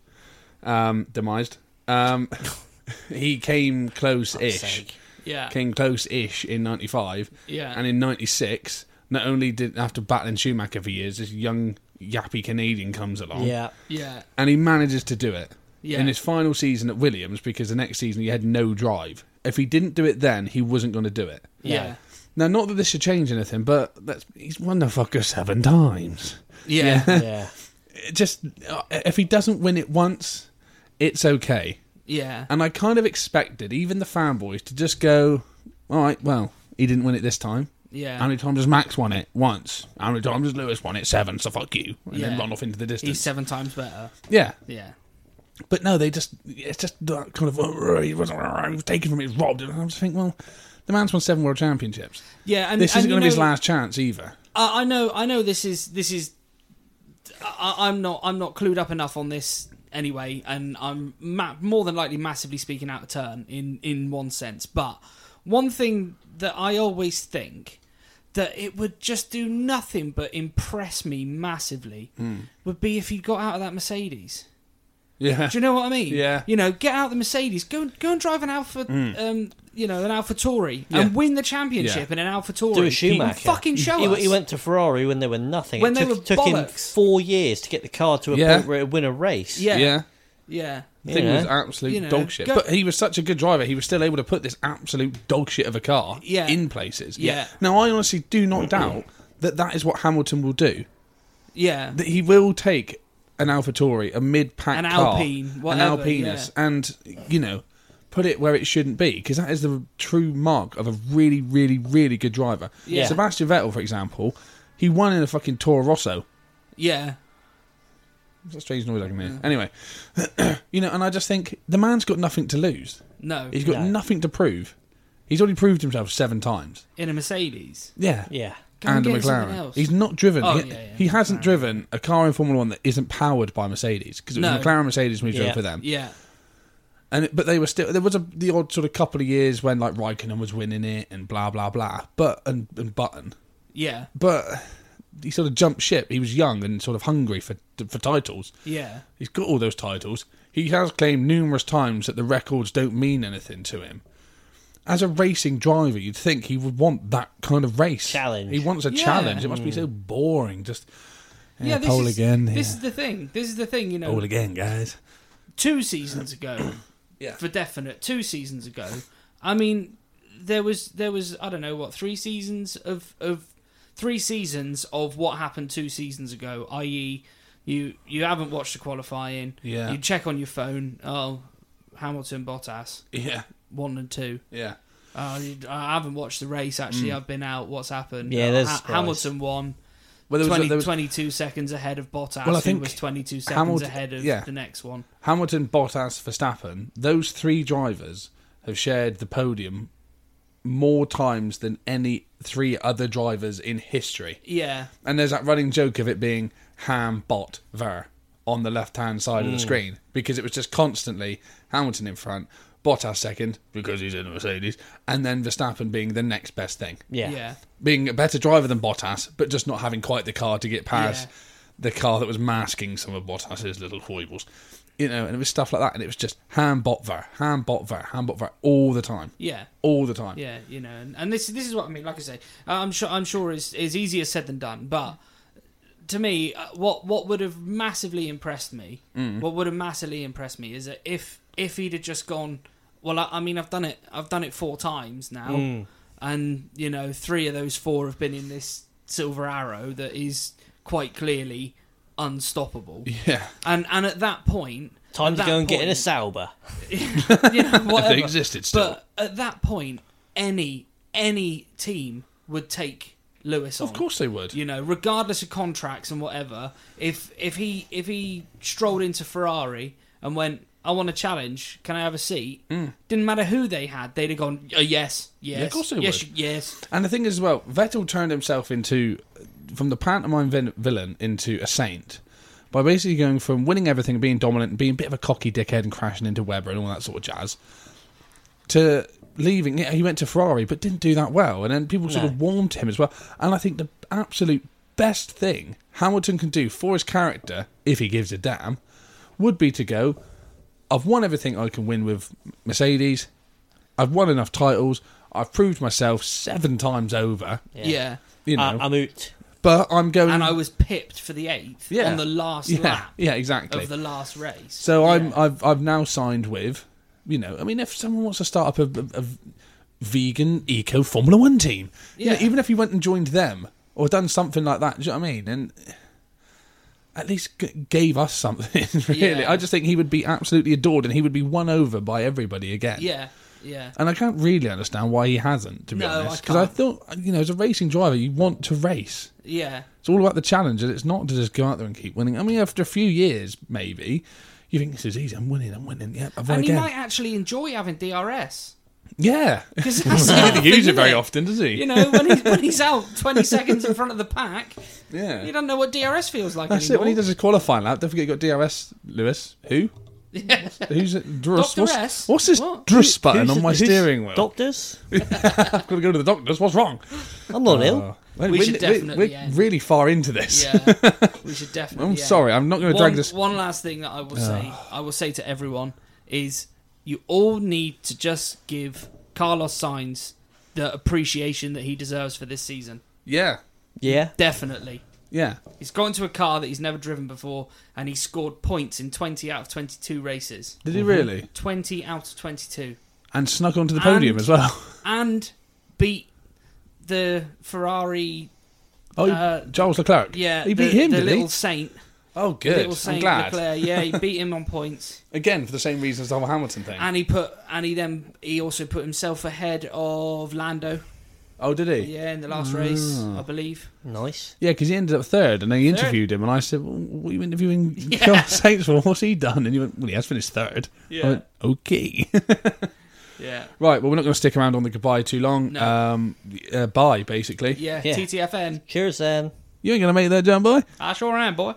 Speaker 3: um, demised, um, he came close ish.
Speaker 2: Yeah.
Speaker 3: Came close ish in 95.
Speaker 2: Yeah.
Speaker 3: And in 96, not only did, after battling Schumacher for years, this young, yappy Canadian comes along
Speaker 5: Yeah.
Speaker 2: Yeah.
Speaker 3: and he manages to do it
Speaker 2: Yeah.
Speaker 3: in his final season at Williams because the next season he had no drive. If he didn't do it then, he wasn't going to do it.
Speaker 2: Yeah.
Speaker 3: Now, not that this should change anything, but that's, he's won the fucker seven times.
Speaker 2: Yeah. Yeah.
Speaker 5: Yeah.
Speaker 3: It just uh, if he doesn't win it once, it's okay.
Speaker 2: Yeah.
Speaker 3: And I kind of expected even the fanboys to just go, all right, well, he didn't win it this time. How many times has Max won it? Once. How many times has Lewis won it? Seven. So fuck you, and then
Speaker 2: Yeah.
Speaker 3: run off into the
Speaker 2: He's
Speaker 3: distance.
Speaker 2: seven times better.
Speaker 3: yeah,
Speaker 2: Yeah.
Speaker 3: uh, But no, they just it's just that kind of "Oh, he wasn't around, he was taken from it, he was robbed. And I just think, well, The man's won seven world championships.
Speaker 2: Yeah, and
Speaker 3: This
Speaker 2: and
Speaker 3: isn't
Speaker 2: you
Speaker 3: going to be his
Speaker 2: know-
Speaker 3: last chance either.
Speaker 2: I, I know, I know. This is this is. I, I- I'm not, I'm not clued up enough on this anyway, and I'm ma- more than likely massively speaking out of turn in in one sense. But one thing that I always think that it would just do nothing but impress me massively
Speaker 3: Hmm.
Speaker 2: would be if he got out of that Mercedes.
Speaker 3: Yeah.
Speaker 2: Do you know what I mean?
Speaker 3: Yeah. Mm.
Speaker 2: You know, get out the Mercedes, go and- go and drive an Alpha, um, you know, an Alpha Tori,
Speaker 3: Yeah.
Speaker 2: and win the championship
Speaker 3: Yeah.
Speaker 2: in an Alpha Tori.
Speaker 5: Do a Schumacher.
Speaker 2: Fucking show
Speaker 5: he,
Speaker 2: us.
Speaker 5: he went to Ferrari when they were nothing.
Speaker 2: When
Speaker 5: it
Speaker 2: they
Speaker 5: took,
Speaker 2: were
Speaker 5: took him
Speaker 2: bollocks.
Speaker 5: four years to get the car to a
Speaker 3: Yeah.
Speaker 5: point where it would win a race.
Speaker 2: Yeah, yeah,
Speaker 3: yeah. The thing
Speaker 5: Yeah.
Speaker 3: was absolute
Speaker 2: You know,
Speaker 3: dog shit.
Speaker 2: go-
Speaker 3: but he was such a good driver, he was still able to put this absolute dog shit of a car
Speaker 2: Yeah.
Speaker 3: in places.
Speaker 2: Yeah.
Speaker 3: Now, I honestly do not doubt that that is what Hamilton will do.
Speaker 2: yeah.
Speaker 3: That he will take an AlphaTauri, a mid-pack
Speaker 2: An
Speaker 3: car,
Speaker 2: Alpine,
Speaker 3: an
Speaker 2: whatever,
Speaker 3: Alpinus, and you know, put it where it shouldn't be because that is the true mark of a really, really, really good driver.
Speaker 2: Yeah.
Speaker 3: Sebastian Vettel, for example, he won in a fucking Toro Rosso.
Speaker 2: yeah,
Speaker 3: That's a strange noise I can hear. Anyway, you know, and I just think the man's got nothing to lose.
Speaker 2: no,
Speaker 3: He's got
Speaker 5: No.
Speaker 3: nothing to prove. He's already proved himself seven times.
Speaker 2: in a Mercedes.
Speaker 3: Yeah.
Speaker 5: Yeah.
Speaker 2: Go
Speaker 3: And a
Speaker 2: get something
Speaker 3: McLaren.
Speaker 2: else.
Speaker 3: He's not driven.
Speaker 2: Oh,
Speaker 3: he,
Speaker 2: yeah, yeah,
Speaker 3: he hasn't driven a car in Formula One that isn't powered by Mercedes because it was
Speaker 2: No.
Speaker 3: McLaren Mercedes when he drove
Speaker 5: Yeah.
Speaker 3: for them.
Speaker 2: yeah,
Speaker 3: And it- but they were still there was a the odd sort of couple of years when like Raikkonen was winning it and blah blah blah. But and, and Button,
Speaker 2: yeah,
Speaker 3: but he sort of jumped ship. He was young and sort of hungry for for titles.
Speaker 2: yeah,
Speaker 3: He's got all those titles. He has claimed numerous times that the records don't mean anything to him. As a racing driver, you'd think he would want that kind of race
Speaker 5: Challenge.
Speaker 3: He wants a
Speaker 2: Yeah.
Speaker 3: challenge. It must be so boring. Just yeah,
Speaker 2: yeah. This
Speaker 3: pole
Speaker 2: is
Speaker 3: again.
Speaker 2: this
Speaker 3: yeah.
Speaker 2: is the thing. This is the thing. You know,
Speaker 3: pole again, guys.
Speaker 2: two seasons ago,
Speaker 3: Yeah.
Speaker 2: for definite, two seasons ago. I mean, there was there was I don't know what three seasons of of three seasons of what happened two seasons ago, i.e., you you haven't watched the qualifying.
Speaker 3: Yeah.
Speaker 2: you check on your phone. Oh, Hamilton, Bottas,
Speaker 3: Yeah,
Speaker 2: one and two.
Speaker 3: yeah.
Speaker 2: Uh, I haven't watched the race actually.
Speaker 3: Hmm.
Speaker 2: I've been out. What's happened?
Speaker 5: Yeah,
Speaker 2: Uh,
Speaker 5: there's
Speaker 2: Ha-
Speaker 5: surprise.
Speaker 2: Hamilton won.
Speaker 3: Well, there was,
Speaker 2: 20
Speaker 3: there was
Speaker 2: 22 seconds ahead of Bottas.
Speaker 3: Well, I
Speaker 2: who
Speaker 3: think
Speaker 2: was 22 seconds
Speaker 3: Hamilton-
Speaker 2: ahead of
Speaker 3: yeah.
Speaker 2: the next one.
Speaker 3: Hamilton, Bottas, Verstappen. Those three drivers have shared the podium more times than any three other drivers in history.
Speaker 2: Yeah,
Speaker 3: And there's that running joke of it being Ham Bot Ver on the left hand side
Speaker 2: Hmm.
Speaker 3: of the screen because it was just constantly Hamilton in front, Bottas second because he's in a Mercedes, and then Verstappen being the next best thing.
Speaker 5: Yeah.
Speaker 2: yeah,
Speaker 3: Being a better driver than Bottas, but just not having quite the car to get past
Speaker 2: Yeah.
Speaker 3: the car that was masking some of Bottas's little foibles. You know, and it was stuff like that, and it was just Ham Bot Ver, Ham Bot Ver, Ham Bot Ver all the time.
Speaker 2: yeah.
Speaker 3: All the time.
Speaker 2: Yeah, you know, and, and this this is what I mean. Like I say, I'm sure I'm sure is is easier said than done. But to me, uh, what what would have massively impressed me, what would have massively impressed me, is that if if he'd have just gone, well, I, I mean, I've done it, I've done it four times now,
Speaker 5: Mm.
Speaker 2: and you know, three of those four have been in this silver arrow that is quite clearly unstoppable.
Speaker 3: Yeah.
Speaker 2: And and at that point,
Speaker 5: Time to
Speaker 2: at that
Speaker 5: go and get in a
Speaker 2: point-
Speaker 5: Sauber.
Speaker 2: you know,
Speaker 3: If they
Speaker 2: whatever.
Speaker 3: existed still.
Speaker 2: But at that point, any any team would take Lewis on.
Speaker 3: of course they would.
Speaker 2: you know, regardless of contracts and whatever. If if he if he strolled into Ferrari and went, I want a challenge. Can I have a seat? Didn't matter who they had, they'd have gone. Oh, yes, yes,
Speaker 3: Mm. of course they
Speaker 2: yes,
Speaker 3: would.
Speaker 2: yes.
Speaker 3: And the thing is, as well, Vettel turned himself into, from the pantomime vin- villain into a saint by basically going from winning everything, being dominant, and being a bit of a cocky dickhead and crashing into Weber and all that sort of jazz, to leaving. Yeah, he went to Ferrari, but didn't do that well. And then people sort
Speaker 5: No.
Speaker 3: of warmed to him as well. And I think the absolute best thing Hamilton can do for his character, if he gives a damn, would be to go, I've won everything I can win with Mercedes. I've won enough titles. I've proved myself seven times over.
Speaker 2: Yeah. Uh,
Speaker 3: You know,
Speaker 5: I, I'm out.
Speaker 3: but I'm going.
Speaker 2: And I was pipped for the eighth
Speaker 3: Yeah.
Speaker 2: on the last
Speaker 3: yeah,
Speaker 2: lap
Speaker 3: yeah, exactly.
Speaker 2: of the last race.
Speaker 3: so I'm.
Speaker 2: Yeah.
Speaker 3: I've. I've now signed with. You know, I mean, if someone wants to start up a, a, a vegan eco Formula One team, you know,
Speaker 2: Yeah.
Speaker 3: even if you went and joined them or done something like that, do you know what I mean? And at least g- gave us something. Really,
Speaker 2: Yeah.
Speaker 3: I just think he would be absolutely adored, and he would be won over by everybody again.
Speaker 2: yeah, yeah.
Speaker 3: And I can't really understand why he hasn't, to be
Speaker 2: No, I
Speaker 3: honest. Because I,
Speaker 2: can't.
Speaker 3: thought, you know, as a racing driver, you want to race.
Speaker 2: Yeah,
Speaker 3: It's all about the challenge, and it's not to just go out there and keep winning. I mean, after a few years, maybe you think this is easy. I'm winning. I'm winning. Yeah, I've won
Speaker 2: and he
Speaker 3: again.
Speaker 2: might actually enjoy having DRS.
Speaker 3: Yeah.
Speaker 2: Because that's
Speaker 3: He
Speaker 2: half
Speaker 3: didn't
Speaker 2: the
Speaker 3: use it very
Speaker 2: unit.
Speaker 3: often, does he?
Speaker 2: You know, when he's, when he's out 20 seconds in front of the pack,
Speaker 3: yeah.
Speaker 2: you don't know what DRS feels like
Speaker 3: That's it.
Speaker 2: anymore.
Speaker 3: When he does his qualifying lap, don't forget you got DRS, Lewis. Who? Who's it? Drus.
Speaker 2: Dr.
Speaker 3: What's,
Speaker 2: S?
Speaker 3: what's this
Speaker 2: What?
Speaker 3: drus button
Speaker 1: Who's-
Speaker 3: on my
Speaker 1: who's-
Speaker 3: steering wheel?
Speaker 1: Doctors?
Speaker 3: I've got to go to the doctors. What's wrong?
Speaker 1: I'm not
Speaker 3: Uh,
Speaker 1: ill.
Speaker 3: we're,
Speaker 2: We
Speaker 3: we're-
Speaker 2: should
Speaker 3: we're-
Speaker 2: definitely
Speaker 3: we're
Speaker 2: end.
Speaker 3: really far into this.
Speaker 2: yeah, we should definitely.
Speaker 3: I'm
Speaker 2: yeah.
Speaker 3: sorry. I'm not going to
Speaker 2: One,
Speaker 3: drag this.
Speaker 2: one last thing that I will say, I will say to everyone is, you all need to just give Carlos Sainz the appreciation that he deserves for this season.
Speaker 3: Yeah.
Speaker 1: Yeah.
Speaker 2: Definitely.
Speaker 3: Yeah.
Speaker 2: He's got into a car that he's never driven before, and he scored points in 20 out of 22 races.
Speaker 3: Did he really?
Speaker 2: 20 out of 22.
Speaker 3: And snuck onto the podium
Speaker 2: And-
Speaker 3: as well.
Speaker 2: And beat the Ferrari,
Speaker 3: Oh,
Speaker 2: Uh,
Speaker 3: Charles Leclerc.
Speaker 2: yeah,
Speaker 3: He
Speaker 2: the,
Speaker 3: beat him,
Speaker 2: the
Speaker 3: didn't
Speaker 2: little
Speaker 3: he?
Speaker 2: saint.
Speaker 3: Oh,
Speaker 2: The
Speaker 3: good.
Speaker 2: little
Speaker 3: I'm
Speaker 2: saint
Speaker 3: glad.
Speaker 2: Leclerc. Yeah, he beat him on points.
Speaker 3: Again, for the same reason as the whole Hamilton thing.
Speaker 2: And he put, and he then, he also put himself ahead of Lando.
Speaker 3: oh, did he?
Speaker 2: Yeah, in the last race,
Speaker 3: Ah.
Speaker 2: I believe.
Speaker 5: Nice.
Speaker 3: Yeah, because he ended up third, and they
Speaker 2: Third.
Speaker 3: interviewed him, and I said, well, "What are you interviewing
Speaker 2: Yeah.
Speaker 3: Charles Sainz for? What's he done?" And he went, "Well, he has finished third. I went, "Okay."
Speaker 2: Yeah.
Speaker 3: right. Well, we're not going to stick around on the goodbye too long.
Speaker 2: No.
Speaker 3: Um, uh, bye, basically.
Speaker 2: Yeah,
Speaker 1: Yeah.
Speaker 2: TTFN.
Speaker 1: Cheers then.
Speaker 3: You ain't going to make that, John Boy.
Speaker 2: I sure am, boy.